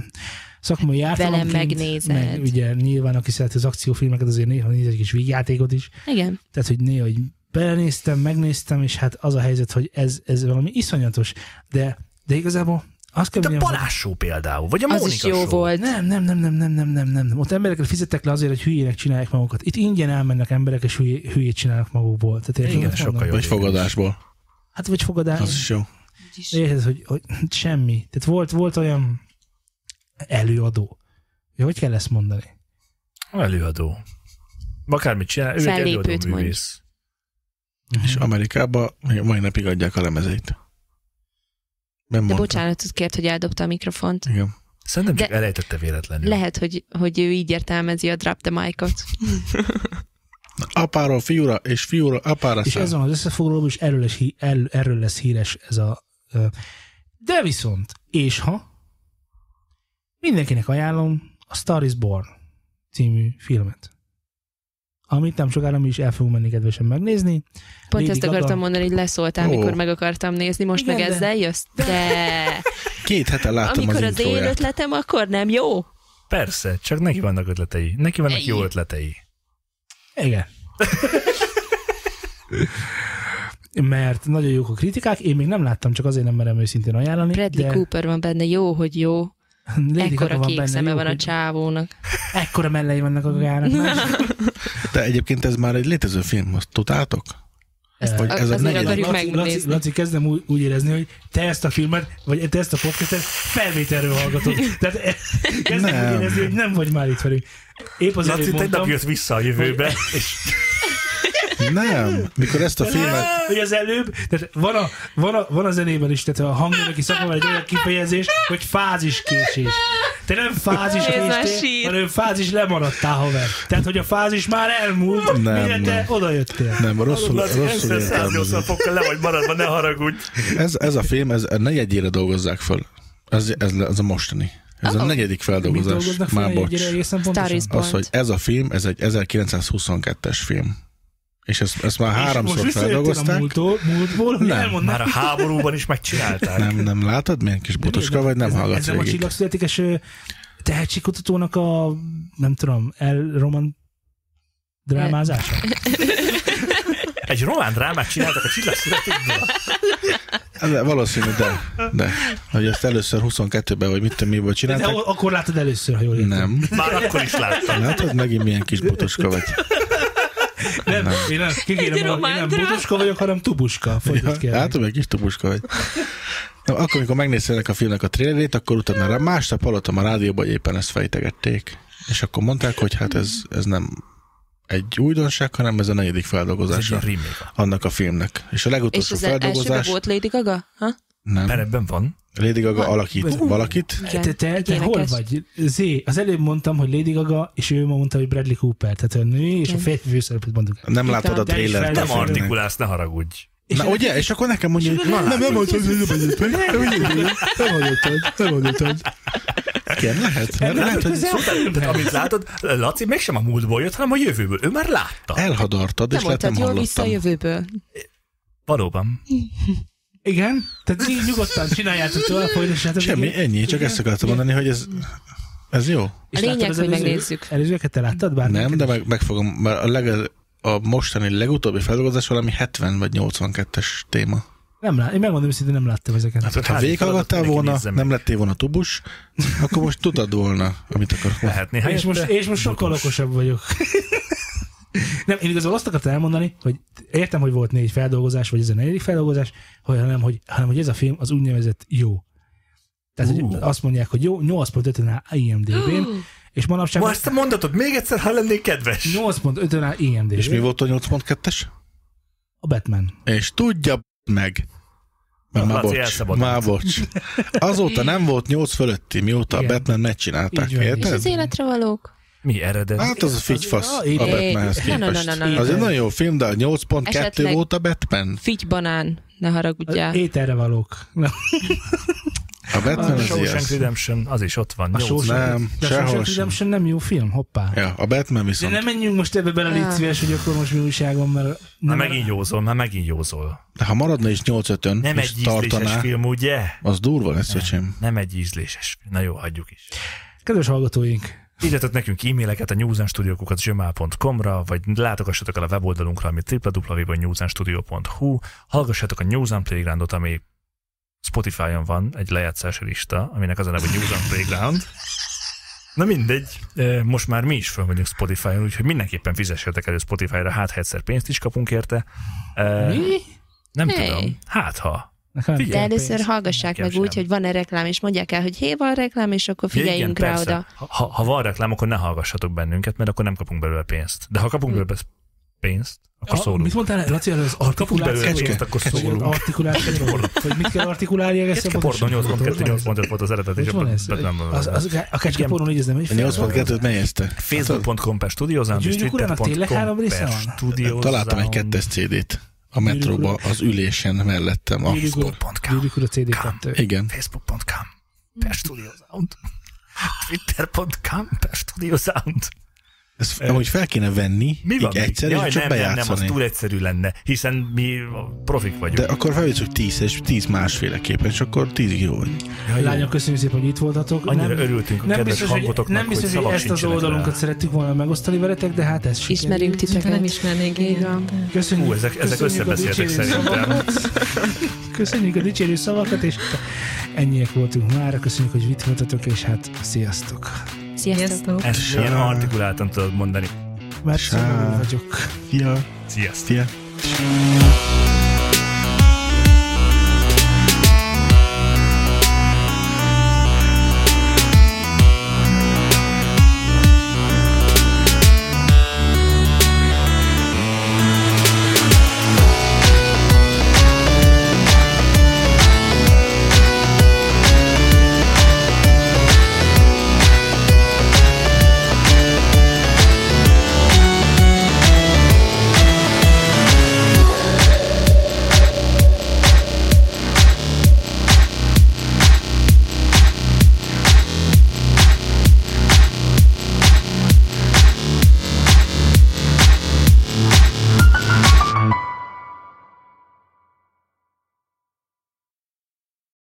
[SPEAKER 3] szakmai jártalomként.
[SPEAKER 4] megnézed.
[SPEAKER 3] Meg ugye nyilván, aki szereti az akciófilmeket, azért néha néz egy kis vígjátékot is,
[SPEAKER 4] Igen.
[SPEAKER 3] tehát, hogy néha így belenéztem, megnéztem, és hát az a helyzet, hogy ez, ez valami iszonyatos, de, de igazából azt kell
[SPEAKER 2] De a
[SPEAKER 3] mondjam, hogy-
[SPEAKER 2] Balázs show például, vagy a
[SPEAKER 4] Az
[SPEAKER 2] Mónika
[SPEAKER 4] is jó
[SPEAKER 2] show.
[SPEAKER 4] volt.
[SPEAKER 3] nem, nem, nem, nem, nem, nem, nem, nem. Ott emberekre fizettek le azért, hogy hülyének csinálják magukat. Itt ingyen elmennek emberek, és hülyé, hülyét csinálnak magukból. Tehát érted,
[SPEAKER 2] Igen,
[SPEAKER 3] mit mondom?
[SPEAKER 2] sokkal jobb.
[SPEAKER 1] Vagy fogadásból.
[SPEAKER 3] Hát vagy fogadás.
[SPEAKER 1] Az is jó.
[SPEAKER 3] Érted, hogy, hogy semmi. Tehát volt, volt olyan előadó. Ja, Hogy kell ezt mondani?
[SPEAKER 2] Előadó. Akármit csinál, ő egy előadó
[SPEAKER 4] Fellépőt mondj.
[SPEAKER 2] művész.
[SPEAKER 1] És Amerikában még mai napig adják a lemezeit. Nem
[SPEAKER 4] De
[SPEAKER 1] mondta.
[SPEAKER 4] bocsánatot kért, hogy eldobta a mikrofont.
[SPEAKER 1] Igen.
[SPEAKER 2] Szerintem csak
[SPEAKER 4] De-
[SPEAKER 2] elejtette véletlenül.
[SPEAKER 4] Lehet, hogy, hogy ő így értelmezi a Drop the Mic-ot.
[SPEAKER 1] Apáról fiúra, és fiúra apára
[SPEAKER 3] És
[SPEAKER 1] száll.
[SPEAKER 3] ez van az összefoglalóban, és erről lesz, hí- el- erről lesz híres ez a... ö, De viszont, és ha mindenkinek ajánlom a Star is Born című filmet, amit nem sokára mi is el fogunk menni kedvesen megnézni.
[SPEAKER 4] Pont
[SPEAKER 3] Lady
[SPEAKER 4] ezt
[SPEAKER 3] Gaga.
[SPEAKER 4] akartam mondani, hogy leszóltál,
[SPEAKER 1] Ó.
[SPEAKER 4] amikor meg akartam nézni, most
[SPEAKER 3] Igen,
[SPEAKER 4] meg
[SPEAKER 3] de-
[SPEAKER 4] ezzel jössz? De
[SPEAKER 1] Két hete láttam
[SPEAKER 4] amikor
[SPEAKER 1] az
[SPEAKER 4] az én
[SPEAKER 1] intróját.
[SPEAKER 4] ötletem, akkor nem jó.
[SPEAKER 2] Persze, csak neki vannak ötletei. Neki vannak jó
[SPEAKER 4] Ej.
[SPEAKER 2] ötletei.
[SPEAKER 3] Igen. Mert nagyon jók a kritikák, én még nem láttam, csak azért nem merem őszintén ajánlani.
[SPEAKER 4] Bradley
[SPEAKER 3] de
[SPEAKER 4] Cooper van benne, jó, hogy jó.
[SPEAKER 3] Lady
[SPEAKER 4] Ekkora
[SPEAKER 3] Gaga van
[SPEAKER 4] kék
[SPEAKER 3] benne,
[SPEAKER 4] szeme
[SPEAKER 3] jó,
[SPEAKER 4] van a
[SPEAKER 3] hogy-
[SPEAKER 4] csávónak.
[SPEAKER 3] Ekkora mellei vannak a
[SPEAKER 4] [LAUGHS]
[SPEAKER 3] gának.
[SPEAKER 1] De egyébként ez már egy létező film, azt tudtátok?
[SPEAKER 4] Ezt
[SPEAKER 1] Vagy
[SPEAKER 4] a-
[SPEAKER 1] ez a
[SPEAKER 4] azért
[SPEAKER 1] negyed.
[SPEAKER 4] akarjuk
[SPEAKER 3] Laci, Laci,
[SPEAKER 4] megnézni.
[SPEAKER 3] Laci, kezdem úgy, úgy érezni, hogy te ezt a filmet, vagy te ezt a podcastet felvételről hallgatod. Tehát e- kezdem nem.
[SPEAKER 1] Nem.
[SPEAKER 3] úgy érezni, hogy nem vagy már itt velünk. Épp azért
[SPEAKER 2] Laci tegnap
[SPEAKER 3] mondtam,
[SPEAKER 2] jött vissza a jövőbe, és
[SPEAKER 1] Nem. Mikor ezt a filmet...
[SPEAKER 3] hogy az előbb, tehát van a, van a, van a zenében is, tehát a hangmérnöki szakmában egy olyan kifejezés, hogy fáziskésés. Te nem fázis
[SPEAKER 4] Nézd már,
[SPEAKER 3] késtél,
[SPEAKER 4] sír.
[SPEAKER 3] hanem fázis lemaradtál, haver. Tehát, hogy a fázis már elmúlt,
[SPEAKER 1] Nem,
[SPEAKER 3] mire te
[SPEAKER 1] nem.
[SPEAKER 3] oda jöttél.
[SPEAKER 1] Nem, rosszul,
[SPEAKER 2] Laci
[SPEAKER 1] rosszul
[SPEAKER 2] egyszer 180
[SPEAKER 1] értelmezett.
[SPEAKER 2] fokkal le vagy maradva, ne haragudj.
[SPEAKER 1] Ez, ez a film, ez a negyedjére dolgozzák fel. Ez, ez, le- ez a mostani. Ez a
[SPEAKER 4] Oh.
[SPEAKER 1] negyedik
[SPEAKER 3] Mit
[SPEAKER 1] feldolgozás.
[SPEAKER 3] dolgoznak
[SPEAKER 1] Már
[SPEAKER 3] fel egy
[SPEAKER 1] bocs.
[SPEAKER 3] egészen pontosan?
[SPEAKER 4] is
[SPEAKER 1] Az,
[SPEAKER 4] Pont.
[SPEAKER 1] hogy ez a film, ez egy 1922-es film. És ezt, ezt már
[SPEAKER 3] És
[SPEAKER 1] háromszor
[SPEAKER 3] most visszajöttél a
[SPEAKER 1] feldolgozták.
[SPEAKER 3] múltól, múltból, hogy
[SPEAKER 1] Nem.
[SPEAKER 3] elmond
[SPEAKER 2] Már a háborúban is megcsinálták.
[SPEAKER 1] Nem, nem látod, milyen kis butoska vagy, nem
[SPEAKER 3] ez,
[SPEAKER 1] hallgatsz
[SPEAKER 3] ez nem a
[SPEAKER 1] végig.
[SPEAKER 3] csillagszületékes ö, tehetségkutatónak a, nem tudom, elroman drámázása.
[SPEAKER 2] Egy román drámát csináltak a csillagszületékből.
[SPEAKER 1] Ez valószínű, de, de. Hogy ezt először 22-ben, vagy mit tudom, miből
[SPEAKER 3] De
[SPEAKER 1] csinálták.
[SPEAKER 3] a- akkor látod először, ha jól értem.
[SPEAKER 1] Nem.
[SPEAKER 2] Már akkor is láttam.
[SPEAKER 1] Látod, megint milyen kis butoska vagy.
[SPEAKER 3] Nem, nem. Én nem,
[SPEAKER 4] Egy
[SPEAKER 3] kikérem, hogy
[SPEAKER 4] román
[SPEAKER 3] én nem
[SPEAKER 4] dráma.
[SPEAKER 3] butuska vagyok, hanem tubuska. Folytat kell.
[SPEAKER 1] Látod, milyen kis tubuska vagy. Na, akkor, amikor megnéztél ennek a filmnek a trailerét, akkor utána rá másnap hallottam a rádióban, hogy éppen ezt fejtegették. És akkor mondták, hogy hát ez, ez nem egy újdonság, hanem ez a negyedik
[SPEAKER 2] Ez egy
[SPEAKER 1] feldolgozása
[SPEAKER 2] ilyen remake.
[SPEAKER 1] annak a filmnek. És a
[SPEAKER 4] És
[SPEAKER 1] legutolsó
[SPEAKER 4] az elsőben
[SPEAKER 1] feldolgozás...
[SPEAKER 4] volt Lady Gaga? Ha?
[SPEAKER 1] Nem.
[SPEAKER 2] Mert ebben van.
[SPEAKER 1] Lady Gaga alakít valakit.
[SPEAKER 4] Igen,
[SPEAKER 3] Te, te,
[SPEAKER 4] egy
[SPEAKER 3] te hol
[SPEAKER 4] énekes.
[SPEAKER 3] vagy? Zé, az előbb mondtam, hogy Lady Gaga, és ő ma mondta, hogy Bradley Cooper. Tehát a nő és a
[SPEAKER 4] Igen.
[SPEAKER 3] férfi főszerepet mondunk. el.
[SPEAKER 1] Nem látod a
[SPEAKER 3] de is
[SPEAKER 1] trailert.
[SPEAKER 2] Nem
[SPEAKER 3] fejlesztő.
[SPEAKER 2] artikulálsz, ne haragudj.
[SPEAKER 1] Na ugye? És akkor nekem mondja, hogy nem, nem mondtad, hogy nem mondtad, nem mondtad, nem mondtad. Igen, lehet. Mert lehet, hogy
[SPEAKER 2] Tehát amit látod, Laci mégsem a múltból jött, hanem a jövőből. Ő már
[SPEAKER 1] E-
[SPEAKER 2] látta.
[SPEAKER 1] elhadartad,
[SPEAKER 4] Te
[SPEAKER 1] és lehet nem
[SPEAKER 4] mondtad, jól vissza a
[SPEAKER 1] hallottam.
[SPEAKER 4] jövőből.
[SPEAKER 2] Valóban.
[SPEAKER 3] Igen? Tehát így nyugodtan csináljátok tovább, folytassátok.
[SPEAKER 1] Semmi,
[SPEAKER 3] Igen?
[SPEAKER 1] ennyi, csak ezt akartam mondani, hogy ez, ez jó.
[SPEAKER 3] És
[SPEAKER 4] A lényeg,
[SPEAKER 3] láttad az
[SPEAKER 4] hogy
[SPEAKER 3] előző-
[SPEAKER 4] megnézzük.
[SPEAKER 3] Előzőket te láttad bár?
[SPEAKER 1] Nem, de meg, meg fogom, mert a, leg, a mostani legutóbbi feldolgozás valami 70 vagy 82-es téma.
[SPEAKER 3] Nem lát, én megmondom, hogy nem láttam ezeket.
[SPEAKER 1] Hát, ha
[SPEAKER 2] házi
[SPEAKER 1] végighallgattál
[SPEAKER 2] feladat,
[SPEAKER 1] volna,
[SPEAKER 2] neki nézzem
[SPEAKER 1] nem lettél volna tubus, akkor most tudtad volna, amit akarok mondani.
[SPEAKER 2] Lehet néha.
[SPEAKER 3] és, most, és most sokkal okosabb vagyok. [LAUGHS] nem, én igazából azt akartam elmondani, hogy értem, hogy volt négy feldolgozás, vagy ez a negyedik feldolgozás, hogy- hanem hogy, hanem, hogy ez a film az úgynevezett jó. Tehát hogy
[SPEAKER 2] Ú.
[SPEAKER 3] azt mondják, hogy jó, 8.5-ön áll IMDB-n, és manapság
[SPEAKER 2] Ma ezt a mondatot még egyszer, ha lennék kedves.
[SPEAKER 3] 8.5-ön áll IMDB.
[SPEAKER 1] És mi volt a 8.2-es?
[SPEAKER 3] A Batman.
[SPEAKER 1] És tudja meg. Mert
[SPEAKER 2] Na,
[SPEAKER 1] már
[SPEAKER 2] Laci,
[SPEAKER 1] bocs,
[SPEAKER 2] elszabadult.
[SPEAKER 1] már bocs. Azóta nem volt 8 fölötti, mióta
[SPEAKER 3] Igen.
[SPEAKER 1] a Batman megcsinálták,
[SPEAKER 3] Így van.
[SPEAKER 4] És
[SPEAKER 1] érted?
[SPEAKER 4] az életre valók?
[SPEAKER 2] Mi eredet?
[SPEAKER 1] Hát az a figyfasz
[SPEAKER 3] az-
[SPEAKER 1] a
[SPEAKER 3] ah, így-
[SPEAKER 1] Batmanhez
[SPEAKER 4] Na, na, na,
[SPEAKER 1] képest.
[SPEAKER 4] na, na, na.
[SPEAKER 1] Az egy nagyon jó film, de a 8.2
[SPEAKER 4] Esetleg-
[SPEAKER 1] volt a Batman.
[SPEAKER 4] Figy banán, ne haragudjál.
[SPEAKER 3] Ételre valók. Na,
[SPEAKER 4] Ah,
[SPEAKER 1] A Batman
[SPEAKER 2] A
[SPEAKER 1] az
[SPEAKER 2] Shawshank
[SPEAKER 1] ilyen.
[SPEAKER 2] Redemption, az is ott van.
[SPEAKER 3] A
[SPEAKER 2] nyolc.
[SPEAKER 3] Shawshank-
[SPEAKER 1] Nem,
[SPEAKER 3] de a
[SPEAKER 1] sehol
[SPEAKER 3] Shawshank
[SPEAKER 1] sem.
[SPEAKER 3] Redemption nem jó film, hoppá.
[SPEAKER 1] Ja, a Batman
[SPEAKER 3] De
[SPEAKER 1] viszont.
[SPEAKER 3] nem menjünk most ebbe bele, légy
[SPEAKER 4] Ah.
[SPEAKER 3] szíves, hogy akkor most mi újság van, mert...
[SPEAKER 2] Már
[SPEAKER 3] nem-
[SPEAKER 2] megint józol, már megint józol.
[SPEAKER 1] De ha maradna is 8.5-ön,
[SPEAKER 2] Nem
[SPEAKER 1] és
[SPEAKER 2] egy ízléses
[SPEAKER 1] tartaná,
[SPEAKER 2] film, ugye?
[SPEAKER 1] az durva lesz, öcsém.
[SPEAKER 2] Nem egy ízléses film. Na jó, hagyjuk is.
[SPEAKER 3] Kedves hallgatóink,
[SPEAKER 2] Írjatok nekünk e-maileket a newsenstudio.com-ra, vagy látogassatok el a weboldalunkra, ami www.newsenstudio.hu, hallgassatok a Newsen Playgroundot, ami Spotify-on van egy lejátszási lista, aminek az a neve hogy Newsen Playground. Na mindegy, eh, most már mi is föl vagyunk Spotify-on, úgyhogy mindenképpen fizessetek elő Spotify-ra, hát ha egyszer pénzt is kapunk érte. Eh,
[SPEAKER 3] mi?
[SPEAKER 2] Nem
[SPEAKER 4] Hey.
[SPEAKER 2] tudom, hát ha.
[SPEAKER 3] Nekem
[SPEAKER 2] Figyelj,
[SPEAKER 4] De
[SPEAKER 3] kell
[SPEAKER 4] először
[SPEAKER 3] pénz.
[SPEAKER 4] hallgassák
[SPEAKER 2] Nekem
[SPEAKER 4] meg úgy,
[SPEAKER 2] sem.
[SPEAKER 4] hogy van-e reklám, és mondják el, hogy hé, van reklám, és akkor figyeljünk rá
[SPEAKER 2] persze.
[SPEAKER 4] oda.
[SPEAKER 2] Ha- Ha, ha van reklám, akkor ne hallgassatok bennünket, mert akkor nem kapunk belőle pénzt. De ha kapunk belőle pénzt, akkor
[SPEAKER 3] A-
[SPEAKER 2] szólunk.
[SPEAKER 3] Mit mondtál, Laci, előbb az
[SPEAKER 2] Kapunk belőle
[SPEAKER 3] artikulációról?
[SPEAKER 2] pénzt, akkor
[SPEAKER 3] Kecske.
[SPEAKER 2] szólunk.
[SPEAKER 3] Artikulációról? Hogy mit kell artikulálni egészen
[SPEAKER 2] Kecske porno 8.2.8.5 volt az eredet, és
[SPEAKER 3] Hogy van
[SPEAKER 2] abban
[SPEAKER 3] ez? Az, az, a kecske
[SPEAKER 2] Igen.
[SPEAKER 3] pornó így ez nem egy
[SPEAKER 1] A
[SPEAKER 2] Szóval-
[SPEAKER 1] 8.2-t megjegyezte. Hát
[SPEAKER 2] Facebook.com per studiozám, és
[SPEAKER 3] Gyűrűk urának tényleg három
[SPEAKER 2] twitter.com
[SPEAKER 3] része
[SPEAKER 2] per
[SPEAKER 3] van?
[SPEAKER 2] studiozám.
[SPEAKER 1] Találtam egy kettes CD-t a metróba, az ülésen mellettem. A...
[SPEAKER 2] Facebook.com.
[SPEAKER 3] Gyűrűk ura CD2.
[SPEAKER 1] Igen.
[SPEAKER 2] Facebook.com per studiosound. Twitter.com per studiosound.
[SPEAKER 1] Ezt amúgy fel kéne venni,
[SPEAKER 2] Mi van?
[SPEAKER 1] így
[SPEAKER 2] még?
[SPEAKER 1] egyszer,
[SPEAKER 2] Jaj,
[SPEAKER 1] és csak
[SPEAKER 2] nem, nem, nem, az
[SPEAKER 1] bejátszani.
[SPEAKER 2] túl egyszerű lenne, hiszen mi a profik vagyunk.
[SPEAKER 1] De akkor felvisszük 10 és 10 másféleképpen, és akkor 10 jó vagy.
[SPEAKER 2] Ja, jó.
[SPEAKER 3] Lányok, köszönjük szépen, hogy itt voltatok.
[SPEAKER 2] Annyira örültünk a
[SPEAKER 3] nem
[SPEAKER 2] kedves
[SPEAKER 3] biztos, hogy,
[SPEAKER 2] hangotoknak,
[SPEAKER 3] nem biztos,
[SPEAKER 2] hogy
[SPEAKER 3] hogy,
[SPEAKER 2] szavak
[SPEAKER 3] ezt az
[SPEAKER 2] sincsenek
[SPEAKER 3] oldalunkat
[SPEAKER 2] rá.
[SPEAKER 3] szerettük volna megosztani veletek, de hát ez sikerült.
[SPEAKER 4] Ismerünk
[SPEAKER 5] Mintha nem
[SPEAKER 4] titeket.
[SPEAKER 5] ismernék,
[SPEAKER 4] Így
[SPEAKER 5] igen.
[SPEAKER 4] van.
[SPEAKER 3] Köszönjük,
[SPEAKER 2] Hú, ezek, ezek
[SPEAKER 3] köszönjük a
[SPEAKER 2] összebeszéltek
[SPEAKER 3] dicsérő
[SPEAKER 2] szerintem.
[SPEAKER 3] szavakat. Köszönjük a dicsérő szavakat, és ennyiek voltunk már. Köszönjük, hogy itt voltatok, és hát sziasztok.
[SPEAKER 4] Sziasztok!
[SPEAKER 5] Sziasztok!
[SPEAKER 2] Ezt is ilyen artikuláltan tudod mondani.
[SPEAKER 3] Mert
[SPEAKER 1] Sá.
[SPEAKER 3] szomorú vagyok.
[SPEAKER 1] Szia,
[SPEAKER 2] Sziasztok!
[SPEAKER 1] szia.